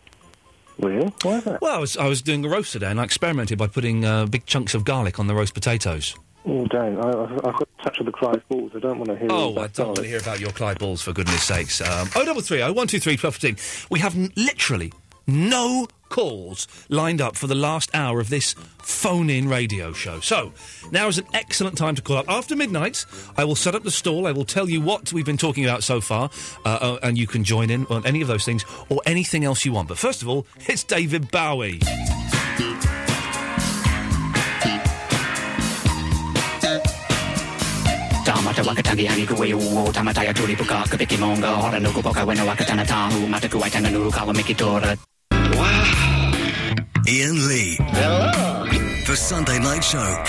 S19: Really? Why is that?
S4: Well, I was, I was doing a roast today, and I experimented by putting uh, big chunks of garlic on the roast potatoes.
S19: Oh, don't. I, I've I've got touch of the Clive balls. I don't want to hear. all
S4: Oh,
S19: that
S4: I don't want to
S19: garlic.
S4: hear about your Clyde balls, for goodness sakes. Um, oh, double three, oh, one, two, three, twelve, fifteen. We have n- literally no calls lined up for the last hour of this phone-in radio show. So now is an excellent time to call up. After midnight, I will set up the stall. I will tell you what we've been talking about so far, uh, uh, and you can join in on any of those things or anything else you want. But first of all, it's David Bowie.
S20: Tamata wakatangi ani kuwe uo tamata ya tuli puka kapiki monga hora nuku poka wena wakatana tahu mata kuwa tanga nuru kawa mikitora
S2: Ian Lee. The Sunday Night Show.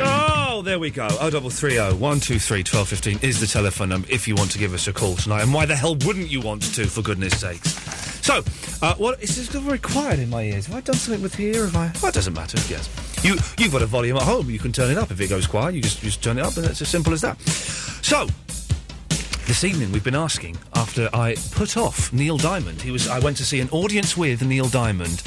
S4: Oh, there we go. Oh, double three oh one two three twelve fifteen is the telephone number if you want to give us a call tonight. And why the hell wouldn't you want to? For goodness sakes. So, uh, what is this got very quiet in my ears? Have I done something with here? Have I? Well, it doesn't matter. Yes, you you've got a volume at home. You can turn it up if it goes quiet. You just just turn it up, and it's as simple as that. So, this evening we've been asking after I put off Neil Diamond. He was I went to see an audience with Neil Diamond.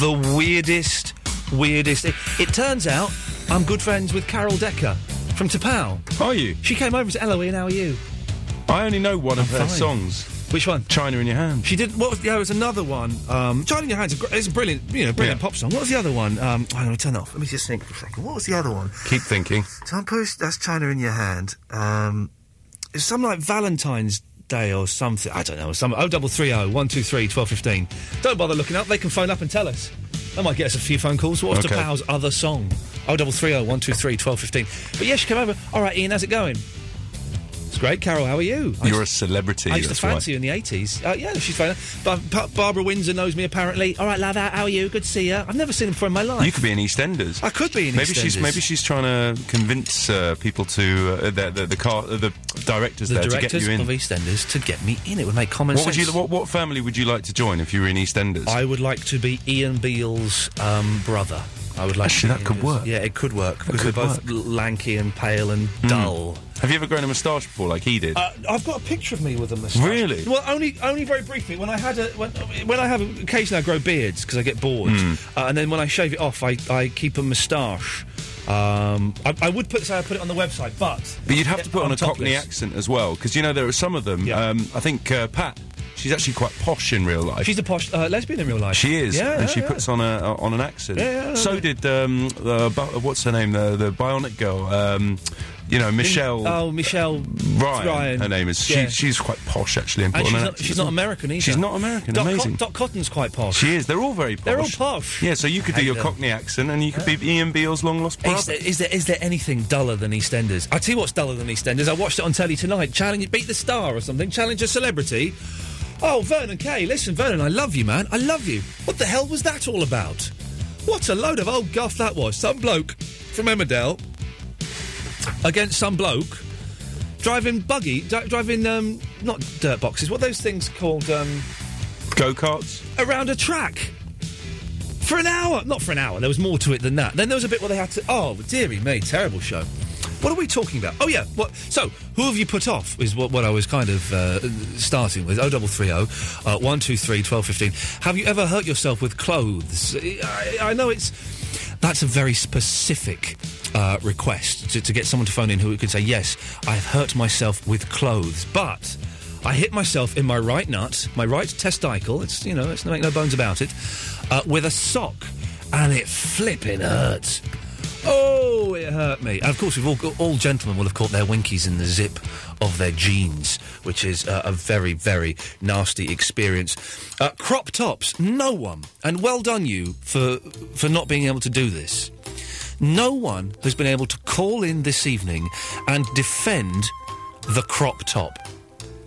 S4: The weirdest, weirdest. It, it turns out I'm good friends with Carol Decker from Tapao.
S7: Are you?
S4: She came over to Eloise, and how are you?
S7: I only know one of
S4: I'm
S7: her
S4: fine.
S7: songs.
S4: Which one?
S7: China in Your Hand.
S4: She did. What was, yeah, there was another one. Um, China in Your Hands. is gr- It's a brilliant, you know, brilliant pop song. What was the other one? Um, hang on, turn off. Let me just think for a second. What was the other one?
S7: Keep thinking.
S4: Tom Post, that's China in your hand. Um, it's some like Valentine's Day or something. I don't know. Some oh double three oh one two three twelve fifteen. Don't bother looking up. They can phone up and tell us. That might get us a few phone calls. What was
S7: Okay.
S4: okay. Powell's other song? Oh double three oh one two three twelve fifteen. But yeah, she came over. All right, Ian, how's it going? It's great, Carol. How are you? I
S7: You're a
S4: used-
S7: celebrity.
S4: I used to
S7: that's why.
S4: fancy you in the eighties. Uh, yeah, she's fine. Bar- Bar- Barbara Windsor knows me apparently. All right, love. How how are you? Good to see you. I've never seen him before in my life.
S7: You could be in EastEnders.
S4: I could be in
S7: maybe she's
S4: EastEnders.
S7: maybe she's trying to convince uh, people to uh, the, the the car uh, the directors
S4: the
S7: there
S4: directors
S7: to get you in.
S4: of EastEnders to get me in. It would make common
S7: what
S4: sense.
S7: would you what, what family would you like to join if you were in EastEnders?
S4: I would like to be Ian Beale's um, brother. I would like.
S8: Actually, that
S4: to hear
S8: could
S4: this.
S8: work.
S4: Yeah, it could work because
S8: could
S4: we're both l- lanky and pale and
S7: Hmm.
S4: dull.
S8: Have you ever grown a moustache before, like he did?
S4: Uh, I've got a picture of me with a moustache.
S8: Really?
S4: Well, only only very briefly. When I had a when, when I have occasionally I grow beards because I get bored,
S8: Hmm.
S4: uh, and then when I shave it off, I, I keep a moustache. Um, I, I would put say I put it on the website, but
S8: But you'd have to put on
S4: I'm
S8: a Cockney
S4: topless.
S8: accent as well, because you know there are some of them. Um, I think uh, Pat, she's actually quite posh in real life.
S4: She's a posh uh, lesbian in real life.
S8: she is,
S4: Yeah,
S8: and
S4: yeah,
S8: she
S4: yeah.
S8: puts on a uh, on an accent.
S4: Yeah, yeah,
S8: so
S4: yeah.
S8: did um, the, bi- what's her name, the the Bionic girl. Um, you know Michelle
S4: Oh, Michelle
S8: Ryan,
S4: Ryan.
S8: Her name is.
S4: Yeah.
S8: She, she's quite posh actually, and, put
S4: And
S8: on
S4: she's
S8: an
S4: not,
S8: accent.
S4: she's not American either.
S8: She's not American.
S4: Doc,
S8: amazing.
S4: Cot- Doc Cotton's quite posh.
S8: she is. They're all very posh.
S4: They're all posh.
S8: Yeah, so you could
S4: I
S8: do
S4: hate
S8: your
S4: them.
S8: Cockney accent, and you could be Ian Beale's long lost brother.
S4: Is there, is there is there anything duller than EastEnders? I tell you what's duller than EastEnders. I watched it on telly tonight. Challenge, beat the star or something. Challenge a celebrity. Oh, Vernon Kay, listen, Vernon, I love you, man. I love you. What the hell was that all about? What a load of old guff that was. Some bloke from Emmerdale against some bloke driving buggy, di- driving um, not dirt boxes. What are those things called? Um,
S8: Go karts
S4: around a track for an hour. Not for an hour. There was more to it than that. Then there was a bit where they had to. Oh, dearie me, terrible show. What are we talking about? Oh yeah. What? So who have you put off? Is what, what I was kind of uh, starting with. O double three O, one two three twelve fifteen. Have you ever hurt yourself with clothes? I, I know it's that's a very specific uh, request to, to get someone to phone in who could say yes. I've hurt myself with clothes, but I hit myself in my right nut, my right testicle. It's you know, it's make no bones about it, uh, with a sock, and it flipping hurt. Oh, it hurt me. And of course, we've all got- all gentlemen will have caught their winkies in the zip of their jeans, which is uh, a very very nasty experience. Uh, crop tops, no one, and well done you for for not being able to do this. No one has been able to call in this evening and defend the crop top.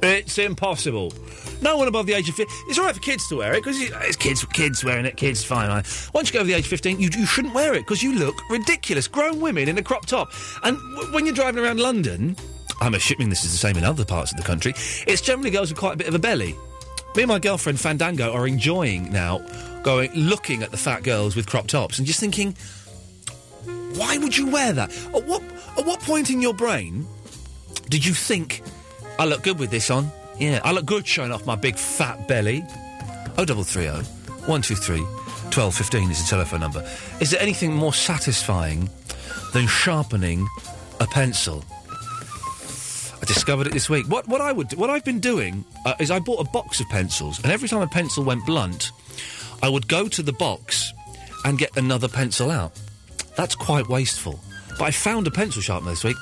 S4: It's impossible. No one above the age of 15. It's all right for kids to wear it because it's kids, kids wearing it. Kids, fine. I- Once you go over the age of 15, you, you shouldn't wear it because you look ridiculous. Grown women in a crop top. And w- when you're driving around London, I'm assuming this is the same in other parts of the country, it's generally girls with quite a bit of a belly. Me and my girlfriend Fandango are enjoying now going looking at the fat girls with crop tops and just thinking, why would you wear that? At what at what point in your brain did you think I look good with this on? Yeah, I look good showing off my big fat belly. Oh double three oh one two three twelve fifteen is the telephone number. Is there anything more satisfying than sharpening a pencil? I discovered it this week. What what I would what I've been doing uh, is I bought a box of pencils, and every time a pencil went blunt, I would go to the box and get another pencil out. That's quite wasteful. But I found a pencil sharpener this week.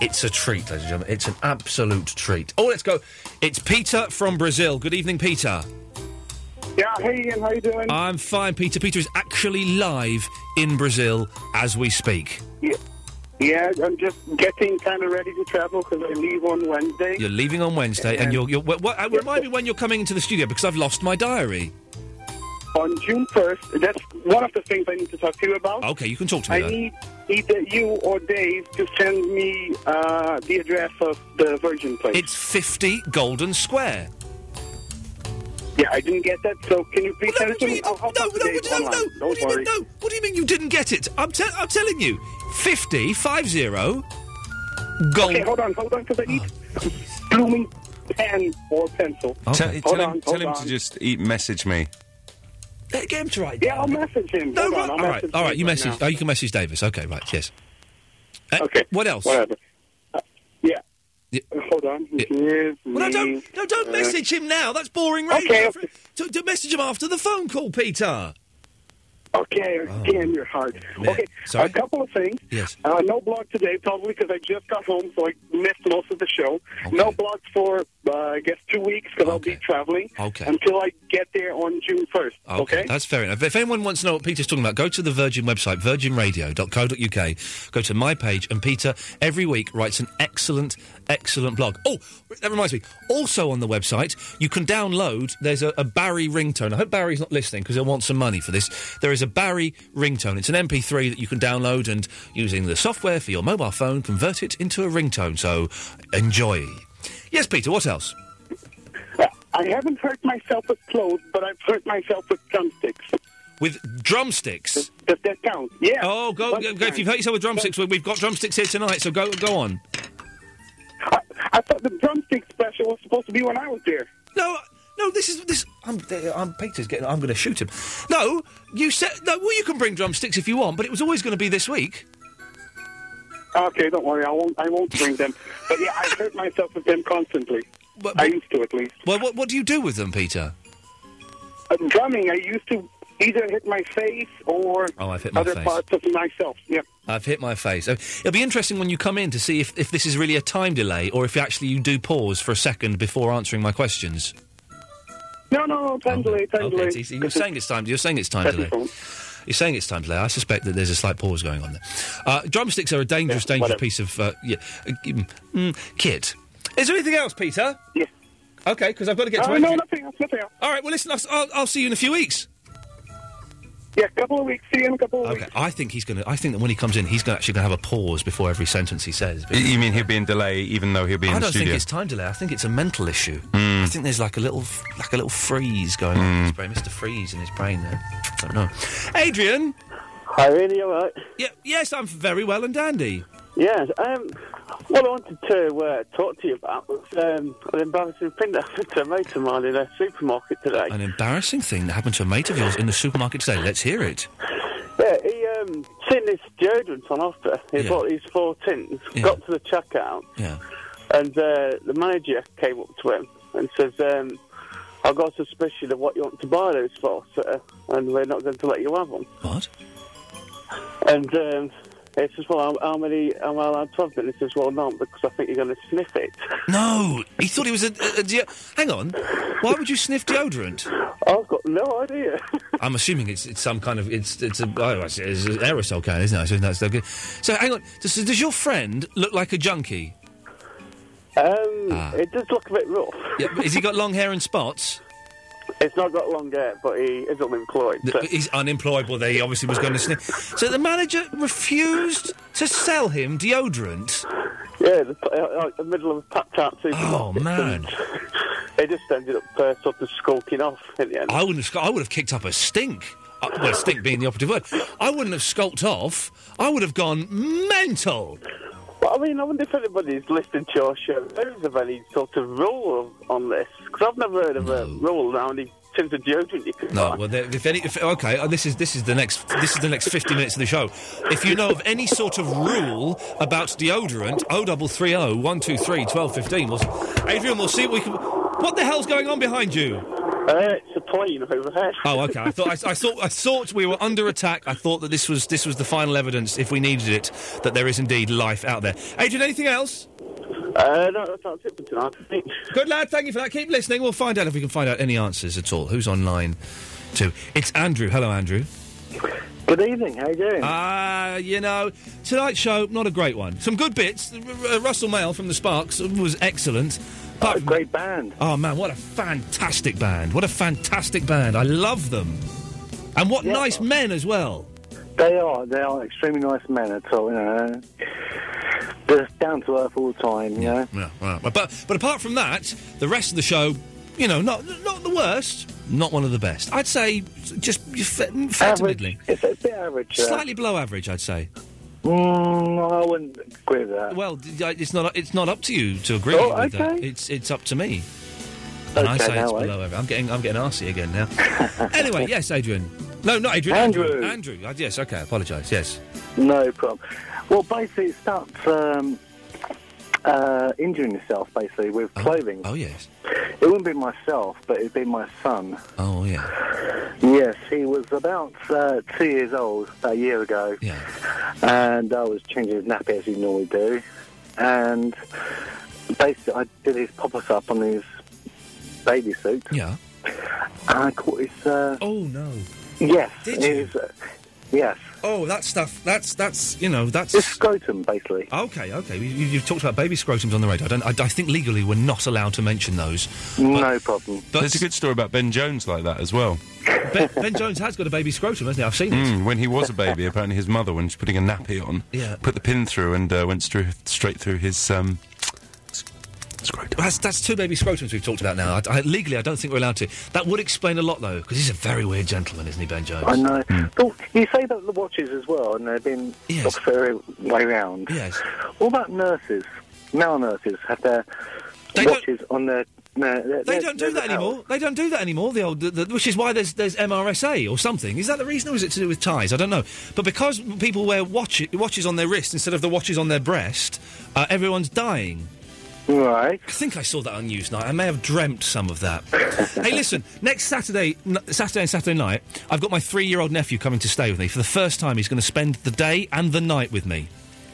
S4: It's a treat, ladies and gentlemen. It's an absolute treat. Oh, let's go. It's Peter from Brazil. Good evening, Peter.
S7: Yeah, hey Ian, how you doing?
S4: I'm fine, Peter. Peter is actually live in Brazil as we speak.
S7: yeah, yeah, I'm just getting kind of ready to travel because I leave on Wednesday.
S4: You're leaving on Wednesday, and you're. you're wh- wh- uh, remind me when you're coming into the studio because I've lost my diary.
S7: On June 1st, that's one of the things I need to talk to you about.
S4: Okay, you can talk to me.
S7: I
S4: then.
S7: need either you or Dave to send me uh, the address of the Virgin place.
S4: It's 50 Golden Square.
S7: yeah, I didn't get that, so can you please send it to me? I'll help
S4: No,
S7: out
S4: no,
S7: Dave
S4: no, no,
S7: online.
S4: no.
S7: Don't
S4: What do you
S7: worry.
S4: mean, no? What do you mean you didn't get it? I'm, te- I'm telling you. 50, 50, gold.
S7: Okay, hold on, hold on, because I
S4: Oh,
S7: need blooming pen or pencil.
S8: Tell,
S7: Hold
S8: tell him,
S7: on, hold
S8: tell him
S7: on.
S8: to just eat, message me.
S4: Uh, Get him to write.
S7: Yeah, I'll message him.
S4: No,
S7: Hold
S4: right,
S7: on, I'll
S4: all right,
S7: message
S4: all right.
S7: him
S4: You
S7: right
S4: message.
S7: now.
S4: oh, you can message Davis. Okay, right. Yes. okay. What else?
S7: Whatever. Yeah. Hold on. Give
S4: Well, no,
S7: me,
S4: don't no, don't
S7: uh,
S4: message him now. That's boring radio. Okay. To, to message him after the phone call, Peter. Oh,
S7: Okay, damn your heart. Okay, a couple of things.
S4: Yes.
S7: Uh, no blog today, probably because I just got home, so I missed most of the show. No blogs for, uh, I guess, two weeks because I'll be traveling
S4: Okay.
S7: until I get there on June 1st.
S4: Okay, that's fair enough. If anyone wants to know what Peter's talking about, go to the Virgin website, virginradio.co.uk. Go to my page, and Peter every week writes an excellent, excellent blog. Oh, that reminds me. Also on the website, you can download. There's a, a Barry ringtone. I hope Barry's not listening because he'll want some money for this. There is a Barry ringtone. It's an MP3 that you can download and using the software for your mobile phone, convert it into a ringtone. So enjoy. Yes, Peter. What else?
S7: I haven't hurt myself with clothes, but I've hurt myself with drumsticks.
S4: With drumsticks.
S7: Does that count? Yeah.
S4: Oh, go, go, go- If you've hurt yourself with drumsticks, we- we've got drumsticks here tonight. So go, go on.
S7: I thought the drumstick special was supposed to be when I was there.
S4: No, no. This is this. I'm, I'm Peter's getting. I'm going to shoot him. No, you said no. Well, you can bring drumsticks if you want, but it was always going to be this week.
S7: Okay, don't worry. I won't. I won't bring them. But yeah, I hurt myself with them constantly. I used to at least.
S4: Well, what what do you do with them, Peter?
S7: Uh, drumming, I used to either hit my face or
S4: Oh, I've hit my
S7: other
S4: face.
S7: parts of myself. Yeah.
S4: I've hit my face. Oh, It'll be interesting when you come in to see if, if this is really a time delay or if actually you do pause for a second before answing my questions.
S7: No, no, no. Time delay. Time
S4: Okay,
S7: delay.
S4: it's easy. you're saying it's time. You're saying it's time delay. You're saying it's time delay. I suspect that there's a slight pause going on there. Uh, drumsticks are a dangerous, dangerous piece of uh, yeah, uh, mm, mm, kit. Is there anything else, Peter? Yes. Okay, because I've got to get to
S7: Uh,
S4: it.
S7: no, nothing else. Nothing else.
S4: All right. Well, listen. I'll, s- I'll, I'll see you in a few weeks.
S7: Yeah, a couple of weeks. See you in a couple of weeks.
S4: Okay. I think he's going to. I think that when he comes in, he's gonna, actually going to have a pause before every sentence he says.
S8: Y- You mean he'll be in delay even though he'll be in
S4: I
S8: the
S4: don't
S8: studio? Hmm.
S4: think it's time delay. I think it's a mental issue. I think there's like a little, f- like a little freeze going on in his brain, Mr. Freeze in his brain there. I don't know. Adrian.
S9: Hi, Randy, all right?
S4: Yeah, yes, I'm very well and dandy.
S9: Yes, um, what I wanted to uh, talk to you about was um, an embarrassing thing that happened to a mate of mine in a supermarket today.
S4: An embarrassing thing that happened to a mate of yours in the supermarket today. Let's hear it.
S9: Yeah, he um, seen this deodorant on offer. He
S4: Yeah.
S9: bought these four tins, got to the checkout,
S4: Yeah.
S9: and uh, the manager came up to him and says, um, I've got a suspicion of what you want to buy those for, sir, and we're not going to let you have them.
S4: What?
S9: And um, he says, well, how, how many am I allowed to have them? He says, well, no, because I think you're going to sniff it.
S4: No, he thought he was a. a, a deo- Hang on, why would you sniff deodorant?
S9: I've got no idea.
S4: I'm assuming it's, it's some kind of it's it's, a, oh, it's, it's an aerosol can, isn't it? I assume that's no good. So hang on, does, does your friend look like a junkie?
S9: Um,
S4: Ah.
S9: It does look a bit rough.
S4: Yeah, has he got long hair and spots?
S9: It's not got long hair, but he is unemployed.
S4: Th-
S9: so-
S4: He's unemployable. There, he obviously was going to sniff. So the manager refused to sell him deodorant.
S9: Yeah, the, uh, like the middle of a packed out supermarket.
S4: Oh man,
S9: They just ended up uh, sort of skulking off in the end.
S4: I wouldn't have. sc- I would have kicked up a stink. Uh, well, stink being the operative word. I wouldn't have skulked off. I would have gone mental.
S9: But I mean, I wonder if anybody's listening to your show knows of any sort of rule on this, because I've never heard of a rule now any terms of deodorant you can
S4: No, well, there- if any, if, okay, uh, this is this is the next this is the next fifty minutes of the show. If you know of any sort of rule about deodorant, O double three O one two three twelve fifteen. We'll, s- Adrian, we'll see what we can. What the hell's going on behind you?
S9: Uh, it's a plane overhead.
S4: Oh, okay. I thought I, I thought I thought we were under attack. I thought that this was this was the final evidence, if we needed it, that there is indeed life out there. Adrian, anything else?
S9: Uh, no, that's it for tonight. I think.
S4: Good lad, thank you for that. Keep listening. We'll find out if we can find out any answers at all. Who's online? Too. It's Andrew. Hello, Andrew.
S22: Good evening. How you doing?
S4: Ah, you know, tonight's show not a great one. Some good bits. R- R- Russell Mail from the Sparks was excellent. But great
S22: band.
S4: Oh man, what a fantastic band! What a fantastic band! I love them, and what nice men as well.
S22: They are. They are extremely nice men at all. You know, they're down to earth all the time. You know.
S4: Yeah, right. But but apart from that, the rest of the show, you know, not not the worst, not one of the best. I'd say just fair to middling.
S22: It's a bit average. uh,
S4: slightly below average. I'd say.
S22: Mm, I wouldn't agree with that.
S4: Well, d- I- it's not it's not up to you to agree
S22: Oh,
S4: with that.
S22: okay.
S4: It's it's up to me. And I
S22: Okay,
S4: say it's
S22: now, eh?
S4: below average. I'm getting I'm getting arsey again now. anyway, yes, Adrian. No, not Adrian. Andrew. Andrew. Uh, yes. Okay. I apologise. Yes.
S22: No problem. Well, basically, it starts um, uh, injuring yourself basically with clothing.
S4: Oh yes.
S22: It wouldn't be myself, but it'd be my son.
S4: Oh yeah.
S22: Yes, he was about uh, two years old about a year ago.
S4: Yeah.
S22: And I was changing his nappy as you normally do. And basically, I did his pop us up on his baby suit.
S4: Yeah.
S22: And I caught his. Uh,
S4: oh, no.
S22: Yes.
S4: Did
S22: his, uh, yes.
S4: Oh, that stuff. That's that's you know that's
S22: his scrotum basically.
S4: Okay. Okay. You, you- you've talked about baby scrotums on the radio. I don't. I, I think legally we're not allowed to mention those.
S22: No problem.
S8: There's a good story about Ben Jones like that as well.
S4: Ben, ben Jones has got a baby scrotum, hasn't he? I've seen it.
S8: Mm, when he was a baby, apparently his mother, when she's putting a nappy on,
S4: Yeah.
S8: put the pin through and uh, went stru- straight through his um, s-
S4: Well, That's, that's two baby scrotums we've talked about now. I, I, legally, I don't think we're allowed to. That would explain a lot, though, because he's a very weird gentleman, isn't he, Ben Jones?
S22: I know. But you say about the watches as well, and they've been yes. the fair way round.
S4: Yes.
S22: What about nurses? Male nurses have their watches on their. no, their-
S4: They
S22: their-
S4: don't
S22: their
S4: do that
S22: lapel.
S4: anymore. They don't do that anymore. The old, the, the, which is why there's there's MRSA or something. Is that the reason, or is it to do with ties? I don't know. But because people wear watch, watches on their wrist instead of the watches on their breast, uh, everyone's dying.
S22: Right.
S4: I think I saw that on Newsnight. I may have dreamt some of that. hey, listen. Next Saturday, n- Saturday and Saturday night, I've got my three-year-old nephew coming to stay with me for the first time. He's going to spend the day and the night with me.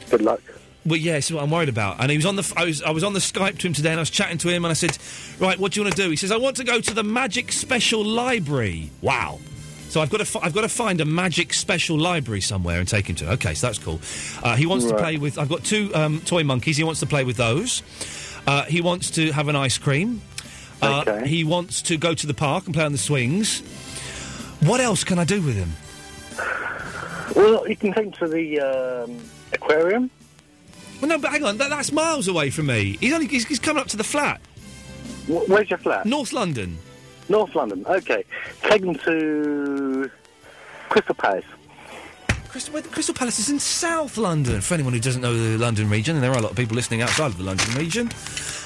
S22: Good luck.
S4: Well, yeah, this is what I'm worried about. And he was on the f- I was I was on the Skype to him today, and I was chatting to him, and I said, "Right, what do you want to do?" He says, "I want to go to the Magic Special Library." Wow. So I've got to f- I've got to find a Magic Special Library somewhere and take him to. Okay, so that's cool. Uh, he wants to
S26: Right.
S4: play with. I've got two um, toy monkeys. He wants to play with those. Uh, he wants to have an ice cream. Uh, He wants to go to the park and play on the swings. What else can I do with him?
S22: Well, you can take them to the um, aquarium.
S4: Well, no, but hang on, that, that's miles away from me. He's only he's, he's coming up to the flat.
S22: where's your flat?
S4: North London.
S22: North London. Okay. Take them to Crystal Palace.
S4: Crystal, well, the Crystal Palace is in South London. For anyone who doesn't know the London region, and there are a lot of people listening outside of the London region,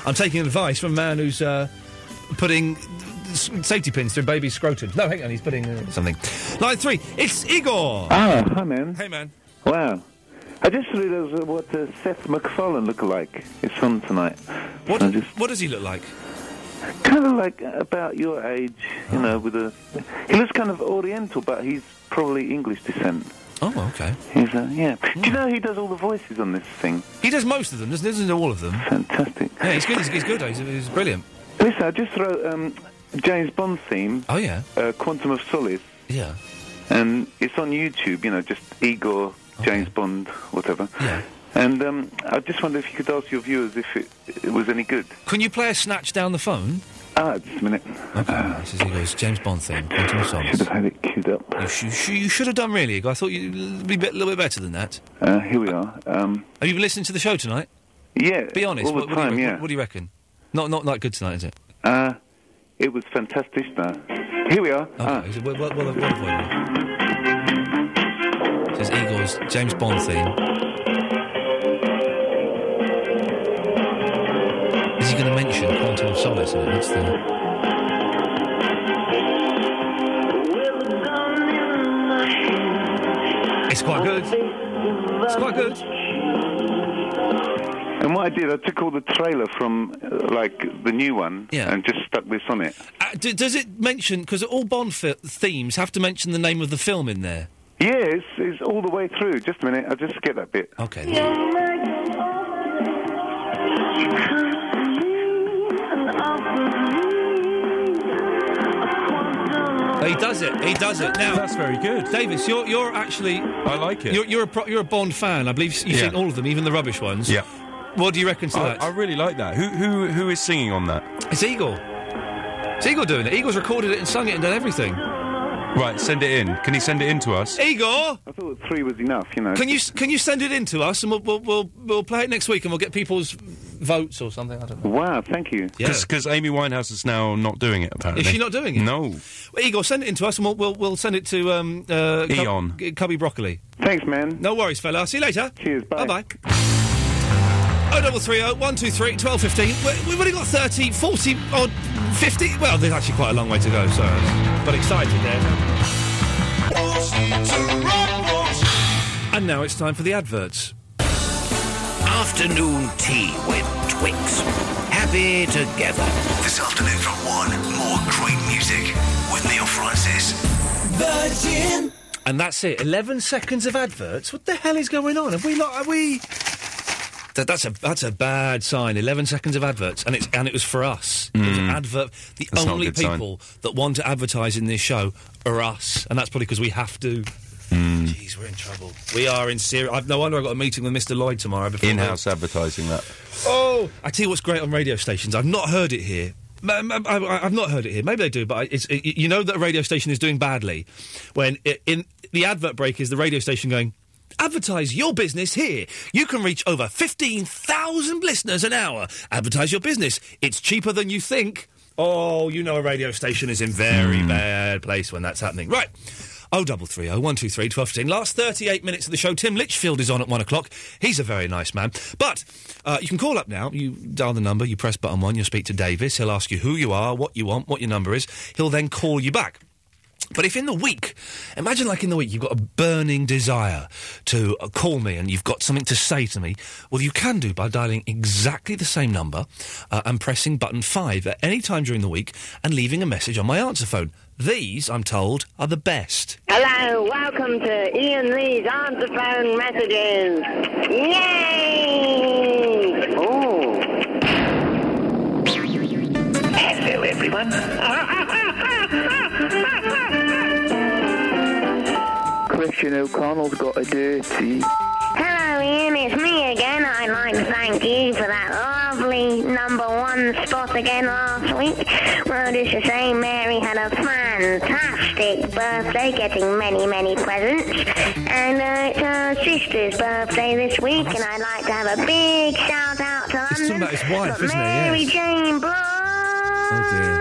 S4: I'm taking advice from a man who's uh, putting s- safety pins through baby scrotums. No, hang on, he's putting uh, something. Line three, it's Igor.
S24: Ah, hi, man.
S4: Hey, man.
S24: Wow. Additionally, there's uh, what uh, Seth MacFarlane look like. It's on tonight.
S4: What,
S24: So I just
S4: what does he look like?
S24: kind of like about your age, you
S4: Ah.
S24: know, with a. He looks kind of Oriental, but he's probably English descent.
S4: Oh, okay.
S24: He's uh, yeah. Do
S4: Hmm.
S24: you know he does all the voices on this thing?
S4: He does most of them, doesn't, doesn't he? All of them.
S24: Fantastic.
S4: Yeah, he's good. He's, he's good. He's, he's brilliant.
S24: Listen, I just wrote um, James Bond theme.
S4: Oh yeah.
S24: Uh, Quantum of Solace.
S4: Yeah.
S24: And it's on YouTube. You know, just Igor James Bond, whatever.
S4: Yeah.
S24: And um, I just wonder if you could ask your viewers if it, it was any good.
S4: Can you play a snatch down the phone?
S24: Ah, just a minute. Uh,
S4: Okay, this is Igor's James Bond theme. Quantum of Solace.
S24: Should have had it queued up.
S4: You, sh- you sh- you should have done really, Igor. I thought you'd be a bit- little bit better than that.
S24: Uh, here we are. Um,
S4: Have you been listening to the show tonight?
S24: yeah.
S4: Be honest.
S24: All the
S4: what, what
S24: time,
S4: do you, re-
S24: yeah.
S4: What do you reckon? Not not not good tonight, is it?
S24: Uh, it was fantastic. Here we are. Ah.
S4: Is it well, well, well, well, well, well. This is Igor's James Bond theme. Is he going to mention Quantum of Solace in it? That's the. It's quite good. It's quite good.
S24: And what I did, I took all the trailer from uh, like the new one and just stuck this on it.
S4: Uh, d- does it mention? Because all Bond fi- themes have to mention the name of the film in there.
S24: Yeah, it's, it's all the way through. Just a minute, I'll just get that bit.
S4: Okay. He does it. He does it. Now that's very good, Davis. You're you're actually. I like
S8: it.
S4: You're you're a pro- you're a Bond fan. I believe s- you've
S8: Yeah.
S4: seen all of them, even the rubbish ones.
S8: Yeah.
S4: What do you reckon to
S8: I,
S4: that?
S8: I really like that. Who who who is singing on that?
S4: It's Eagle. It's Eagle doing it. Eagle's recorded it and sung it and done everything.
S8: Right, send it in. Can you send it in to us?
S4: Igor,
S24: I thought three was enough, you know.
S4: can you s- can you send it in to us and we'll we'll we'll, we'll play it next week and we'll get people's votes or something. I don't know.
S24: Wow, thank you.
S8: Because Amy Winehouse is now not doing it, apparently.
S4: Is she not doing it?
S8: No.
S4: Well, Igor, send it in to us and we'll we'll, we'll send it to um, uh, Cub-
S8: Eon.
S4: G- Cubby Broccoli.
S24: Thanks, man.
S4: No worries, fella. See you later.
S24: Cheers. Bye.
S4: Bye. Oh double three oh one two three twelve fifteen. We- We've only got 30, 40, odd, fifty. Well, there's actually quite a long way to go. So, but excited there. And now it's time for the adverts.
S16: Afternoon tea with Twix. Happy together.
S2: This afternoon from 1, more great music with Neil Francis.
S4: Virgin. And that's it. Eleven seconds of adverts. What the hell is going on? Have we not? Are we? That, that's a that's a bad sign. Eleven seconds of adverts, and it's and it was for us. It was an
S8: Mm.
S4: advert. The
S8: That's not a
S4: only
S8: good sign.
S4: people that want to advertise in this show are us, and that's probably because we have to.
S8: Hmm.
S4: Jeez, we're in trouble. We are in serious. I've no wonder I got a meeting with Mr. Lloyd tomorrow. Before
S8: In-house advertising that.
S4: Oh, I tell you what's great on radio stations. I've not heard it here. Um, I, I, I've not heard it here. Maybe they do, but I- it's, it, you know that a radio station is doing badly when i in the advert break is the radio station going, Advertise your business here. You can reach over 15,000 listeners an hour. Advertise your business. It's cheaper than you think. Oh, you know a radio station is in very
S8: Hmm.
S4: bad place when that's happening. Right. Oh, double three oh one two three twelve fifteen. Last thirty-eight minutes of the show. Tim Litchfield is on at one o'clock. He's a very nice man. But uh, you can call up now. You dial the number. You press button one. You'll speak to Davis. He'll ask you who you are, what you want, what your number is. He'll then call you back. But if in the week, imagine like in the week, you've got a burning desire to uh, call me and you've got something to say to me, well, you can do by dialing exactly the same number uh, and pressing button five at any time during the week and leaving a message on my answer phone. These, I'm told, are the best.
S5: Hello, welcome to Ian Lee's answer phone messages. Yay! Oh.
S18: Hello, everyone.
S16: Christian O'Connell's got a dirty.
S5: Hello, Ian, it's me again. I'd like to thank you for that lovely number one spot again last week. Well, just to say, Mary had a fantastic birthday, getting many, many presents. And uh, it's her sister's birthday this week, and I'd like to have a big shout out to London.
S4: He's talking about his wife,
S5: But
S4: isn't he?
S5: Mary
S4: Yes.
S5: Jane
S4: Oh, dear.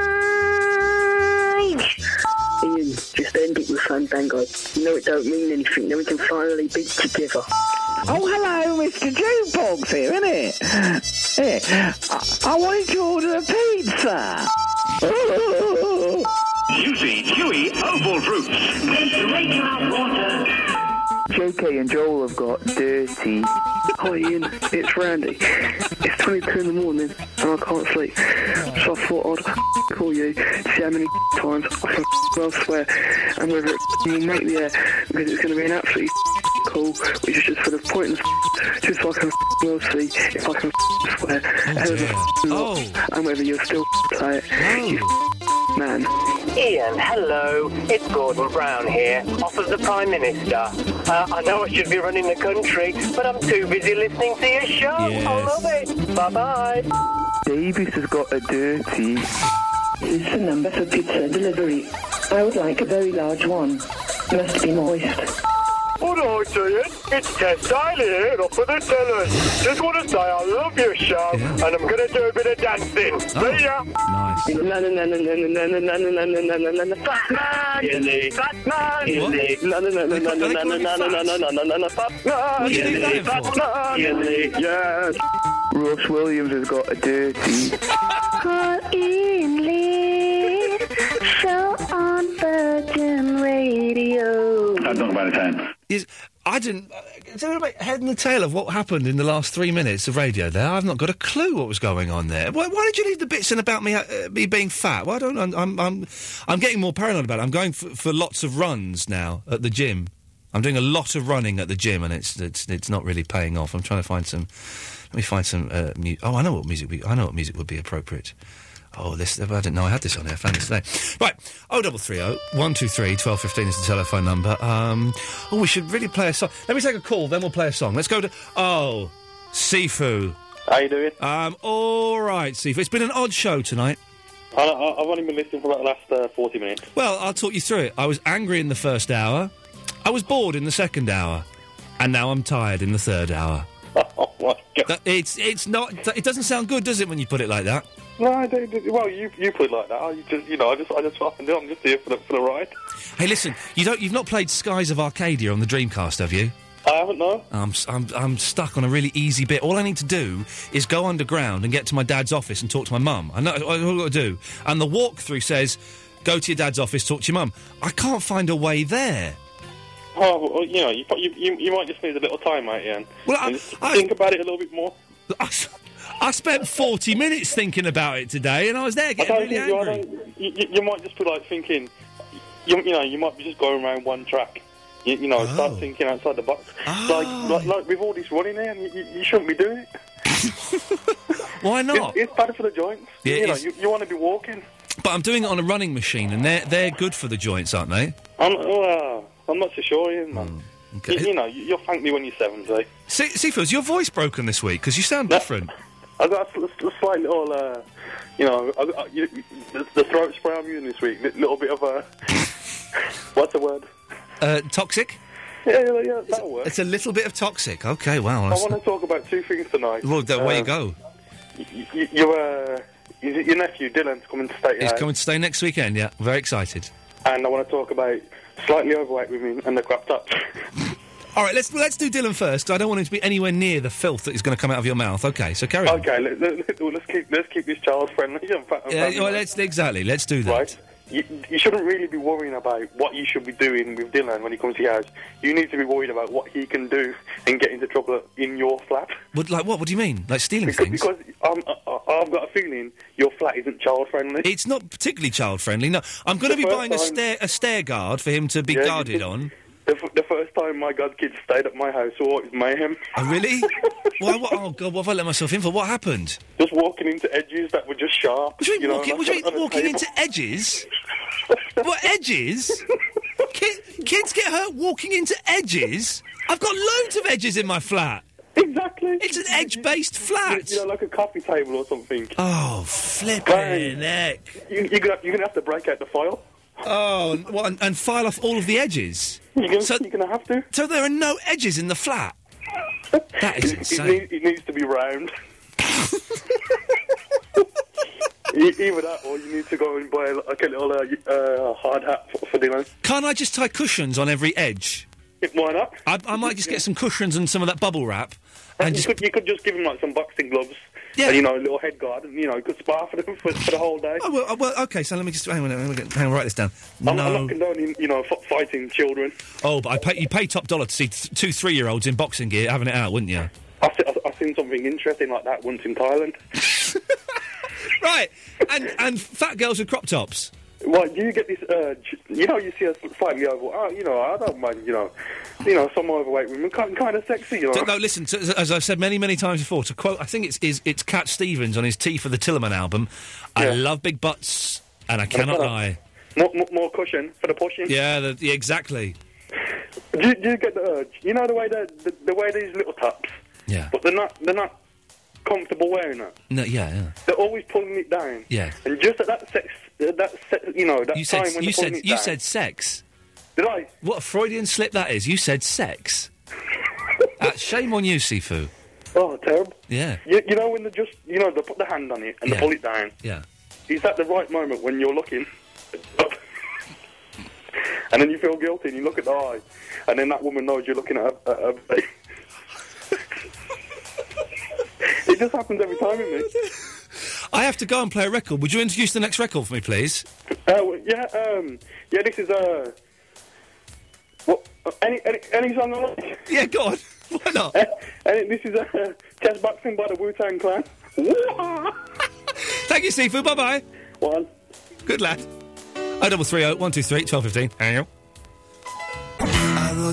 S7: Ian, just end it with Fandango. You know it don't mean anything, then we can finally be together.
S16: Oh, hello, Mr. Jukebox here, isn't it? Yeah. I, I wanted to order a pizza.
S18: Juicy, chewy, oval fruits. Make drink out water.
S16: JK and Joel have got dirty.
S7: Hi Oh, Ian, it's Randy. It's 22 in the morning and I can't sleep. So I thought I'd call you, see how many times I can well swear and whether it will make the air because it's going to be an absolute call which is just for the point and just so I can well see if I can swear and whether, oh. and whether you'll still play it. You man.
S18: Ian, hello. It's Gordon Brown here, off of the Prime Minister. Uh, I know I should be running the country, but I'm too busy listening to your show. I love it. Bye bye.
S16: Davis has got a dirty.
S7: This is the number for pizza delivery. I would like a very large one. Must be moist.
S18: What I saying? It's Tess Daly here, off of the telly. Just want to say I love your show, and I'm going to do a bit of dancing. See ya.
S7: Nice. No, no, no, no, no, no, no, no, no, no, no, no, no, no. Batman!
S18: Really?
S7: Batman!
S18: Really?
S7: No, no, no, no, no, no, no, no, no, no, no, no, no, no, no, Batman!
S18: Really?
S7: Batman!
S18: Really?
S7: Yes.
S16: Ross Williams has got a dirty.
S5: Call in Lee. Show on Virgin Radio.
S4: I've not about time. Is, I didn't. Uh, tell me about head and the tail of what happened in the last three minutes of radio. There, I've not got a clue what was going on there. Why, why did you leave the bits in about me uh, me being fat? Why don't I'm, I'm I'm I'm getting more paranoid about it. I'm going for, for lots of runs now at the gym. I'm doing a lot of running at the gym, and it's it's it's not really paying off. I'm trying to find some. Let me find some. Uh, mu- oh, I know what music. We, I know what music would be appropriate. Oh, this I didn't know I had this on here. I found this today. Right, oh double three oh one two three twelve fifteen is the telephone number. Um, oh, we should really play a song. Let me take a call, then we'll play a song. Let's go to oh, Sifu.
S9: How you doing?
S4: Um, all right, Sifu. It's been an odd show tonight.
S9: I, I, I've only been listening for about the last uh, 40 minutes.
S4: Well, I'll talk you through it. I was angry in the first hour. I was bored in the second hour, and now I'm tired in the third hour.
S9: Oh my god!
S4: it's it's not. It doesn't sound good, does it, when you put it like that?
S9: No, I don't, well, you you put it like that. I just, you know, I just, I just, I'm just here for the, for the ride.
S4: Hey, listen, you don't. You've not played Skies of Arcadia on the Dreamcast, have you?
S9: I haven't, no.
S4: I'm, s- I'm, I'm stuck on a really easy bit. All I need to do is go underground and get to my dad's office and talk to my mum. I know that's all I've got to do. And the walkthrough says, go to your dad's office, talk to your mum. I can't find a way there.
S9: Oh, well, you know, you, pro- you, you, you might just need a little time, mate, Ian.
S4: Well,
S9: I, think about it a little bit more.
S4: I spent 40 minutes thinking about it today, and I was there
S9: I
S4: getting
S9: don't
S4: really
S9: think you, I
S4: angry.
S9: don't, you, you- you might just be like thinking, you, you know, you might be just going around one track. You, you know, start thinking outside the box. Like, like, like with all this running here, you, you, you shouldn't be doing it.
S4: Why not?
S9: It's, it's bad for the joints.
S4: Yeah, it
S9: you know,
S4: is.
S9: you, you want to be walking.
S4: But I'm doing it on a running machine, and they're, they're good for the joints, aren't they?
S9: I'm, well, I'm not so sure, Ian, man.
S4: Mm,
S9: You, you know, you, you'll thank me when you're 70.
S4: See, Sifu, is your voice broken this week? Because you sound different.
S9: I've got a, sl- a slight little, uh, you know, I've got, you, the, the throat spray I'm using this week, li- little bit of a, what's the word?
S4: Uh, toxic?
S9: Yeah, yeah, yeah, that'll work.
S4: It's a little bit of toxic. Okay, wow.
S9: I
S4: that's
S9: want to talk about two things tonight.
S4: not- Well, there way
S9: Uh,
S4: you go.
S9: y- y- Your, uh, your your nephew Dylan's coming to stay
S4: He's
S9: here,
S4: coming to stay next weekend. Yeah, very excited.
S9: and I want to talk about slightly overweight women and the crap up.
S4: All right, let's let's do Dylan first. 'cause I don't want him to be anywhere near the filth that is going to come out of your mouth. Okay, so carry on.
S9: Okay, let, let, let, us keep let's keep this child friendly. And fa- and
S4: Yeah,
S9: family.
S4: well, let's exactly. Let's do that.
S9: Right. You, you shouldn't really be worrying about what you should be doing with Dylan when he comes to your house. You need to be worried about what he can do and get into trouble in your flat.
S4: What, like what? What do you mean? Like stealing
S9: Because,
S4: things?
S9: because um, I, I- I've got a feeling your flat isn't child friendly.
S4: It's not particularly child friendly. No, I'm going to
S9: The
S4: be
S9: first
S4: buying a
S9: time-
S4: stair a stair guard for him to be
S9: Yeah, you
S4: guarded
S9: did.
S4: on.
S9: The, f- the first time my godkids stayed at my house, oh, it was mayhem.
S4: Oh, really? Why? What, oh God! What have I let myself in for? What happened?
S9: Just walking into edges that were just sharp.
S4: What do you mean
S9: know,
S4: walking,
S9: and
S4: what do you
S9: on
S4: mean
S9: a
S4: walking
S9: table.
S4: into edges? what edges? Kid, kids get hurt walking into edges. I've got loads of edges in my flat.
S9: Exactly.
S4: e- It's an edge-based flat.
S9: You know, like a coffee table or something.
S4: Oh, flipping heck.
S9: You, you're going you're gonna have to break out the file.
S4: Oh, and- well, and, and file off all of the edges.
S9: You're gonna, you're gonna have to.
S4: So there are no edges in the flat. That is
S9: It-
S4: insane.
S9: It, need, it needs to be round. E- Either that, or you need to go and buy like a little uh, y- uh, hard hat for, for Dylan.
S4: Can't I just tie cushions on every edge?
S9: Why not?
S4: I, I might just get some cushions and some of that bubble wrap. And
S9: you,
S4: just,
S9: could, you could just give him like some boxing gloves,
S4: Yeah.
S9: and, you know, a little head guard, and you know, you could spar for the, for, for the whole day.
S4: oh, well, oh, well, okay, so let me just, hang on, hang on, hang on write this down.
S9: I'm,
S4: no.
S9: I'm not condoning, you know, f- fighting children.
S4: Oh, but I pay, you pay top dollar to see th- two three year olds in boxing gear having it out, wouldn't you?
S9: I've, se- I've- I've seen something interesting like that once in Thailand.
S4: right, and and fat girls with crop tops.
S9: Well, you get this urge. You know, you see a slightly over. Oh, you know, I don't mind. You know, you know, some overweight women kind, kind of sexy. You know,
S4: So, no, listen. To, as I've said many, many times before, to quote, I think it's is, it's Cat Stevens on his T for the Tillerman album. I love big butts, and I cannot lie.
S9: more, more, more cushion for the pushing.
S4: Yeah, the, yeah, exactly.
S9: Do, you- do you get the urge? You know the way they the, the way these little tops.
S4: Yeah.
S9: But they're not they're not comfortable wearing it.
S4: No, yeah, yeah,
S9: They're always pulling it down.
S4: yeah.
S9: And just at that sex, uh, that sex, you know, that
S4: You
S9: time
S4: said
S9: when they're
S4: you
S9: pulling
S4: said
S9: it
S4: you
S9: down.
S4: said sex.
S9: Did I?
S4: What a Freudian slip that is. You said sex. uh, shame on you, Sifu.
S9: Oh, terrible.
S4: Yeah,
S9: You, you know when they just you know they put the hand on it and
S4: Yeah.
S9: they pull it down.
S4: yeah.
S9: Is that the right moment when you're looking? and then you feel guilty and you look at the eye, and then that woman knows you're looking at her. At her belly. it just happens every time with me.
S4: I have to go and play a record. Would you introduce the next record for me, please?
S9: Uh, well, yeah, um, yeah. This is uh, what uh, any any any song I like.
S4: Yeah, go on. Why not?
S9: and this is uh, chess boxing by the Wu Tang Clan. Woo-ah!
S4: Thank you, Sifu. Bye bye.
S9: One.
S4: Good lad. Oh, double three oh one two three twelve fifteen. Hang on.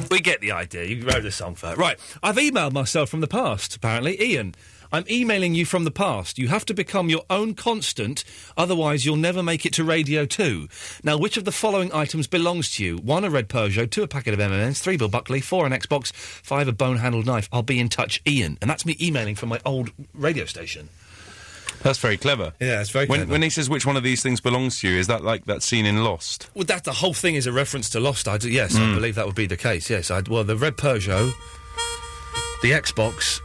S4: We get the idea. You wrote the song for it. Right. I've emailed myself from the past, apparently. Ian, I'm emailing you from the past. You have to become your own constant, otherwise you'll never make it to Radio 2. Now, which of the following items belongs to you? One, a red Peugeot, two, a packet of M&M's, three, Bill Buckley, four, an Xbox, five, a bone-handled knife. I'll be in touch, Ian. And that's me emailing from my old radio station.
S7: That's very clever.
S4: Yeah, it's very
S7: when,
S4: clever.
S7: When he says which one of these things belongs to you, is that like that scene in Lost?
S4: Well, that the whole thing is a reference to Lost. I do, yes, I
S7: Mm.
S4: believe that would be the case. Yes, I, well, the Red Peugeot, the Xbox,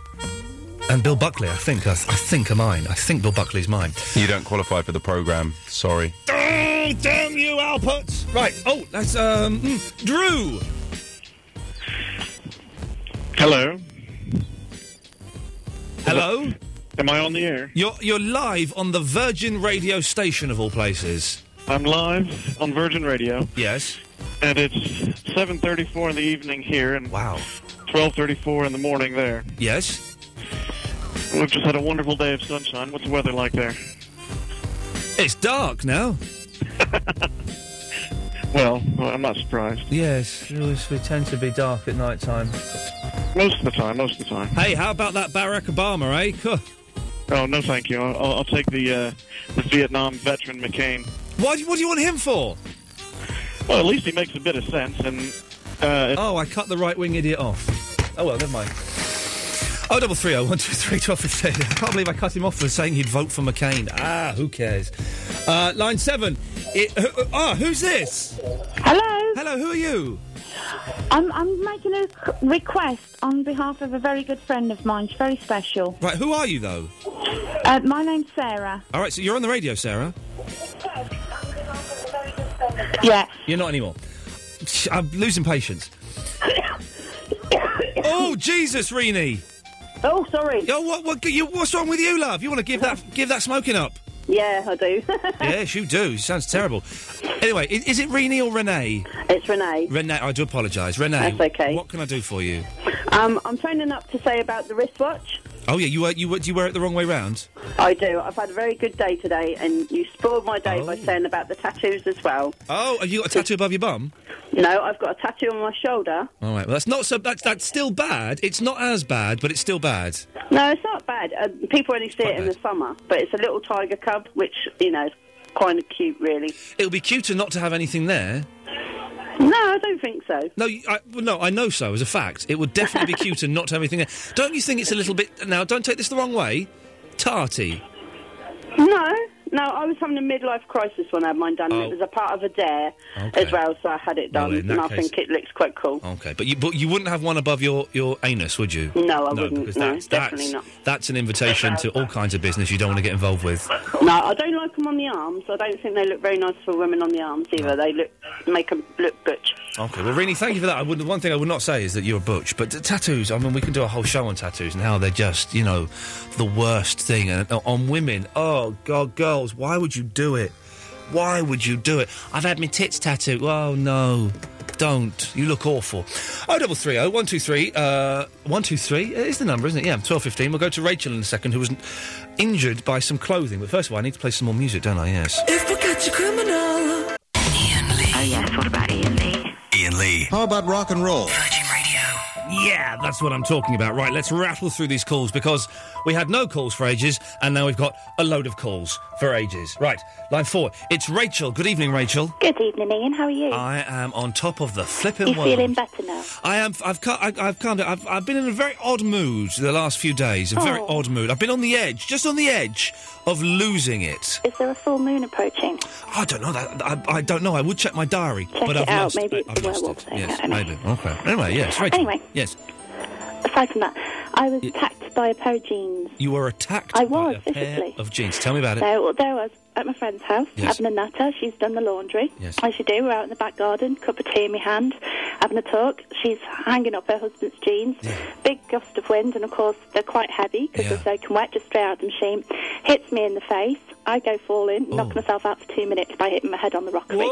S4: and Bill Buckley. I think I, I think are mine. I think Bill Buckley's mine.
S7: You don't qualify for the programme. Sorry.
S4: Oh, damn you, Alpert! Right. Oh, that's um, mm, Drew.
S1: Hello.
S4: Hello.
S1: Am I on the air?
S4: You're you're live on the Virgin Radio station of all places.
S1: I'm live on Virgin Radio.
S4: Yes.
S1: And it's 7:34 in the evening here, and
S4: wow,
S1: 12:34 in the morning there.
S4: Yes.
S1: We've just had a wonderful day of sunshine. What's the weather like there?
S4: It's dark now.
S1: Well, I'm not surprised.
S4: Yes, we tend to be dark at night time.
S1: Most of the time, most of the time.
S4: Hey, how about that Barack Obama, eh? Huh.
S1: Oh no, thank you. I'll, I'll- I'll take the uh, the Vietnam veteran McCain.
S4: Why? do- What do you want him for?
S1: Well, at least he makes a bit of sense. And uh,
S4: oh, I cut the right wing idiot off. Oh well, never mind. Oh, double three oh one two three twelve fifteen. I can't believe I cut him off for saying he'd vote for McCain. Ah, who cares? Uh, line seven. It, who, ah, who's this?
S11: Hello.
S4: Hello, who are you?
S25: I'm, I'm making a request on behalf of a very good friend of mine. She's very special.
S4: Right, who are you though?
S25: Uh, my name's Sarah.
S4: All right, so you're on the radio, Sarah.
S25: Yeah.
S4: You're not anymore. Sh- I'm losing patience. oh Jesus, Rini!
S27: Oh, sorry.
S4: Oh, what, what, you, what's wrong with you, love? You want to give that give that smoking up?
S27: Yeah, I do.
S4: yes, you do. You sounds terrible. Anyway, is, is it Rini or Renee?
S27: it's Renee.
S4: Renee, I do apologise. Renee,
S27: That's okay.
S4: what can I do for you?
S27: Um, I'm phoning up to say about the wristwatch.
S4: Oh yeah, you wear you wear- do you wear it the wrong way round?
S27: I do. I've had a very good day today, and you spoiled my day
S7: Oh.
S27: by saying about the tattoos as well.
S4: Oh, have you got a tattoo above your bum?
S27: No, I've got a tattoo on my shoulder.
S4: All right, well that's not so that's that's still bad. It's not as bad, but it's still bad.
S27: No, it's not bad. Uh, people only see it in the summer, but it's a little tiger cub, which you know, is kind of cute, really.
S4: It'll be cuter not to have anything there.
S27: No, I don't think so.
S4: No, you- I, well, no, I know so as a fact. It would definitely be cuter not to have anything there. Don't you think it's a little bit now? Don't take this the wrong way, tarty.
S27: No, no, I was having a midlife crisis when I had mine done. and It was a part of a dare
S4: Oh. Okay.
S27: as well, so I had it
S4: Well,
S27: done,
S4: in that
S27: and I
S4: case-
S27: think it looks quite cool.
S4: Okay, but you but you wouldn't have one above your, your anus, would you?
S27: No, I wouldn't.
S4: Because
S27: No,
S4: that's,
S27: definitely
S4: that's,
S27: not.
S4: That's an invitation to all kinds of business you don't want to get involved with.
S27: No, I don't like them on the arms. I don't think they look very nice for women on the arms either. They look make them look butch.
S4: Okay, well, Rini, thank you for that. I would, one thing I would not say is that you're a butch, but t- tattoos, I mean, we can do a whole show on tattoos and how they're just, you know, the worst thing. And uh, on women, oh, God, girls, why would you do it? Why would you do it? I've had my tits tattooed. Oh, no, don't. You look awful. Oh, double three oh one two three uh one two three is the number, isn't it? Yeah, twelve fifteen. We'll go to Rachel in a second, who was n- injured by some clothing. But first of all, I need to play some more music, don't I? Yes.
S7: If we catch a criminal. Ian Lee. Oh, yes, what about Ian Lee?
S4: Ian Lee. How about rock and roll? Yeah, that's what I'm talking about. Right, let's rattle through these calls because we had no calls for ages, and now we've got a load of calls for ages. Right, line four. It's Rachel. Good evening, Rachel.
S28: Good evening, Ian. How are you?
S4: I am on top of the flipping
S28: you
S4: world.
S28: feeling better now?
S4: I am. I've. cu- I, I've kind of. I've, I've been in a very odd mood the last few days. A very
S28: Oh.
S4: odd mood. I've been on the edge, just on the edge of losing it.
S28: Is there a full moon approaching?
S4: I don't know. That, I, I don't know. I would check my diary,
S28: Check
S4: but
S28: it
S4: I've
S28: out.
S4: lost.
S28: Maybe it's
S4: I,
S28: the
S4: have lost
S28: werewolf
S4: it.
S28: thing.
S4: Yes,
S28: I don't know.
S4: maybe. Okay. Anyway, yes. Rachel.
S28: Anyway.
S4: yes.
S28: Aside from that, I was attacked by a pair of jeans.
S4: You were attacked
S28: I was,
S4: by a pair
S28: physically.
S4: of jeans. Tell me about it.
S28: There, there I was at my friend's house
S4: Yes.
S28: having a natter. She's done the laundry.
S4: Yes.
S28: As you do, we're out in the back garden, cup of tea in my hand, having a talk. She's hanging up her husband's jeans. Big gust of wind, and of course, they're quite heavy because they're soaking wet, just straight out of the machine. Hits me in the face. I go falling,
S4: Oh.
S28: knock myself out for two minutes by hitting my head on the rockery.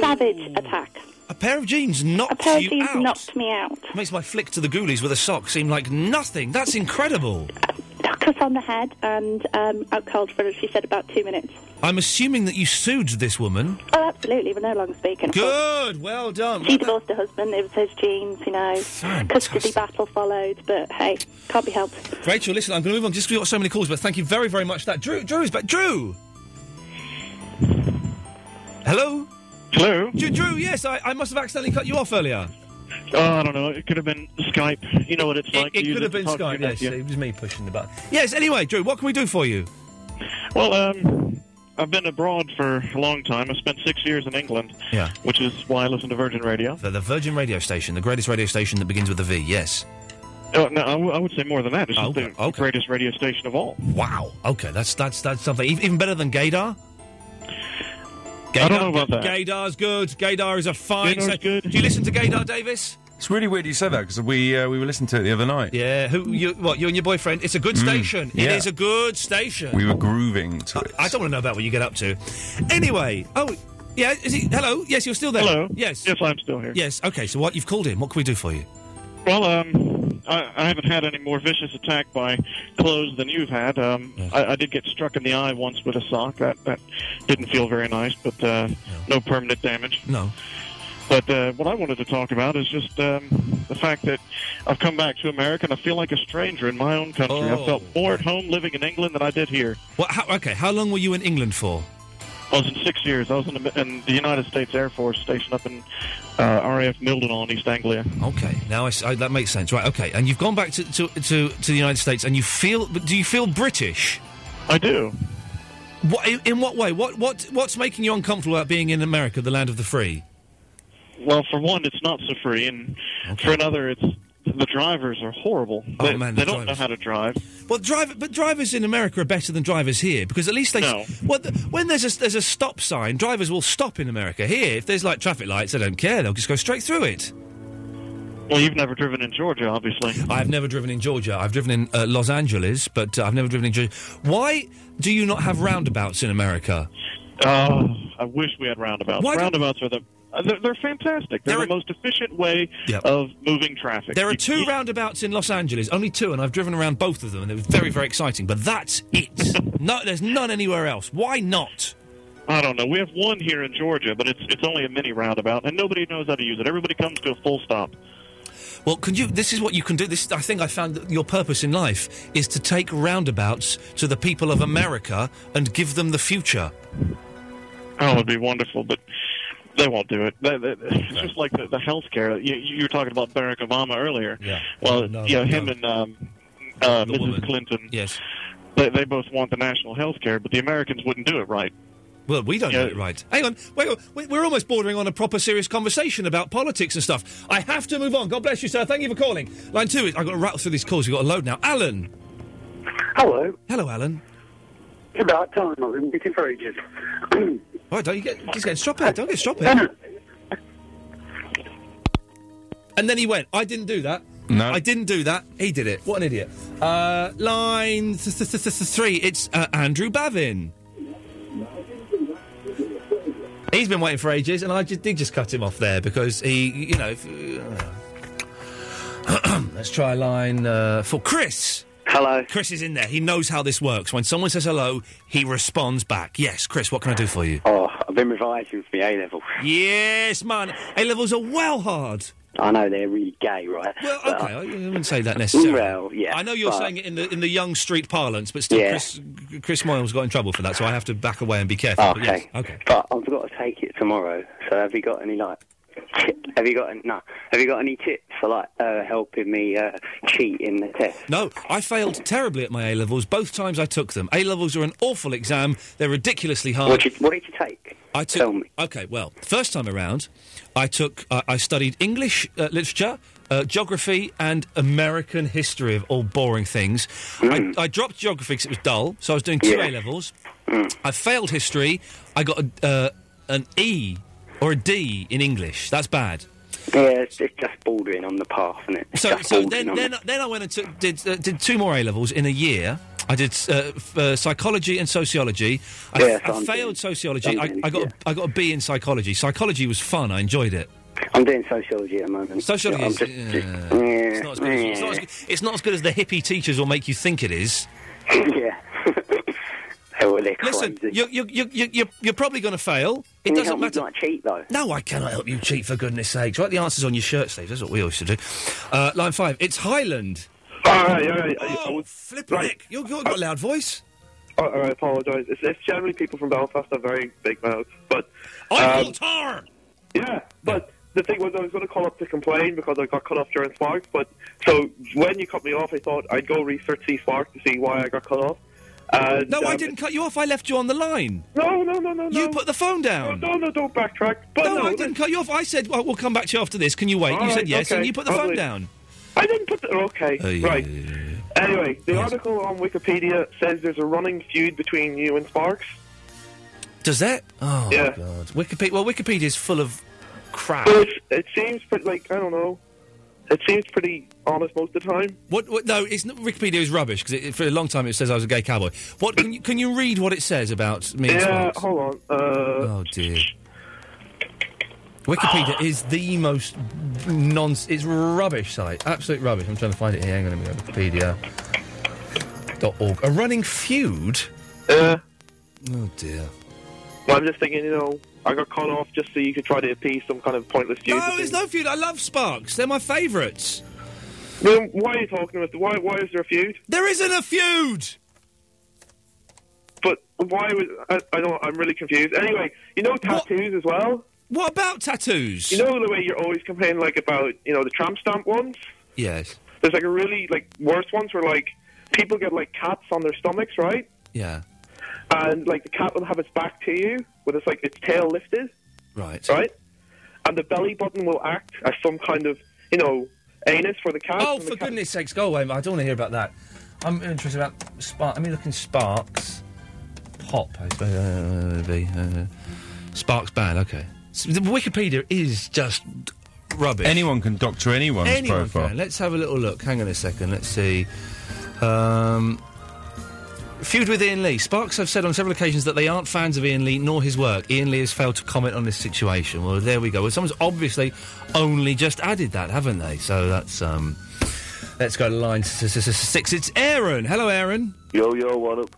S28: Savage attack.
S4: A pair of jeans knocked
S28: A pair of
S4: you
S28: jeans
S4: out.
S28: knocked me out.
S4: Makes my flick to the ghoulies with a sock seem like nothing. That's incredible.
S28: Knocked us on the head and um, out cold for, she said, about two minutes.
S4: I'm assuming that you sued this woman.
S28: Oh, absolutely. We're no longer speaking.
S4: Good. Well done.
S28: She divorced her husband. It was his genes, you know. Custody battle followed, but hey, can't be helped.
S4: Rachel, listen, I'm going to move on just because we've got so many calls, but thank you very, very much for that. Drew, Drew is back. Drew! Hello?
S1: Hello?
S4: Drew, Drew yes, I, I must have accidentally cut you off earlier.
S1: Oh, I don't know. It could have been Skype. You know what it's like.
S4: it
S1: You
S4: could have
S1: use
S4: been
S1: to talk
S4: Skype,
S1: to your
S4: yes.
S1: nephew.
S4: It was me pushing the button. Yes, anyway, Drew, what can we do for you?
S1: Well, um, I've been abroad for a long time. I spent six years in England,
S4: Yeah.
S1: which is why I listen to Virgin Radio.
S4: The, the Virgin radio station, the greatest radio station that begins with a V, yes.
S1: Oh, no, I, w- I would say more than that. It's
S4: Oh,
S1: the greatest radio station of all.
S4: Wow. Okay, that's that's that's something. Ev- Even better than Gaydar?
S1: I don't know about that.
S4: Gaydar's good. Gaydar is a fine.
S8: Gaydar's
S4: sta- Do you listen to Gaydar Davis?
S8: It's really weird you say that because we uh, we were listening to it the other night.
S4: Yeah, Uh, who you what you and your boyfriend? It's a good
S8: Mm,
S4: station. It
S8: yeah.
S4: is a good station.
S8: We were grooving to it.
S4: I don't want to know about what you get up to. Anyway, oh yeah, is he? Hello, yes, you're still there.
S1: Hello.
S4: yes,
S1: Yes, I'm still here.
S4: yes. Okay, so what you've called in? What can we do for you?
S1: Well, um, I, I haven't had any more vicious attack by clothes than you've had. Um, I, I did get struck in the eye once with a sock. That, that didn't feel very nice, but uh, no permanent damage.
S4: No.
S1: But uh, what I wanted to talk about is just um, the fact that I've come back to America and I feel like a stranger in my own country. I felt more at home living in England than I did here.
S4: What? Oh. How, okay, how long were you in England for?
S1: I was in six years. I was in the, in the United States Air Force stationed up in uh, RAF Mildenhall in East Anglia.
S4: Okay, now I s I that makes sense, right? Okay, and you've gone back to, to, to, to the United States, and you feel. but Do you feel British?
S1: I do.
S4: What, in, in what way? What what what's making you uncomfortable about being in America, the land of the free?
S1: well, for one, it's not so free, and for another, it's the drivers are horrible.
S4: Oh,
S1: they
S4: man,
S1: they
S4: the
S1: don't know
S4: drivers.
S1: how to drive.
S4: Well, driver, but drivers in America are better than drivers here because at least they.
S1: No.
S4: Well, the, when there's a, there's a stop sign, drivers will stop in America. Here, if there's like traffic lights, they don't care. They'll just go straight through it.
S1: Well, you've never driven in Georgia, obviously.
S4: I've never driven in Georgia. I've driven in uh, Los Angeles, but uh, I've never driven in Georgia. Why do you not have roundabouts in America?
S1: Uh, I wish we had roundabouts.
S4: Why do-
S1: roundabouts are the uh, they're, they're fantastic. They're the most efficient way
S4: Yep.
S1: of moving traffic.
S4: There are
S1: You-
S4: two
S1: you-
S4: roundabouts in Los Angeles, only two, and I've driven around both of them, and it was very, very exciting. But that's it. no, there's none anywhere else. Why not?
S1: I don't know. We have one here in Georgia, but it's it's only a mini roundabout, and nobody knows how to use it. Everybody comes to a full stop.
S4: Well, can you? This is what you can do. This, I think, I found that your purpose in life is to take roundabouts to the people of America and give them the future.
S1: Oh, it'd be wonderful, but they won't do it. They, they, it's just like the, the health care. You, you were talking about Barack Obama earlier.
S4: Yeah.
S1: Well,
S4: No,
S1: yeah,
S4: no.
S1: him and um, uh, Mrs. Clinton.
S4: Yes.
S1: They, they both want the national health care, but the Americans wouldn't do it right.
S4: Well, we don't do it right. Hang on, wait, on. We- we're almost bordering on a proper serious conversation about politics and stuff. I have to move on. God bless you, sir. Thank you for calling. Line two is. I've got to rattle through these calls. We've got a load now. Alan.
S14: Hello.
S4: Hello, Alan.
S14: It's about time. I've been waiting for ages.
S4: Why don't you get? He's getting strop out. Don't get strop out. And then he went. I didn't do that.
S7: No.
S4: I didn't do that. He did it. What an idiot. Uh, line th- th- th- th- three. It's uh, Andrew Bavin. He's been waiting for ages, and I ju- did just cut him off there because he, you know. If, uh, let's try line uh, for Chris.
S14: Hello.
S4: Chris is in there. He knows how this works. When someone says hello, he responds back. Yes, Chris, what can I do for you?
S14: Oh, I've been revising for the A level.
S4: Yes, man. A levels are well hard.
S14: I know they're really gay, right?
S4: Well,
S14: But,
S4: okay, I I wouldn't say that necessarily.
S14: Well, yeah,
S4: I know you're
S14: but-
S4: saying it in the in the young street parlance, but still,
S14: Yeah.
S4: Chris, Chris Moyle's got in trouble for that, so I have to back away and be careful. but yes,
S14: Okay.
S4: okay.
S14: But I've got to take it tomorrow. So have you got any like? ti- Have you got any, no? Have you got any tips for like uh, helping me uh, cheat in the test?
S4: No, I failed terribly at my A levels both times I took them. A levels are an awful exam; they're ridiculously hard.
S14: What did, you, what did you take?
S4: I took. Okay, well, first time around, I took. uh, I I studied English uh, literature, uh, geography, and American history of all boring things. I, I dropped geography because it was dull, so I was doing two
S14: Hmm. Yeah. Hmm.
S4: A levels. I failed history. I got a, uh, an E or a D in English. That's bad.
S14: Yeah, it's, it's just bordering on the path, isn't it? It's
S4: So,
S14: just
S4: so
S14: bordering
S4: then,
S14: on
S4: then,
S14: it.
S4: then I went and took, did uh, did two more A levels in a year. I did uh, f- uh, psychology and sociology. I,
S14: Yeah,
S4: I
S14: so I'm doing-
S4: failed sociology.
S14: I'm
S4: I,
S14: doing,
S4: I got
S14: yeah.
S4: a, I got a B in psychology. Psychology was fun. I enjoyed it.
S14: I'm doing sociology at the moment.
S4: Sociology
S14: I'm
S4: is-
S14: just, just-
S4: yeah. It's not as good. As, it's, not as, good- it's not as good as the hippie teachers will make you think it is.
S14: yeah. Oh, well, they're
S4: Listen,
S14: crazy.
S4: you're, you're, you're, you're, you're probably going to fail. It
S14: Can you
S4: doesn't
S14: help me
S4: matter.
S14: not cheat though.
S4: No, I cannot help you cheat for goodness sakes. Write the answers on your shirt sleeves. That's what we always should do. Uh, line five. It's Highland.
S25: All right, all right. I, I was,
S4: Oh, Flip Nick, you- you've got a loud voice.
S25: I, Oh, I apologise. It's, it's generally people from Belfast are very big mouths, but
S4: I
S25: um, Yeah, but the thing was, I was going to call up to complain because I got cut off during Spark. But so when you cut me off, I thought I'd go research C Spark to see why I got cut off.
S14: Uh,
S25: And,
S4: no, I
S25: um,
S4: didn't cut you off. I left you on the line.
S25: No, no, Oh, no, no,
S4: You put the phone down.
S25: No, no, don't backtrack. But
S4: no,
S25: no,
S4: I didn't cut you off. I said, well, we'll come back to you after this. Can you wait?
S25: All
S4: you
S25: right,
S4: said yes, and
S25: okay,
S4: you put the
S25: I'll
S4: phone
S25: wait.
S4: down. Oh,
S25: I didn't put the. Okay, right. uh, Anyway, the article on Wikipedia says there's a running feud between you and Sparks.
S4: Does that? Oh,
S25: Yeah.
S4: God. Wikipedia, well, Wikipedia is full of crap.
S25: But it's, it seems pretty, like, I don't know. It seems pretty honest most of the time.
S4: What, what? No, it's not, Wikipedia is rubbish because for a long time it says I was a gay cowboy. What can you, can you read what it says about me? and
S25: yeah,
S4: Sparks?
S25: hold on. Uh,
S4: oh dear. Wikipedia is the most non. It's rubbish site. Absolute rubbish. I'm trying to find it here. Hang on a minute. Wikipedia. Dot org. A running feud.
S25: Uh,
S4: oh dear.
S25: well, I'm just thinking, you know, I got cut off just so you could try to appease some kind of pointless feud.
S4: No, there's no feud. I love Sparks. They're my favourites.
S25: Then why are you talking about? Why? Why is there a feud?
S4: There isn't a feud.
S25: But why was I, I don't? I'm really confused. Anyway, you know tattoos as well.
S4: What about tattoos?
S25: You know the way you're always complaining like about you know the tramp stamp ones.
S4: Yes.
S25: There's like a really like worse ones where like people get like cats on their stomachs, right?
S4: Yeah.
S25: And like the cat will have its back to you with its like its tail lifted.
S4: Right.
S25: Right?
S29: and the belly button will act as some kind of, you know, anus for the cat.
S4: Oh,
S29: and the
S4: for
S29: cat-
S4: goodness sakes, go away. mate. I don't want to hear about that. I'm interested about spark. I mean, looking sparks. Pop, I suppose. Uh, would be, uh, sparks band, okay. S- the Wikipedia is just rubbish.
S8: Anyone can doctor anyone's
S4: Anyone
S8: profile.
S4: can. Let's have a little look. Hang on a second. Let's see. Um, feud with Ian Lee. Sparks have said on several occasions that they aren't fans of Ian Lee nor his work. Ian Lee has failed to comment on this situation. Well, there we go. Well, someone's obviously only just added that, haven't they? So that's um. Let's go to line s- s- s- six. It's Aaron. Hello, Aaron.
S24: Yo, yo, what up?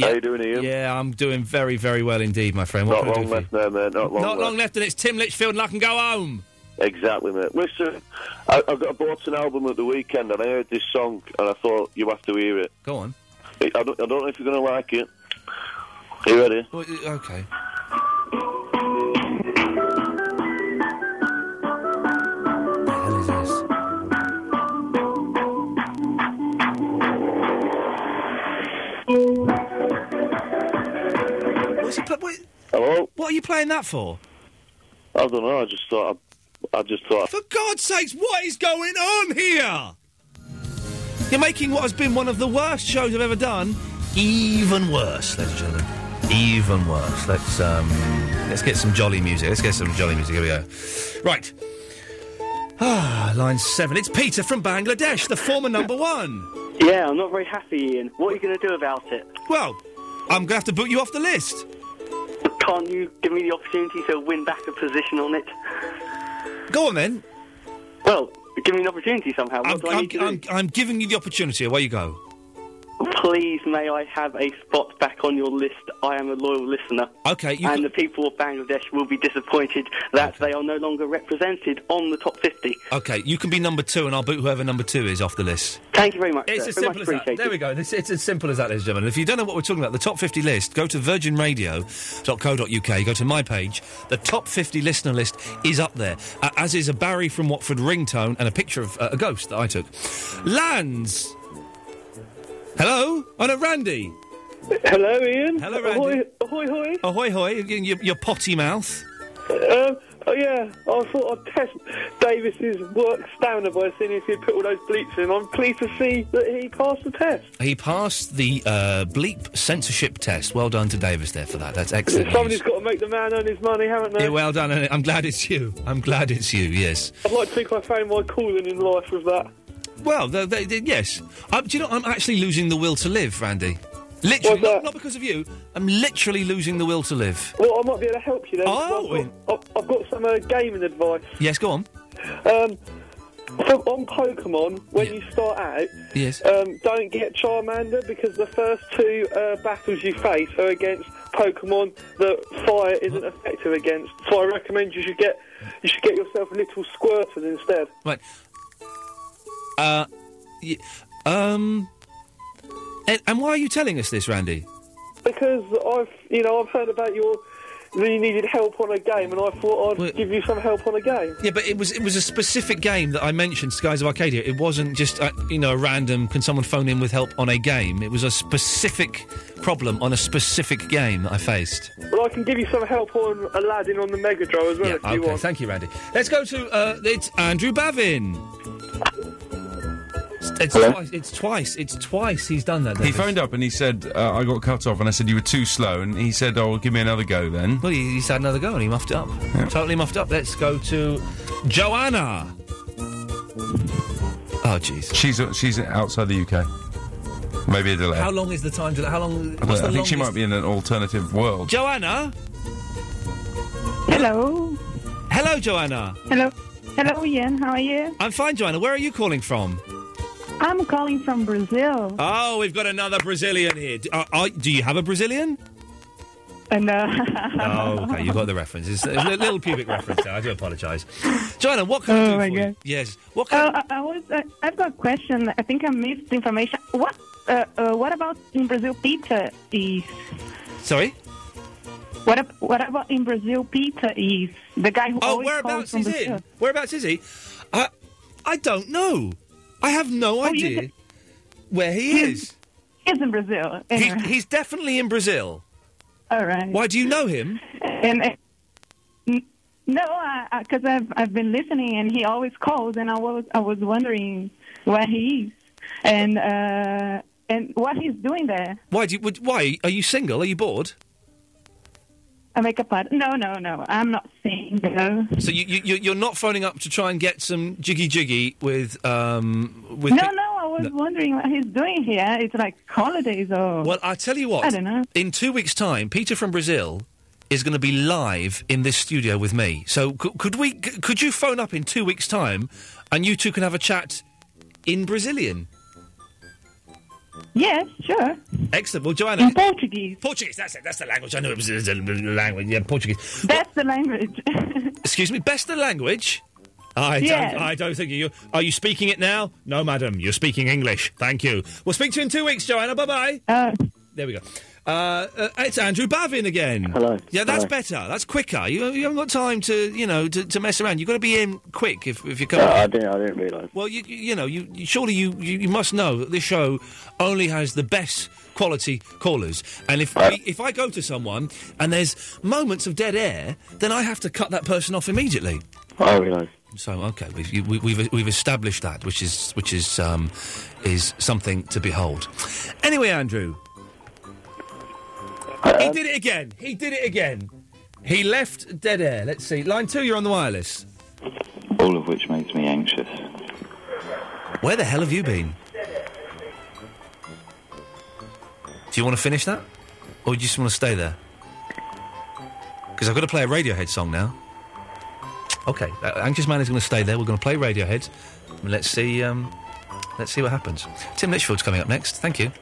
S24: How you doing, Ian?
S4: Yeah, I'm doing very, very well indeed, my friend. What can I do
S24: Not long
S4: for you?
S24: left there, mate. Not long
S4: Not
S24: left.
S4: long left, and it's Tim Litchfield, and I can go home.
S24: Exactly, mate. Listen, I, I, got, I bought an album at the weekend and I heard this song and I thought, you have to hear it.
S4: Go on.
S24: I I don't, I don't know if you're going to like it. Are you ready?
S4: Well, uh, okay. What's he pla- what,
S24: Hello?
S4: What are you playing that for?
S24: I don't know. I just thought. I, I just thought.
S4: For God's sakes, what is going on here? You're making what has been one of the worst shows I've ever done even worse, ladies and gentlemen. Even worse. Let's um, let's get some jolly music. Let's get some jolly music. Here we go. Right. Ah, line seven. It's Peter from Bangladesh, the former number one.
S7: Yeah, I'm not very happy, Ian. What are you going to do about it?
S4: Well, I'm going to have to boot you off the list.
S7: Can't you give me the opportunity to win back a position on it?
S4: Go on then.
S7: Well, give me an opportunity somehow. What
S4: I'm,
S7: do I
S4: I'm,
S7: need to do?
S4: I'm, I'm giving you the opportunity. Away you go.
S7: Please, may I have a spot back on your list? I am a loyal listener.
S4: Okay, you
S7: and the people of Bangladesh will be disappointed that they are no longer represented on the top 50.
S4: Okay, you can be number two, and I'll boot whoever number two is off the list.
S7: Thank you very much.
S9: uh,
S4: It's
S7: sir.
S4: as
S7: Very
S4: simple as
S7: much
S4: that. There we go. It's, it's as simple as that, ladies and gentlemen. If you don't know what we're talking about, the top 50 list, go to virginradio.co.uk, go to my page. The top 50 listener list is up there, uh, as is a Barry from Watford ringtone and a picture of uh, a ghost that I took. Lands! Hello? Oh, no, Randy.
S9: Hello, Ian.
S4: Hello, Randy.
S9: Ahoy, ahoy.
S4: Ahoy, hoy. You- you- Your potty mouth.
S25: uh,
S9: Um, oh, yeah, I thought I'd test Davis's work stamina by seeing if he'd put all those bleeps in. I'm pleased to see that he passed the test.
S4: He passed the uh, bleep censorship test. Well done to Davis there for that. That's excellent.
S9: Somebody's
S4: news.
S9: got to make the man earn his money, haven't they?
S4: Yeah, well done. and I'm glad it's you. I'm glad it's you, yes.
S9: I'd like to think I found my calling in life with that.
S4: Well, they, they, they- yes. i do you know, I'm actually losing the will to live, Randy. Literally, not, not because of you. I'm literally losing the will to live.
S9: Well, I might be able to help you then.
S4: Oh,
S9: I've got, I've- I've got some uh, gaming advice.
S4: Yes, go on.
S9: Um, so on Pokemon, when you start out,
S4: Yes.
S9: um, don't get Charmander because the first two uh, battles you face are against Pokemon that fire isn't effective against. So I recommend you should get you should get yourself a little Squirtle instead.
S4: Right. Uh, y- um, and, and why are you telling us this, Randy?
S9: Because I've you know I've heard about your that you needed help on a game, and I thought I'd give you some help on a game.
S4: Yeah, but it was it was a specific game that I mentioned, Skies of Arcadia. It wasn't just uh, you know a random. Can someone phone in with help on a game? It was a specific problem on a specific game that I faced.
S9: Well, I can give you some help on Aladdin on the Mega Drive as well if you
S4: okay,
S9: want.
S4: thank you, Randy. Let's go to uh, it's Andrew Bavin. It's, it's
S8: Hello?
S4: twice. It's twice. It's twice he's done that.
S8: He
S4: David.
S8: phoned up and he said, uh, I got cut off, and I said, You were too slow. And he said, Oh, well, give me another go then.
S4: Well, he, he's had another go and he muffed it up. Totally muffed up. Let's go to Joanna. Oh, jeez.
S8: She's, uh, she's outside the UK. Maybe a delay.
S4: How long is the time? To, how long?
S8: I,
S4: What's
S8: don't-
S4: the
S8: I think she
S4: longest-
S8: might be in an alternative world.
S4: Joanna.
S15: Hello.
S4: Hello, Joanna.
S15: Hello. Hello, Ian. How are you?
S4: I'm fine, Joanna. Where are you calling from?
S15: I'm calling from Brazil.
S4: Oh, we've got another Brazilian here. Do, uh, uh, do you have a Brazilian?
S15: And uh,
S4: oh, okay. You got the reference. It's a li- little pubic reference there. I do apologise. Joanna, what can I
S15: Oh,
S4: do
S15: my
S4: for you?
S15: God.
S4: Yes. What can
S15: uh, I, I was. Uh, I've got a question. I think I missed information. What? Uh, uh, what about in Brazil pizza is?
S4: Sorry?
S15: What? ab- What about in Brazil pizza is? The guy who
S4: Oh,
S15: always calls
S4: whereabouts
S15: from
S4: is
S15: Brazil.
S4: in? Whereabouts is he? I, I don't know. I have no
S15: Oh, you
S4: idea
S15: d-
S4: where he is.
S15: He's in Brazil.
S4: He, he's definitely in Brazil.
S15: All right.
S4: Why do you know him?
S15: And uh, n- No, because I've I've been listening, and he always calls, and I was I was wondering where he is, and uh, and what he's doing there.
S4: Why do you, would, why are you single? Are you bored?
S15: I make a part. No, no, no. I'm not single.
S4: So you, you you- you're not phoning up to try and get some jiggy jiggy with um with
S15: no,
S4: pe-
S15: no. I was wondering what he's doing here. It's like holidays or.
S4: Well, I tell you what.
S15: I don't know.
S4: In two weeks' time, Peter from Brazil is going to be live in this studio with me. So could, could we? c- Could you phone up in two weeks' time, and you two can have a chat in Brazilian?
S15: Yes, sure.
S4: Excellent. Well,
S15: In
S4: Joanna.
S15: Portuguese.
S4: Portuguese. That's it. That's the language. I knew it was a language. Yeah, Portuguese.
S15: That's the language.
S4: Excuse me. Best the language. I
S15: Yes.
S4: don't. I don't think you. Are you speaking it now? No, madam. You're speaking English. Thank you. We'll speak to you in two weeks, Joanna. Bye bye. there we go. Uh, uh, it's Andrew Bavin again. Hello. Yeah, that's
S3: Hello.
S4: better. That's quicker. You, you haven't got time to, you know, to, to mess around. You've got to be in quick if, if you come.
S3: No, I didn't. I didn't realise.
S4: Well, you, you you know, you, you surely you, you, you must know that this show only has the best quality callers. And if we, if I go to someone and there's moments of dead air, then I have to cut that person off immediately.
S1: Oh,
S3: I realise.
S4: So okay, we've, you- we, we've we've established that, which is which is um, is something to behold. Anyway, Andrew, he did it again. He did it again. He left dead air. Let's see, line two. You're on the wireless.
S3: All of which makes me anxious.
S4: Where the hell have you been? Do you want to finish that, or do you just want to stay there? Because I've got to play a Radiohead song now. Okay, uh, Anxious Man is going to stay there. We're going to play Radiohead. And let's see. Um, let's see what happens. Tim Litchfield's coming up next. Thank you.